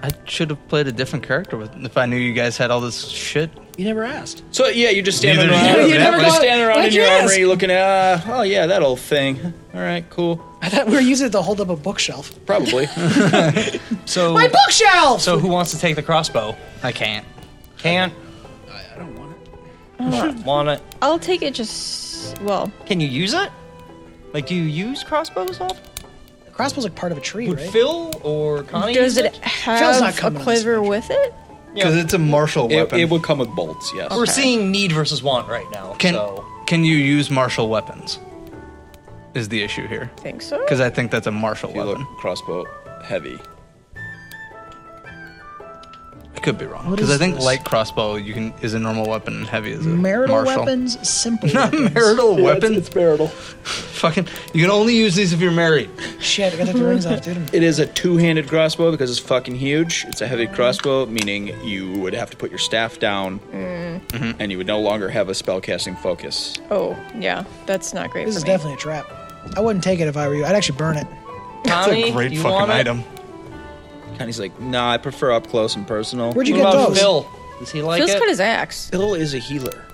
Speaker 6: I should have played a different character with, if I knew you guys had all this shit.
Speaker 3: You never asked.
Speaker 1: So yeah, you're just standing
Speaker 11: Neither do
Speaker 1: around.
Speaker 11: you. You never
Speaker 1: just
Speaker 3: got-
Speaker 1: standing around
Speaker 3: why'd
Speaker 1: in
Speaker 3: you
Speaker 1: your
Speaker 3: ask?
Speaker 1: armory looking at, uh, oh yeah, that old thing. All right, cool.
Speaker 3: I thought we were using it to hold up a bookshelf.
Speaker 11: [laughs]
Speaker 1: Probably.
Speaker 2: so
Speaker 3: My bookshelf.
Speaker 2: so who wants to take the crossbow?
Speaker 6: I can't.
Speaker 2: Can I, I don't want it. want it?
Speaker 5: I'll take it just well.
Speaker 2: Can you use it? Like, do you use crossbows often?
Speaker 3: The crossbow's like part of a tree,
Speaker 2: Would
Speaker 3: right?
Speaker 2: Phil or Connie?
Speaker 5: Does
Speaker 2: use
Speaker 5: it
Speaker 3: Phil's not
Speaker 5: have a
Speaker 3: coming on this
Speaker 5: quiver with it?
Speaker 6: Because it's a martial
Speaker 1: it,
Speaker 6: weapon.
Speaker 1: it would come with bolts. Yes.
Speaker 2: We're seeing need versus want right now.
Speaker 6: can
Speaker 2: so.
Speaker 6: can you use martial weapons? Is the issue here?
Speaker 5: I think so.
Speaker 6: Because I think that's a martial
Speaker 1: You
Speaker 6: weapon.
Speaker 1: look crossbow heavy.
Speaker 6: I could be wrong.
Speaker 3: What
Speaker 6: Because
Speaker 3: is
Speaker 6: I think
Speaker 3: this?
Speaker 6: light crossbow you can is a normal weapon and heavy is a
Speaker 3: Marital
Speaker 6: martial. [laughs]
Speaker 3: weapons, simple.
Speaker 6: Not
Speaker 3: weapons.
Speaker 6: marital weapon.
Speaker 1: marital.
Speaker 6: Fucking. You can only use these if you're married.
Speaker 3: Shit, I gotta take the rings
Speaker 1: [laughs]
Speaker 3: off, dude.
Speaker 1: It is a two-handed crossbow because it's fucking huge. It's a heavy crossbow, meaning you would have to put your staff down, Mm. Mm-hmm. and you would no longer have a spellcasting focus.
Speaker 5: Oh yeah, that's not great.
Speaker 3: This
Speaker 5: for
Speaker 3: is
Speaker 5: me.
Speaker 3: definitely a trap. I wouldn't take it if I were you. I'd actually burn it.
Speaker 6: That's
Speaker 2: Connie,
Speaker 6: a great
Speaker 2: you
Speaker 6: fucking
Speaker 2: want it?
Speaker 6: item.
Speaker 1: Connie's like, nah, I prefer up close and personal.
Speaker 3: Where'd you
Speaker 2: What
Speaker 3: get
Speaker 2: about
Speaker 3: those?
Speaker 2: Phil? Does he like
Speaker 5: Phil's
Speaker 2: it?
Speaker 5: cut his axe.
Speaker 1: Bill is a healer.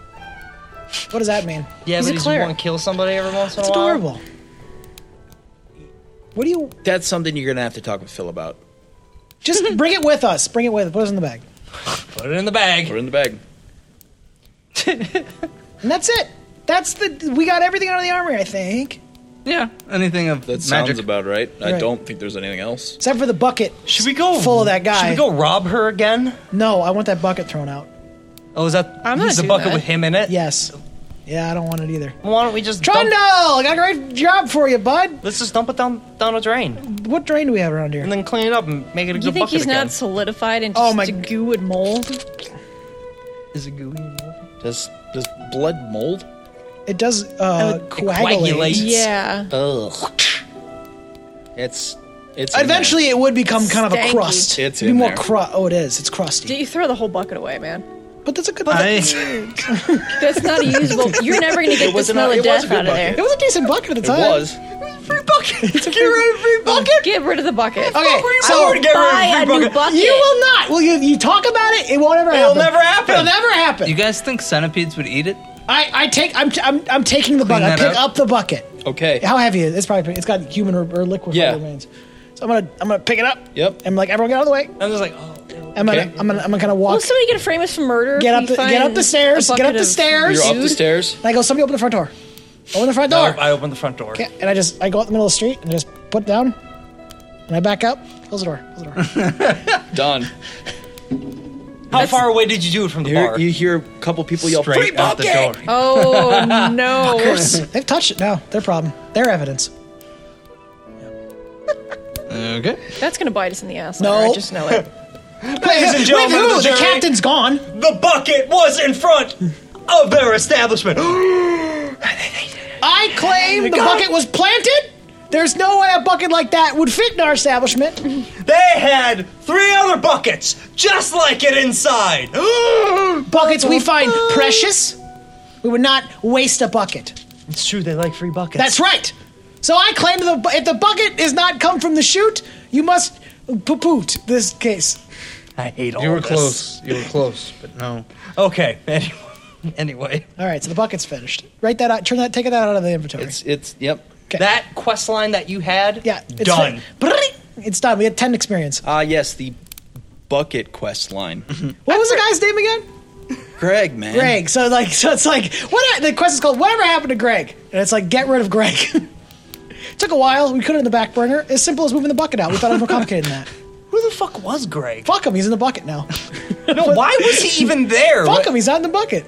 Speaker 3: What does that mean?
Speaker 2: yeah,
Speaker 5: he's
Speaker 2: but
Speaker 5: a
Speaker 2: does he
Speaker 5: cleric.
Speaker 2: want to kill somebody every once in
Speaker 3: It's
Speaker 2: a while?
Speaker 3: adorable. What do you?
Speaker 1: That's something you're gonna have to talk with Phil about.
Speaker 3: Just bring it with us. Bring it with. Put us in the bag,
Speaker 2: Put it in the bag.
Speaker 1: Put it in the bag.
Speaker 3: and that's it. That's the. We got everything out of the armory, I think,
Speaker 6: Yeah. Anything of
Speaker 1: That
Speaker 6: magic.
Speaker 1: sounds about right. I
Speaker 3: Right.
Speaker 1: don't think there's anything else.
Speaker 3: except for the bucket.
Speaker 2: Should we go
Speaker 3: full of that guy?
Speaker 2: Should we go rob her again?
Speaker 3: No, I want that bucket thrown out.
Speaker 2: Oh, is that
Speaker 5: I'm not
Speaker 2: he's the
Speaker 5: doing
Speaker 2: bucket
Speaker 5: that.
Speaker 2: with him in it?
Speaker 3: Yes. Yeah, I don't want it either.
Speaker 2: Why don't we just dump,
Speaker 3: Trundle, I got a great job for you, bud.
Speaker 2: Let's just dump it down down a drain
Speaker 3: What drain do we have around here?
Speaker 2: and then clean it up and make it a
Speaker 5: You
Speaker 2: good
Speaker 5: think
Speaker 2: bucket
Speaker 5: he's
Speaker 2: again.
Speaker 5: not solidified and
Speaker 3: Oh
Speaker 5: just
Speaker 3: my-
Speaker 5: a goo and mold?
Speaker 2: Is it gooey?
Speaker 1: Does does blood mold?
Speaker 3: It does uh,
Speaker 5: would-
Speaker 3: coagulate.
Speaker 2: coagulates.
Speaker 5: Yeah.
Speaker 1: Ugh. It's it's in there.
Speaker 3: Eventually, it would become kind of a
Speaker 5: Stanky.
Speaker 1: It's
Speaker 3: crust. It'd be
Speaker 1: in
Speaker 3: more
Speaker 1: there.
Speaker 3: crust. Oh, it is. It's
Speaker 5: Do
Speaker 3: crusty.
Speaker 5: you throw the whole bucket away, man?
Speaker 3: But that's a good.
Speaker 6: I,
Speaker 3: bucket.
Speaker 5: That's not a usable. You're never gonna get the
Speaker 1: was an-
Speaker 5: smell
Speaker 1: it was
Speaker 5: of
Speaker 1: a
Speaker 5: death
Speaker 1: good
Speaker 5: out of
Speaker 1: bucket.
Speaker 5: there.
Speaker 3: It was a decent bucket at the
Speaker 1: it
Speaker 3: time.
Speaker 1: was.
Speaker 5: [laughs]
Speaker 2: [laughs]
Speaker 5: Get rid of the bucket.
Speaker 3: Okay,
Speaker 5: I
Speaker 3: so
Speaker 5: would buy a new bucket.
Speaker 3: you will not. Will you? You talk about it. It won't ever happen.
Speaker 2: never happen.
Speaker 3: It'll never happen.
Speaker 6: you guys think centipedes would eat it?
Speaker 3: I, I take. I'm, I'm, I'm taking the bucket. I
Speaker 6: that
Speaker 3: pick
Speaker 6: up.
Speaker 3: up the bucket.
Speaker 1: Okay.
Speaker 3: How heavy is it? It's probably. It's got human or, or liquid
Speaker 1: Yeah.
Speaker 3: remains. So I'm gonna. I'm gonna pick it up.
Speaker 1: Yep.
Speaker 3: I'm like, everyone, get out of the way.
Speaker 2: I'm just like, oh,
Speaker 3: I'm
Speaker 1: Okay.
Speaker 3: gonna. I'm gonna. I'm gonna kind of walk.
Speaker 5: Will somebody gonna frame us for murder? if
Speaker 3: get up.
Speaker 5: we
Speaker 3: The, get
Speaker 5: find
Speaker 3: up the stairs.
Speaker 5: a
Speaker 3: Get up
Speaker 5: bucket
Speaker 3: the
Speaker 5: of-
Speaker 3: stairs.
Speaker 1: You're up the
Speaker 3: dude.
Speaker 1: stairs.
Speaker 3: And I go. Somebody open the front door. Open the front
Speaker 2: I,
Speaker 3: door.
Speaker 2: I opened the front door.
Speaker 3: Yeah, and I just. I go out in the middle of the street and just put it down. And I back up. Close the door. Close the door.
Speaker 1: Done.
Speaker 2: How far away did you do it from the
Speaker 1: Here,
Speaker 2: bar?
Speaker 1: you hear a couple people yell
Speaker 6: Straight
Speaker 1: "Free
Speaker 6: out the
Speaker 1: bucket!"
Speaker 6: door.
Speaker 5: [laughs] Oh no!
Speaker 3: [laughs] They've touched it now. Their problem. Their evidence.
Speaker 6: Okay.
Speaker 5: That's gonna bite us in the ass.
Speaker 3: No.
Speaker 5: later, I just know
Speaker 3: [laughs]
Speaker 5: it.
Speaker 3: Ladies
Speaker 2: and gentlemen
Speaker 3: With who?
Speaker 2: of the
Speaker 3: The
Speaker 2: jury.
Speaker 3: captain's gone.
Speaker 2: the bucket was in front of their establishment.
Speaker 3: I claim the bucket was planted. There's no way a bucket like that would fit in our establishment.
Speaker 2: They had three other buckets, just like it inside. [gasps]
Speaker 3: Buckets we find precious. We would not waste a bucket.
Speaker 2: It's true, they like free buckets.
Speaker 3: That's right. So I claim the bu- if the bucket is not come from the chute, you must poo-poot this case.
Speaker 2: I hate all
Speaker 6: You were
Speaker 2: this.
Speaker 6: close. You were close, but no.
Speaker 2: Okay. [laughs] Anyway. anyway.
Speaker 3: All right, so the bucket's finished. Write that out. Turn that. Take that out of the inventory.
Speaker 1: It's it's yep.
Speaker 2: That quest line that you had,
Speaker 3: yeah, it's
Speaker 2: done.
Speaker 3: fin- Brrrr. It's done. We had ten experience.
Speaker 1: Ah yes, the bucket quest line.
Speaker 3: What was the guy's name again?
Speaker 1: Greg, man.
Speaker 3: Greg. So like, so it's like what the quest is called. Whatever happened to Greg? And it's like get rid of Greg. [laughs] Took a while. We put it in the back burner. As simple as moving the bucket out. We thought it was more complicated than that.
Speaker 2: Who the fuck was Greg?
Speaker 3: Fuck him. He's in the bucket now.
Speaker 2: No, why was he [laughs] even there?
Speaker 3: Fuck him. He's not in the bucket.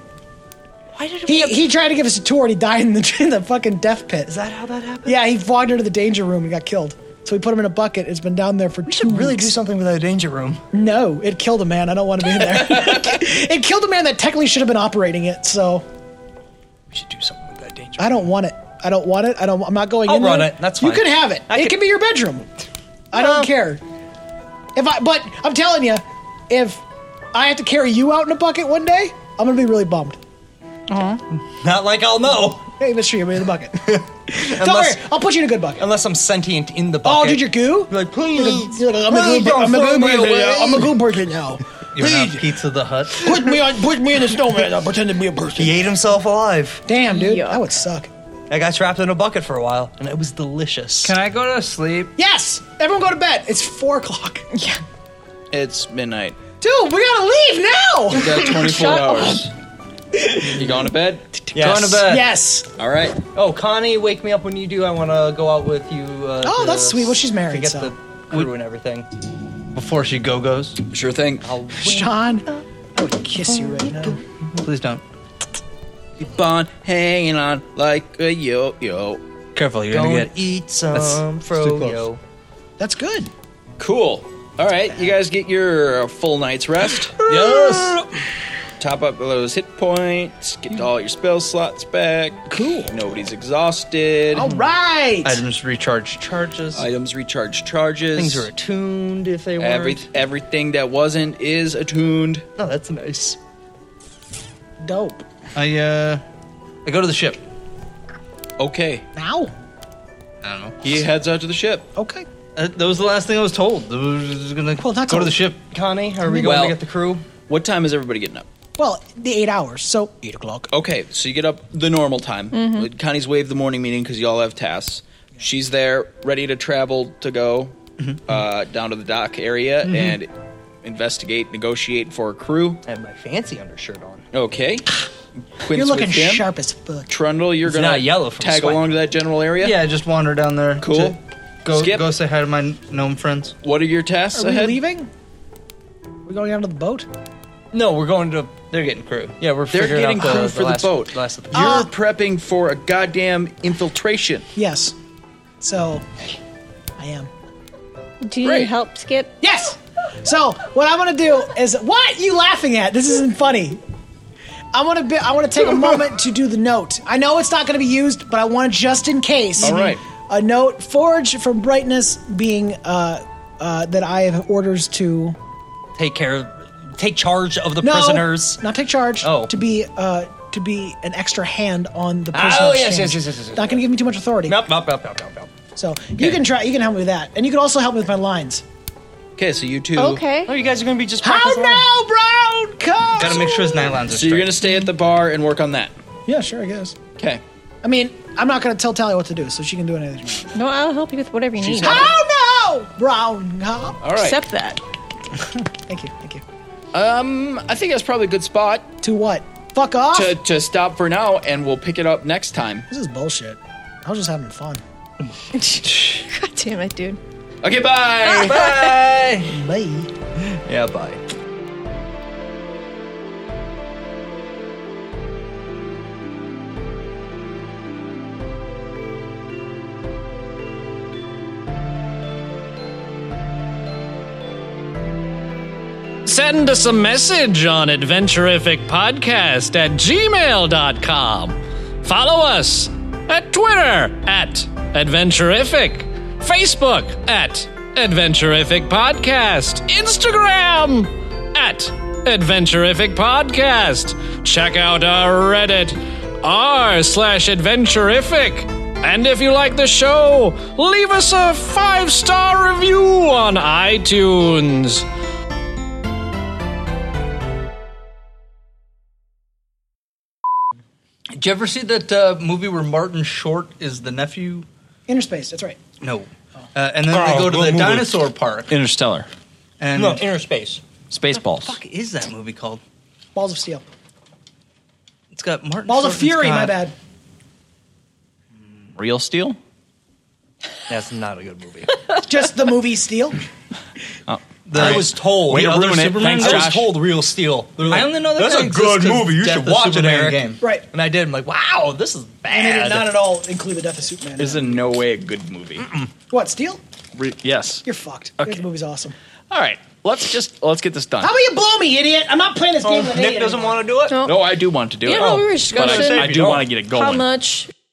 Speaker 2: Why did
Speaker 3: He he tried to give us a tour and he died in the [laughs] in the fucking death pit.
Speaker 2: Is that how that happened?
Speaker 3: Yeah, he walked into the danger room and got killed. So we put him in a bucket. It's been down there for
Speaker 2: We
Speaker 3: two
Speaker 2: should really
Speaker 3: weeks.
Speaker 2: do something with that danger room.
Speaker 3: No, it killed a man. I don't want to be in there. [laughs] it killed a man that technically should have been operating it. So
Speaker 2: We should do something with that danger.
Speaker 3: I don't want it. I don't want it. I don't. I'm not going
Speaker 2: I'll
Speaker 3: in
Speaker 2: run
Speaker 3: there.
Speaker 2: it. That's
Speaker 3: You
Speaker 2: fine.
Speaker 3: can have it.
Speaker 2: I
Speaker 3: it
Speaker 2: could-
Speaker 3: can be your bedroom. I don't care. If I, but I'm telling you, if I have to carry you out in a bucket one day, I'm gonna be really bummed.
Speaker 2: Not like I'll know
Speaker 3: Hey, Mister, you're in the bucket. don't worry.
Speaker 2: Unless-
Speaker 3: I'll put you in a good bucket.
Speaker 2: unless I'm sentient in the
Speaker 3: Oh,
Speaker 2: bucket.
Speaker 3: did your goo?
Speaker 2: Like, please,
Speaker 3: You're like, I'm a
Speaker 2: please
Speaker 3: good,
Speaker 2: don't
Speaker 3: I'm a
Speaker 2: throw
Speaker 3: good
Speaker 2: me
Speaker 3: person
Speaker 2: away.
Speaker 3: now. I'm a good person now.
Speaker 6: You're not Pizza the [laughs] Hut.
Speaker 3: Put me on, put me in a snowman. I'll pretend to be a person.
Speaker 2: He ate himself alive.
Speaker 3: Damn, dude,
Speaker 5: Yuck.
Speaker 3: that would suck.
Speaker 2: I got trapped in a bucket for a while, and it was delicious.
Speaker 6: Can I go to sleep?
Speaker 3: Yes, everyone go to bed. It's four o'clock. [laughs] Yeah,
Speaker 1: It's midnight.
Speaker 3: dude, we gotta leave now.
Speaker 1: You got 24 hours. You going to bed?
Speaker 2: yes.
Speaker 6: Going to bed.
Speaker 3: Yes.
Speaker 1: All right.
Speaker 2: Oh, Connie, wake me up when you do. I want to go out with you. Uh,
Speaker 3: Oh,
Speaker 2: to-
Speaker 3: that's sweet. Well, she's married,
Speaker 2: To get
Speaker 3: so.
Speaker 2: the crew and everything.
Speaker 6: Before she go goes.
Speaker 1: Sure thing.
Speaker 2: I'll
Speaker 3: Sean, I would kiss you right now.
Speaker 6: Please don't.
Speaker 1: Keep on hanging on like a yo yo.
Speaker 6: Careful, you're
Speaker 2: go
Speaker 6: gonna
Speaker 2: and
Speaker 6: get.
Speaker 2: eat
Speaker 6: that's-
Speaker 2: some
Speaker 6: it's too close.
Speaker 2: froyo.
Speaker 3: That's good.
Speaker 1: Cool. All right, you guys get your full night's rest.
Speaker 6: Yes.
Speaker 1: Top up those hit points. Get all your spell slots back. Cool. Nobody's exhausted.
Speaker 3: All right.
Speaker 6: Items recharge charges.
Speaker 1: Items recharge charges.
Speaker 2: Things are attuned if they weren't.
Speaker 1: Every, everything that wasn't is attuned.
Speaker 2: Oh, that's nice.
Speaker 3: Dope.
Speaker 6: I uh, I go to the ship.
Speaker 1: Okay.
Speaker 3: Now.
Speaker 6: I don't know.
Speaker 1: He heads out to the ship.
Speaker 3: Okay.
Speaker 6: Uh, that was the last thing I was told. I was gonna
Speaker 3: Well,
Speaker 6: go
Speaker 3: that's
Speaker 6: to
Speaker 3: all-
Speaker 6: the ship.
Speaker 2: Connie, are we going
Speaker 1: Well-
Speaker 2: to get the crew?
Speaker 1: What time is everybody getting up?
Speaker 3: Well, the eight hours, so eight o'clock.
Speaker 1: Okay, so you get up the normal time.
Speaker 3: Mm-hmm.
Speaker 1: Uh, Connie's waived the morning meeting because y'all have tasks. She's there, ready to travel to go
Speaker 3: Mm-hmm.
Speaker 1: uh, down to the dock area and investigate, negotiate for a crew.
Speaker 2: I have my fancy undershirt on.
Speaker 3: [sighs]
Speaker 1: Okay, Quince
Speaker 3: You're looking
Speaker 1: with them.
Speaker 3: sharp as fuck.
Speaker 1: Trundle, you're
Speaker 2: It's
Speaker 1: gonna
Speaker 2: not yellow from
Speaker 1: tag
Speaker 2: sweating.
Speaker 1: along to that general area.
Speaker 6: Yeah, I just wander down there.
Speaker 1: Cool.
Speaker 6: to Go
Speaker 1: Skip.
Speaker 6: go say hi to my gnome friends.
Speaker 1: What are your tasks
Speaker 3: Are we
Speaker 1: ahead?
Speaker 3: leaving? We're going down to the boat.
Speaker 2: No, we're going to.
Speaker 6: They're getting crew.
Speaker 2: Yeah, we're
Speaker 1: They're
Speaker 2: figuring
Speaker 1: getting
Speaker 2: out
Speaker 1: crew
Speaker 2: the,
Speaker 1: for the
Speaker 2: last,
Speaker 1: boat.
Speaker 2: Last of the
Speaker 1: You're
Speaker 3: Ah.
Speaker 1: prepping for a goddamn infiltration.
Speaker 3: Yes. So, I am.
Speaker 5: Do you
Speaker 1: Great.
Speaker 5: need help, Skip?
Speaker 3: Yes. So what I'm gonna do is what you laughing at? This isn't funny. I want to. Be, I want to take a moment to do the note. I know it's not going to be used, but I want it just in case.
Speaker 1: All right.
Speaker 3: A note forged from brightness being uh, uh, that I have orders to
Speaker 2: take care of, take charge of the
Speaker 3: no,
Speaker 2: prisoners.
Speaker 3: not take charge.
Speaker 2: Oh.
Speaker 3: To be uh, to be an extra hand on the prisoner.
Speaker 2: Oh,
Speaker 3: exchange.
Speaker 2: yes, yes, yes, yes, yes, yes.
Speaker 3: Not going to give me too much authority.
Speaker 2: Nope, nope, nope, nope, nope, nope.
Speaker 3: So you can try. You can help me with that, and you can also help me with my lines.
Speaker 1: Okay, so you two.
Speaker 5: Okay.
Speaker 2: Oh, you guys are going to be just.
Speaker 3: How
Speaker 2: practicing.
Speaker 3: now, Brown? Come.
Speaker 6: Gotta make sure his nylons are
Speaker 1: So you're
Speaker 6: straight.
Speaker 1: gonna stay at the bar and work on that.
Speaker 3: Yeah, sure. I guess.
Speaker 1: Okay.
Speaker 3: I mean, I'm not gonna tell Talia what to do, so she can do anything.
Speaker 5: No, I'll help you with whatever you need.
Speaker 3: oh no, brown. huh?
Speaker 1: Ah! All right.
Speaker 5: Accept that. [laughs]
Speaker 3: Thank you, thank you.
Speaker 1: um, I think that's probably a good spot.
Speaker 3: To what? Fuck off.
Speaker 1: to, to stop for now, and we'll pick it up next time.
Speaker 3: this is bullshit. I was just having fun.
Speaker 5: God damn it, dude.
Speaker 1: Okay, bye.
Speaker 3: Bye.
Speaker 1: yeah, bye.
Speaker 12: Send us a message on adventurific podcast at gmail.com. Follow us
Speaker 13: at Twitter at Adventurific, Facebook at Adventurific Podcast, Instagram at Adventurific Podcast. Check out our Reddit r slash Adventurific. And if you like the show, leave us a five star review on iTunes.
Speaker 2: Did you ever see that uh, movie where Martin Short is the nephew?
Speaker 3: Interspace. That's right.
Speaker 2: No. Uh, and then they go to the dinosaur park.
Speaker 6: Interstellar.
Speaker 2: And
Speaker 6: No,
Speaker 2: inner space.
Speaker 6: Spaceballs.
Speaker 2: What the fuck is that movie called?
Speaker 3: Balls of Steel.
Speaker 2: It's got Martin.
Speaker 3: Balls of
Speaker 2: Short and
Speaker 3: Fury. My
Speaker 2: Scott-
Speaker 3: bad.
Speaker 6: Real Steel?
Speaker 2: That's not a good movie.
Speaker 3: Just the movie Steel.
Speaker 2: I was told
Speaker 6: Way
Speaker 2: the
Speaker 6: to
Speaker 2: other
Speaker 6: ruin it.
Speaker 2: Superman-
Speaker 6: Thanks,
Speaker 2: I was
Speaker 6: Josh.
Speaker 2: told Real Steel. They're like,
Speaker 6: I only know that
Speaker 2: that's
Speaker 6: guy
Speaker 2: a
Speaker 6: exists
Speaker 2: good
Speaker 6: 'cause
Speaker 2: movie. You
Speaker 6: Death
Speaker 2: should
Speaker 6: of
Speaker 2: watch
Speaker 6: Superman
Speaker 2: it,
Speaker 6: game.
Speaker 2: Eric.
Speaker 3: Right.
Speaker 2: And I did. I'm like, wow, this is bad.
Speaker 3: And it did not at all include the death of Superman.
Speaker 1: This is in no way a good movie.
Speaker 3: What Steel?
Speaker 1: Re- yes.
Speaker 3: You're fucked.
Speaker 1: Okay.
Speaker 3: The movie's awesome.
Speaker 1: All right. Let's just let's get this done.
Speaker 3: How about you blow me, idiot? I'm not playing this game with an idiot.
Speaker 2: want to do it.
Speaker 1: No, I do want to do
Speaker 5: You
Speaker 1: it. Oh,
Speaker 5: know what we were discussing?
Speaker 1: But I, I do want to get it
Speaker 5: How
Speaker 1: going.
Speaker 5: much